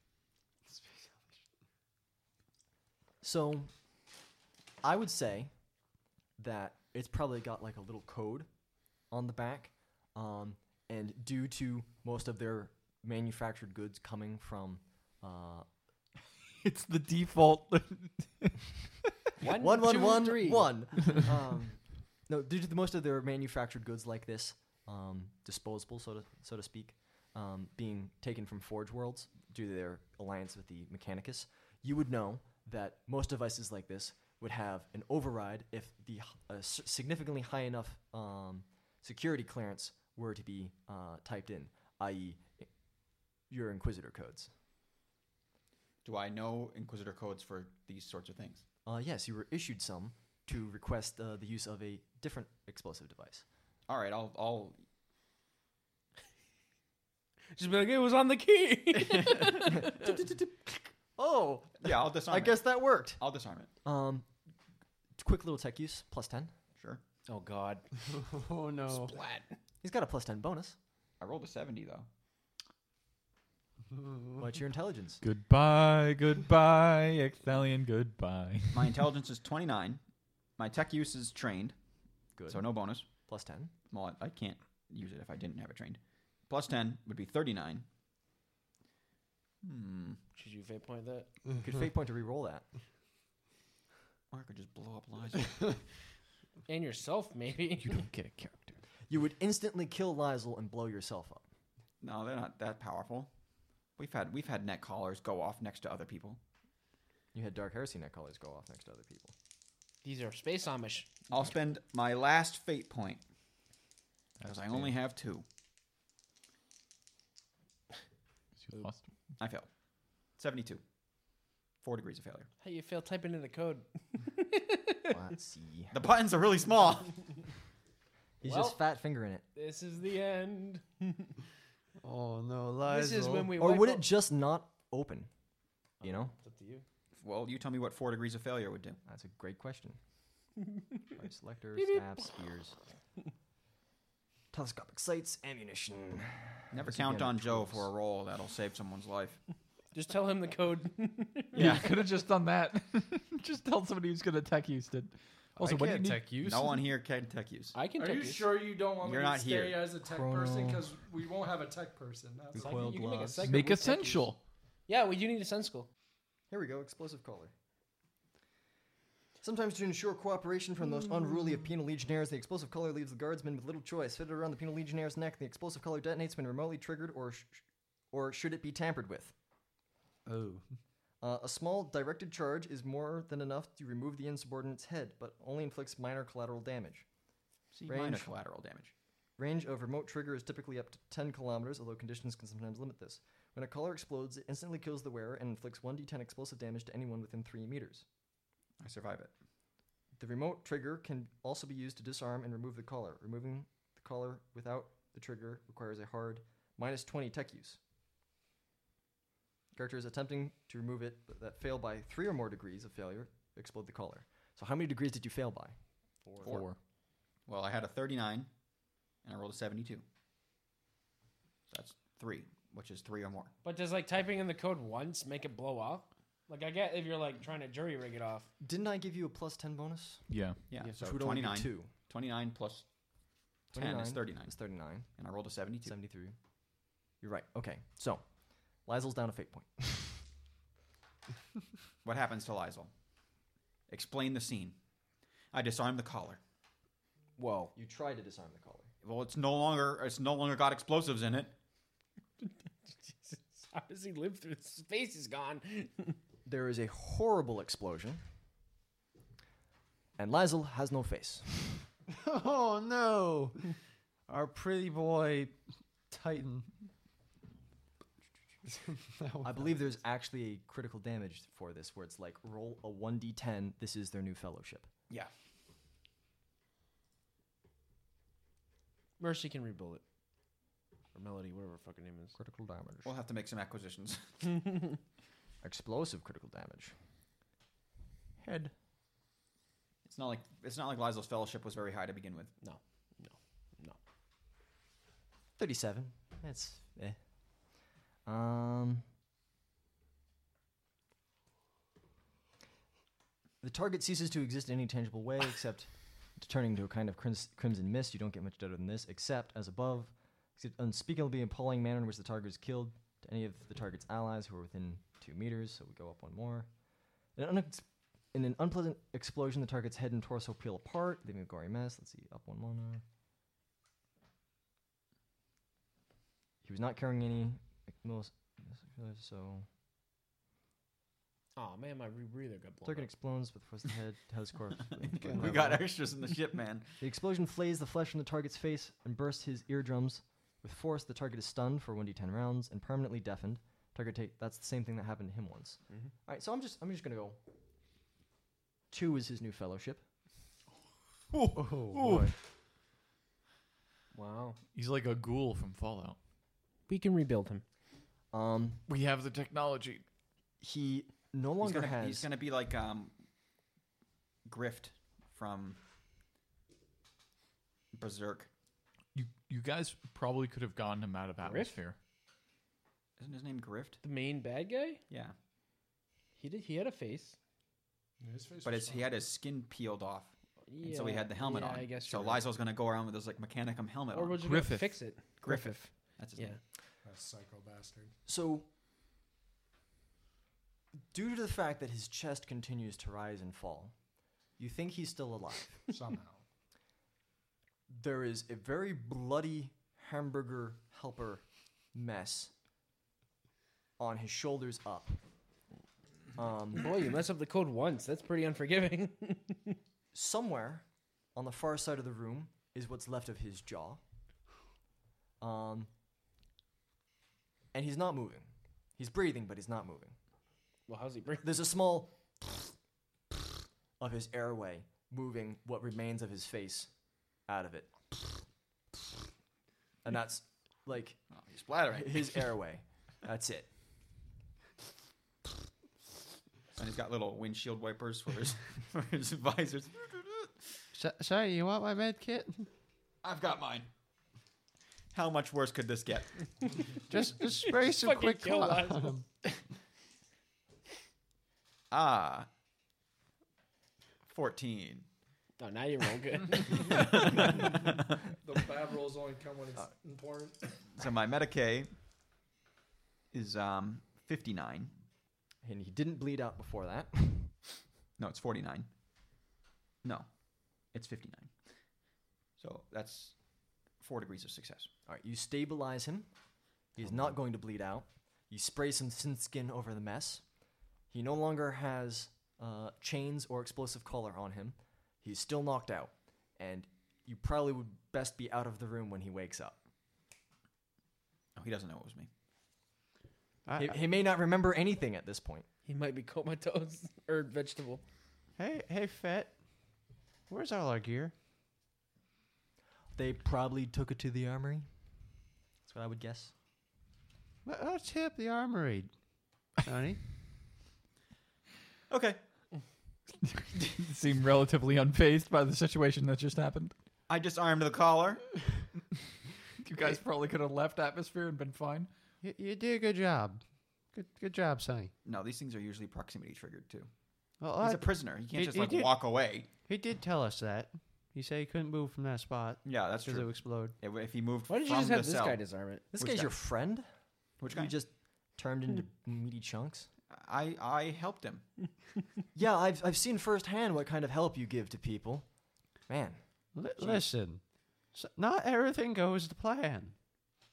B: So I would say that it's probably got like a little code on the back. Um, and due to most of their manufactured goods coming from uh,
C: It's the default.
N: One,
B: one, one,
N: two,
B: one,
N: three.
B: one. um, no, due to the most of their manufactured goods like this um, disposable, so to so to speak, um, being taken from Forge Worlds due to their alliance with the Mechanicus, you would know that most devices like this would have an override if the h- a s- significantly high enough um, security clearance were to be uh, typed in, i.e., i- e, your Inquisitor codes.
E: Do I know Inquisitor codes for these sorts of things?
B: Uh, yes, you were issued some to request uh, the use of a different explosive device.
E: All right, I'll I'll
F: Just be like, it was on the key.
B: Oh,
E: yeah, I'll disarm.
B: I
E: it.
B: guess that worked.
E: I'll disarm it.
B: Um, t- quick little tech use plus ten.
E: Sure.
N: Oh
B: <laughs>
N: God.
H: Oh no.
E: Splat.
B: He's got a plus ten bonus.
E: I rolled a seventy though.
B: What's your intelligence?
C: Goodbye, goodbye, Exalion, goodbye.
E: My intelligence is twenty nine. My tech use is trained,
B: Good.
E: so no bonus.
B: Plus ten.
E: Well, I, I can't use it if I didn't have it trained. Plus ten would be thirty nine. Hmm.
N: <laughs> Should you fate point that?
B: You could fate point to re-roll that.
E: Or I could just blow up Liza.
N: And yourself, maybe.
B: <laughs>
C: You don't get a character.
B: You would instantly kill Lizel and blow yourself up.
E: no, they're not that powerful. We've had we've had net collars go off next to other people.
B: You had Dark Heresy net collars go off next to other people.
N: <laughs> These are space Amish.
E: I'll spend my last fate point because I only have two.
C: You lost.
E: I failed. Seventy two. Four degrees of failure.
N: How you fail typing in the code?
B: Let's see.
E: The buttons are really small.
B: He's
N: Well-
B: just fat fingering it.
N: This is the end. <laughs>
H: Oh no, lies.
N: This is when we.
B: Or
N: wipe
B: would
N: out-
B: it just not open? You know,
N: It's up to you.
E: well, you tell me what four degrees of failure would do.
B: that's a great question. Choice selector,
N: Beep, beep.
B: staff, spears, telescopic sights, ammunition.
E: Never
B: Those
E: count
B: again are
E: on Joe
B: tools.
E: for a roll that'll save someone's life.
N: Just tell him the code.
C: Yeah, could have just done that. just tell somebody who's gonna attack you instead. Also,
D: I
C: what do you
D: can't
C: need?
D: tech use.
E: No one here can tech use.
N: I can.
D: Are
N: take
D: you
N: this.
D: sure you don't want
E: You're
D: me
E: not
D: to stay
E: here.
D: as a tech
B: Chrono.
D: person? Because we won't have a tech person. That's
N: Psychic-
D: all.
B: Recoil
N: you can <laughs> make a
B: gloves.
N: psychic
C: Make
N: with tech use.
C: essential.
N: Yeah, well, you need a sensical.
B: Here we go, explosive collar. Sometimes to ensure cooperation from those unruly of penal legionnaires, the explosive collar leaves the guardsman with little choice. Fitted around the penal legionnaire's neck, the explosive collar detonates when remotely triggered or, sh- or should it be tampered with.
H: Oh.
B: Uh, a small directed charge is more than enough to remove the insubordinate's head, but only inflicts minor collateral damage.
E: See, minor
B: Range.
E: collateral damage.
B: Range of remote trigger is typically up to 10 kilometers, although conditions can sometimes limit this. When a collar explodes, it instantly kills the wearer and inflicts 1d10 explosive damage to anyone within 3 meters.
E: I survive it.
B: The remote trigger can also be used to disarm and remove the collar. Removing the collar without the trigger requires a hard minus 20 tech use. Character is attempting to remove it, but that fail by three or more degrees of failure, explode the collar. So how many degrees did you fail by?
E: Four. Well, I had a 39, and I rolled a 72. That's three, which is three or more.
N: But does like typing in the code once make it blow up? Like I get if you're like trying to jury rig it off. <laughs>
B: Didn't I give you a plus 10 bonus?
C: Yeah.
E: Yeah,
B: Which
E: so
B: would only be
E: 29.
B: two.
E: 29 plus 10 is 39,
B: It's 39.
E: and I rolled a 72.
B: 73. You're right. Okay. So, Lysel's down a fate point.
E: What happens to Lizel? Explain the scene. I disarm the collar.
N: Whoa.
B: You try to disarm the collar.
E: Well, it's no longer it's no longer got explosives in it.
N: How does he live through this? Space is gone.
B: There is a horrible explosion. And Lizel has no face.
H: <laughs> Oh no. Our pretty boy Titan.
B: I believe there's actually a critical damage for this where it's like roll a 1d10. This is their new fellowship.
E: Yeah.
N: Mercy can rebuild it. Or Melody, whatever her fucking name is.
B: Critical damage.
E: We'll have to make some acquisitions. <laughs>
B: Explosive critical damage. Head.
E: It's not like it's not like Lizel's fellowship was very high to begin with.
B: 37. That's eh. Um. The target ceases to exist in any tangible way, except to turning to a kind of crims- crimson mist. You don't get much better than this, except as above, except unspeakably appalling manner in which the target is killed to any of the target's allies who are within two meters. So we go up one more. In an, unex- in an unpleasant explosion, the target's head and torso peel apart, leaving a gory mess. Let's see, up one more now. He was not carrying any millis- so
N: Oh man, my rebreather got blown.
B: target
N: up.
B: explodes with the first
E: <laughs>
B: head, headless corpse.
E: we got extras in the ship, man.
B: The explosion flays the flesh from the target's face and bursts his eardrums. With force, the target is stunned for 1d10 rounds and permanently deafened. Target take that's the same thing that happened to him once.
E: Mm-hmm.
B: All right, so I'm just I'm just gonna go. Two is his new fellowship.
H: Oh, boy.
N: Wow.
C: He's like a ghoul from Fallout.
N: We can rebuild him.
B: Um,
C: We have the technology.
B: he no longer
E: He's gonna,
B: has.
E: he's gonna be like um, Grift from Berserk.
C: You you guys probably could have gotten him out of atmosphere.
E: Isn't his name Grift?
N: The main bad guy?
E: Yeah,
N: He did. He had a face.
D: His face
E: but
D: was
E: it's, he had his skin peeled off,
N: Yeah.
E: and so he had the helmet
N: yeah,
E: on.
N: I guess
E: so
N: you're right.
E: Lysol's gonna go around with his like Mechanicum helmet
N: Or
E: on.
N: we're just gonna
C: Griffith.
N: fix it.
E: Griffith. That's his
N: Yeah.
E: name.
D: fine. a psycho bastard.
B: So, due to the fact that his chest continues to rise and fall, you think he's still alive.
D: Somehow.
B: there is a very bloody hamburger helper mess on his shoulders up. Um,
N: Boy, you mess up the code once. That's pretty unforgiving. <laughs>
B: somewhere on the far side of the room is what's left of his jaw. Um, and he's not moving. He's breathing, but he's not moving.
N: well, how's he bring?
B: There's a small of his airway moving what remains of his face out of it. And that's like
E: Oh, he's splattering.
B: his airway. That's it.
E: and he's got little windshield wipers for his <laughs> for his visors.
G: So, sorry, you want my med
H: <laughs>
G: kit?
E: I've got mine. How much worse could this get?
G: Just, just spray some
N: fucking
G: quick
N: kill
G: cloth
N: Lysol.
G: on him.
E: Ah, fourteen.
N: Oh, now you're all <laughs> good.
D: The bad rolls only come when it's
B: Uh,
D: important.
E: So my Medicaid is um fifty nine.
B: And he didn't bleed out before that.
E: No, it's 49. No, it's 59. So that's four degrees of success.
B: All right, you stabilize him. He's not going to bleed out. You spray some thin skin over the mess. He no longer has uh, chains or explosive collar on him. He's still knocked out. And you probably would best be out of the room when he wakes up.
E: Oh, he doesn't know it was me.
G: I-
B: He, he may not remember anything at this point.
N: he might be comatose or vegetable.
G: hey, hey, Fett. Where's all our gear?
B: They probably took it to the armory. That's what I would guess.
G: Let, us hit up oh, the armory, Sonny.
E: Okay.
C: You <laughs> seem relatively unfazed by the situation that just happened.
E: I disarmed the collar.
C: You guys probably could have left atmosphere and been fine.
G: you, you did a good job. Good, good job, Sonny.
E: No, these things are usually proximity triggered too.
G: Well,
E: He's
G: I-
E: a prisoner. He can't
G: He-
E: just
G: he
E: like
G: did-
E: walk away.
G: he did tell us that. He said he couldn't move from that spot
E: Yeah, that's
G: because it
E: true.
G: would explode.
E: If- if he moved
N: Why did you
E: from
N: just have
E: the
N: this
E: cell,
N: guy disarm it?
B: This
E: Which
B: guy's
E: guy?
B: your friend?
E: which
B: You
E: guy?
B: just turned into meaty chunks?
E: I I helped him.
B: Yeah, I've, I've seen firsthand what kind of help you give to people. Man.
G: Li- listen, so not everything goes to plan.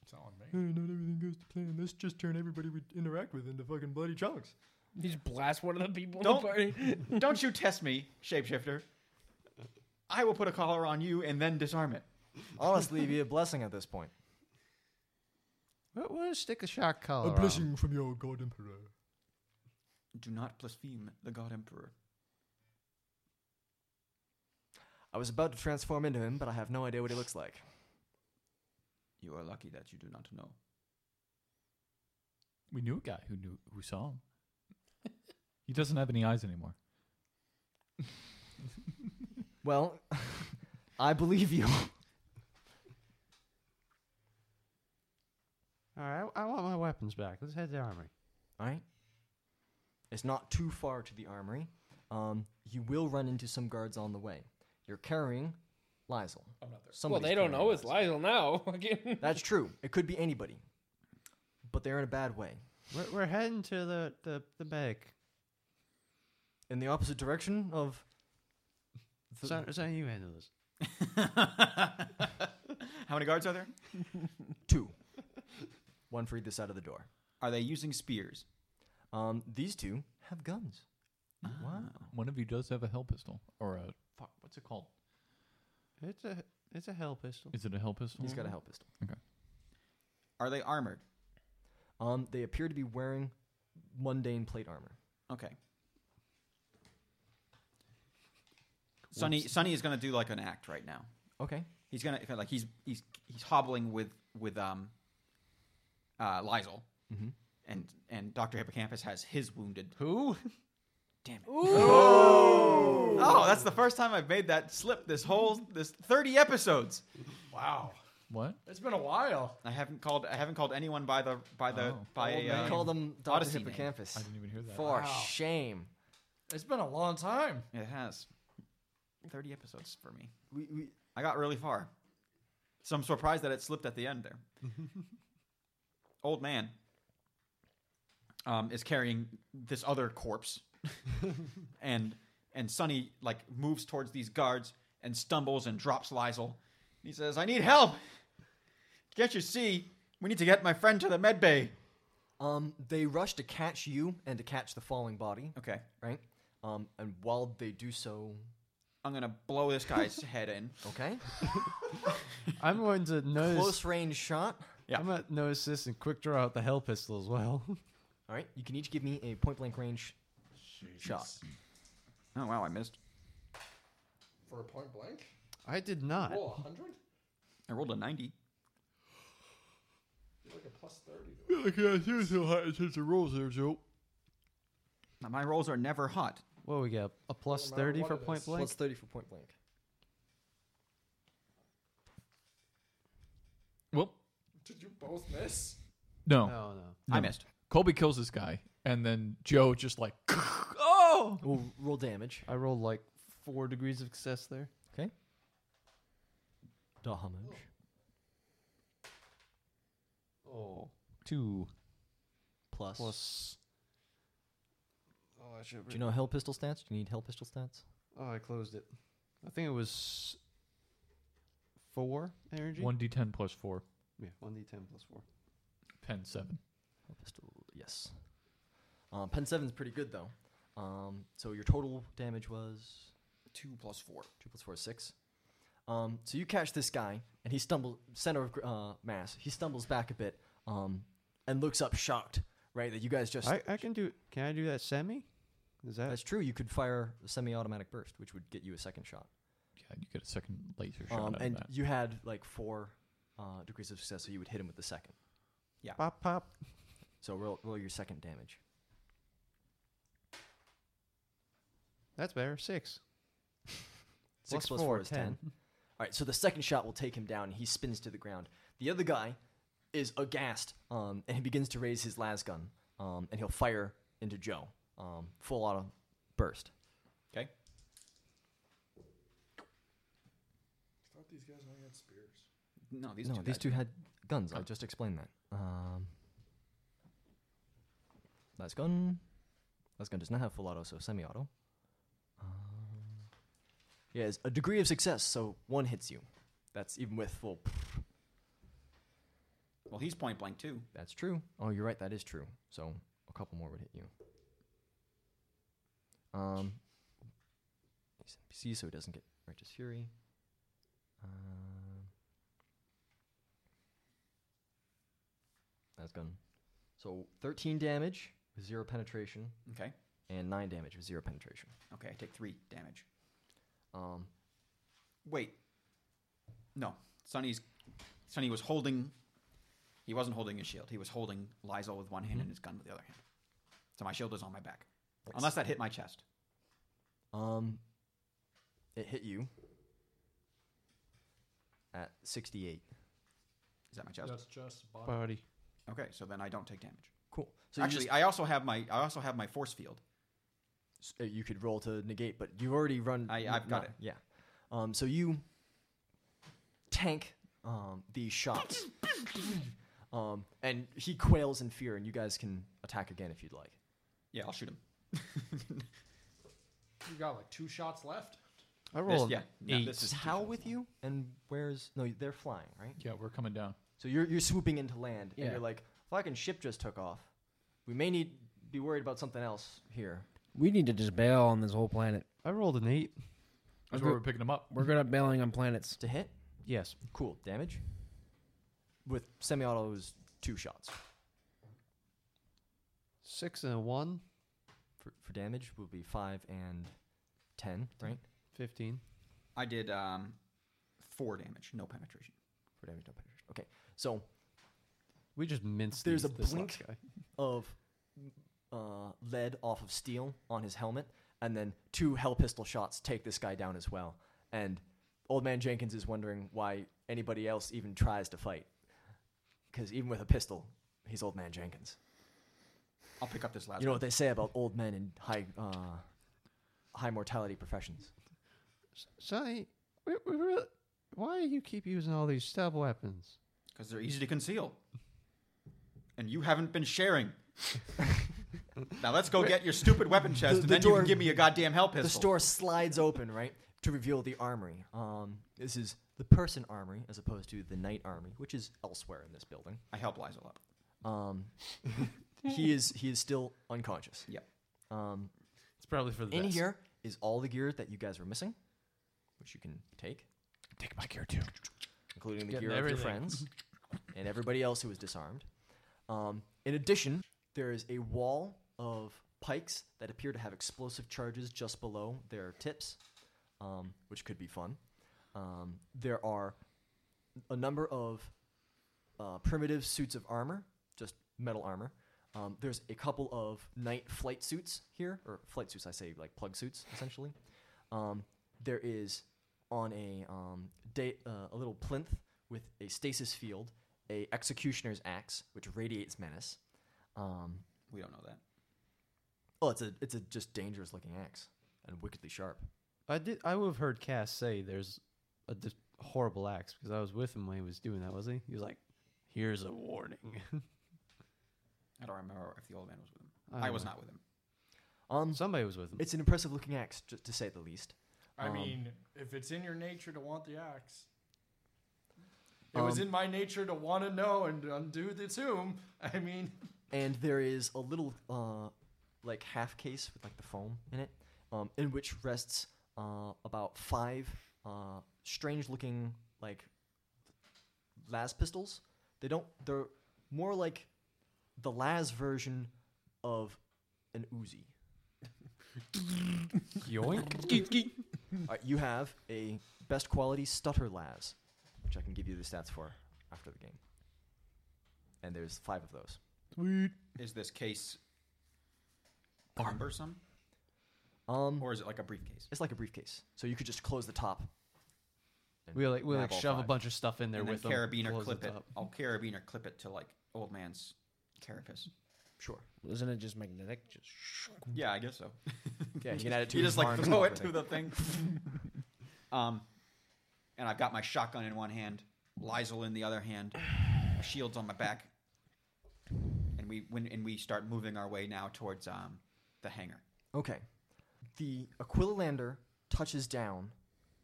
D: It's not on me.
B: Hmm.
C: Not everything goes to plan. Let's just turn everybody we interact with into fucking
N: <laughs>
C: bloody chunks.
N: You just blast one of the people
E: Don't-
N: in the <laughs> party.
E: <laughs> Don't you test me, shapeshifter. I will put a collar on you and then disarm it.
B: Honestly, it'd be a blessing at this point.
G: What what a stick a shock collar? on him.
C: from your god emperor.
E: Do not blaspheme the god emperor.
B: I was about to transform into him, but I have no idea what he looks like.
E: You are lucky that you do not know.
C: We knew a guy who knew who saw him. he doesn't have any eyes anymore.
B: Well, I believe you.
G: All right, I, I want my weapons back. Let's head to the armory.
B: All right. It's not too far to the armory. Um, you will run into some guards on the way. You're carrying Lysel.
D: I'm not there.
B: Somebody's
N: well, they don't
B: carrying
N: know it's Lysel now. <laughs> Fucking-
B: That's true. It could be anybody. But they're in a bad way.
G: We're, we're heading to the the the medic.
B: In the opposite direction of. the-
G: Son, son, you handle this.
E: <laughs> How many guards are there?
B: two. one for either side of the door.
E: Are they using spears?
B: Um, these two have guns.
C: Ah. One of you does have a hell pistol or a fuck. What's it called?
G: It's a it's a hell pistol.
C: Is it a hell pistol?
B: He's got a hell pistol.
E: Are they armored?
B: Um, they appear to be wearing mundane plate armor.
E: Okay. Sonny, Sonny is gonna do like an act right now.
B: Okay.
E: He's gonna like he's he's he's hobbling with with um uh Lizel, and and Doctor Hippocampus has his wounded.
H: Who?
E: <laughs> Damn it! Oh, that's the first time I've made that slip. This whole this thirty episodes.
D: Wow.
C: What?
D: It's been a while.
E: I haven't called I haven't called anyone by the by the
C: Oh.
E: by a, uh,
B: you call them Dr.
E: Odyssey name.
B: Hippocampus.
C: I didn't even hear that.
B: For
D: Wow.
B: shame.
D: It's been a long time.
E: It has thirty episodes for me.
B: We, we,
E: I got really far. So I'm surprised that it slipped at the end there. Old man um, is carrying this other corpse, and and Sonny like moves towards these guards and stumbles and drops Lizel. He says, "I need help. Can't you see? We need to get my friend to the med bay."
B: um, they rush to catch you and to catch the falling body,
E: Okay,
B: right? Um, and while they do so,
E: I'm gonna blow
B: <laughs>
E: this guy's head in.
B: okay,
G: <laughs> I'm going to notice.
B: close range shot.
E: Yeah.
G: I'm going to notice this and quick draw out the hell pistol as well. <laughs>
B: All right, you can each give me a point blank range shot.
E: Oh wow, I missed.
D: For a point blank?
G: I did not.
D: Roll 100?
E: I rolled a ninety.
D: You're like a plus 30.
C: Okay, I see so high since the rolls there, Joe.
E: Now, my rolls are never hot.
G: What we got? A plus
D: Doesn't matter
G: 30
D: what
G: for
D: it
G: point
D: is.
G: blank?
B: Plus thirty for point blank.
C: Well,
D: Did you both miss?
C: no.
G: Oh, no.
E: I
C: No.
E: missed.
C: Colby kills this guy, and then Joe just like, oh,
B: We'll roll damage.
G: I rolled like four degrees of success there.
B: Damage.
G: Oh, two
B: Plus.
G: plus. Oh, I should.
B: Do you know hell pistol stats? Do you need hell pistol stats?
G: Oh, I closed it. I think it was four energy.
C: one d10 plus four,
G: Yeah, one d10 plus four.
C: pen seven.
B: Hell pistol. Yes. Um, pen seven's pretty good though. Um, so your total damage was
E: Two plus four.
B: Two plus four is six. Um, so you catch this guy, and he stumbles, center of gr- uh, mass. He stumbles back a bit um, and looks up shocked, right? That you guys just.
G: I, I can do. Can I do that semi? Is that?
B: that's true. You could fire a semi automatic burst, which would get you a second shot.
C: Yeah, you get a second laser shot
B: Um,
C: out
B: and
C: of that.
B: you had like four uh, degrees of success, so you would hit him with the second.
G: Pop pop.
B: So roll, roll your second damage.
G: That's better. Six.
B: <laughs> Six
G: Plus
B: plus
G: four,
B: four is ten. <laughs> All right, so the second shot will take him down. and He spins to the ground. The other guy is aghast, um, and he begins to raise his las gun, um, and he'll fire into Joe, um, full auto burst.
E: Okay.
D: I thought these guys only had spears.
E: No, these
B: no,
E: two
B: these
E: guys-
B: two had guns. I
E: Oh.
B: just explained that. Um, last gun. Last gun does not have full auto, so semi-auto. Um, yeah, it's a degree of success, so one hits you. That's even with full.
E: Well, he's point blank too.
B: That's true. Oh, you're right. That is true. So a couple more would hit you. Um, he's NPC, so he doesn't get righteous fury. Um, that's gone. So 13 damage with zero penetration,
E: Okay.
B: and nine damage with zero penetration.
E: Okay, I take three damage.
B: Um,
E: Wait. No, Sonny's Sonny was holding. He wasn't holding his shield. He was holding Lizel with one hand
B: Mm-hmm.
E: and his gun with the other hand. So my shield is on my back, unless that hit my chest.
B: um, it hit you at 68.
E: Is that my chest?
D: That's just body.
G: Body.
E: Okay, so then I don't take damage.
B: Cool. So you
E: Actually,
B: just-
E: I also have my I also have my force field.
B: s- uh, you could roll to negate, but you've already run.
E: I-
B: n-
E: I've got
B: no,
E: it.
B: Yeah. Um, so you tank um, these shots, um, and he quails in fear, and you guys can attack again if you'd like.
E: Yeah, I'll shoot him.
D: You got like two shots left.
G: I
E: This,
G: rolled.
E: yeah, no,
C: eight.
E: this
B: Is
E: is
B: Hal with you? And where's no? They're flying, right?
C: Yeah, we're coming down.
B: So you're you're swooping into land,
N: Yeah.
B: and you're like, Fucking ship just took off. We may need be worried about something else here.
N: We need to just bail on this whole planet.
G: I rolled an eight.
C: That's where we're picking them up.
N: We're good at bailing on planets.
B: To hit,
G: Yes.
B: cool damage. With semi-autos, two shots
H: Six and a one.
B: for, for damage will be five and ten, right?
H: Fifteen.
E: I did um, four damage, no penetration.
B: For damage, no penetration. Okay, so
H: We just minced.
B: There's
H: these-
B: a
H: this last
B: blink.
H: guy.
B: of uh, lead off of steel on his helmet, and then two hell pistol shots take this guy down as well. And old man Jenkins is wondering why anybody else even tries to fight, because even with a pistol, he's old man Jenkins.
E: I'll pick up this last.
B: You know what they say about old men in high uh, high mortality professions.
G: Sonny, we, we really, why do you keep using all these stab weapons?
E: because they're easy to conceal, and you haven't been sharing.
B: <laughs>
E: now let's go get your stupid weapon chest,
B: The-
E: and
B: the
E: then you
B: door-
E: can give me a goddamn hell pistol.
B: The store slides open, right, to reveal the armory. Um, this is the person armory as opposed to the knight armory, which is elsewhere in this building.
E: I help Liza up.
B: Um, he is he is still unconscious.
E: Yep.
B: Um,
H: It's probably for the
B: in
H: best.
B: here is all the gear that you guys were missing, which you can take,
A: Take my gear too.
B: including the
H: Getting
B: gear of
H: everything.
B: your
H: <laughs>
B: friends and everybody else who was disarmed. Um, in addition, there is a wall of pikes that appear to have explosive charges just below their tips, um, which could be fun. Um, there are a number of uh, primitive suits of armor, just metal armor. Um, there's a couple of night flight suits here, or flight suits, I say, like plug suits, essentially. Um, there is on a um, da- uh, a little plinth with a stasis field, a executioner's axe, which radiates menace. Um,
E: We don't know that.
B: oh, it's a it's a just dangerous looking axe and wickedly sharp.
G: I did. I would have heard Cass say there's a dis- horrible axe because I was with him when he was doing that, wasn't he? He was like, "Here's
B: <laughs>
G: a warning."
E: I don't remember if the old man was with him.
G: don't
E: I was
G: know.
E: not with him.
B: Um,
G: Somebody was with him.
B: it's an impressive looking axe, just to say the least.
N: I
B: Um,
N: mean, if it's in your nature to want the axe,
B: It was Um,
N: in my nature to want to know and undo the tomb. I mean,
B: and there is a little uh, like half case with like the foam in it, um, in which rests uh, about five uh, strange looking like las pistols. They don't. They're more like the las version of an
H: <laughs>
B: Uzi. All right, you have a best quality stutter las, which I can give you the stats for after the game. And there's five of those.
E: Is this case cumbersome,
B: Um,
E: or is it like a briefcase?
B: It's like a briefcase. So you could just close the top. and
H: We like we
B: grab
H: like
B: all
H: shove a
B: five.
H: bunch of stuff in there
E: and then
H: with them.
E: carabiner
H: close the
E: clip it.
H: top.
E: I'll carabiner clip it to like old man's carapace.
B: Sure.
N: isn't it just magnetic? Just
E: Yeah, I guess so. <laughs>
B: Yeah, you can add it to
E: you
B: your
E: just like
B: arms
E: throw
B: and
E: it
B: stuff
E: to the thing. <laughs> um, and I've got my shotgun in one hand, Lizel in the other hand, my shields on my back, and we when and we start moving our way now towards um the hangar.
B: Okay. The Aquila lander touches down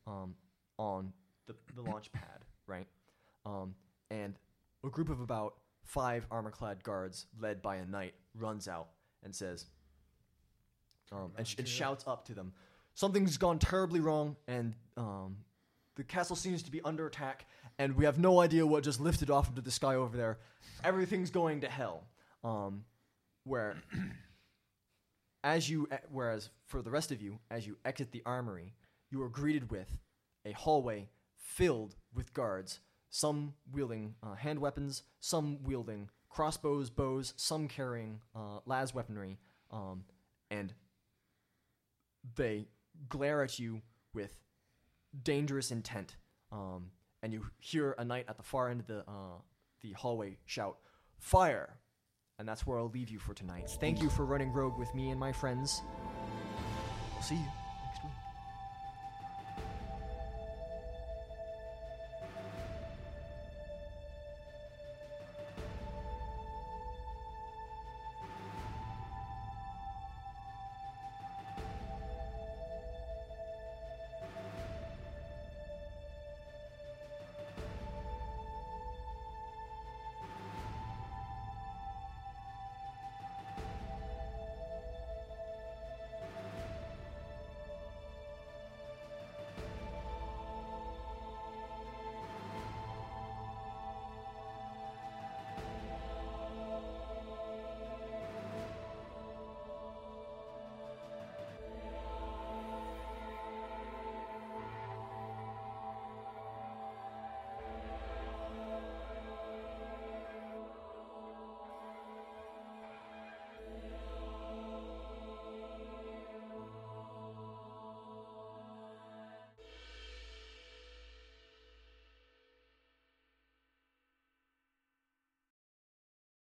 B: um, on the, the launch pad, right? Um, and a group of about five armor clad guards, led by a knight, runs out and says, um, and, sh- and shouts up to them, Something's gone terribly wrong, and um, the castle seems to be under attack, and we have no idea what just lifted off into the sky over there. Everything's going to hell. Um, where <clears throat> as you e- whereas for the rest of you as you exit the armory you are greeted with a hallway filled with guards some wielding uh, hand weapons some wielding crossbows bows some carrying uh, las weaponry um, and they glare at you with dangerous intent um, and you hear a knight at the far end of the, uh, the hallway shout fire and that's where I'll leave you for tonight. Thank you for running rogue with me and my friends. We'll see you.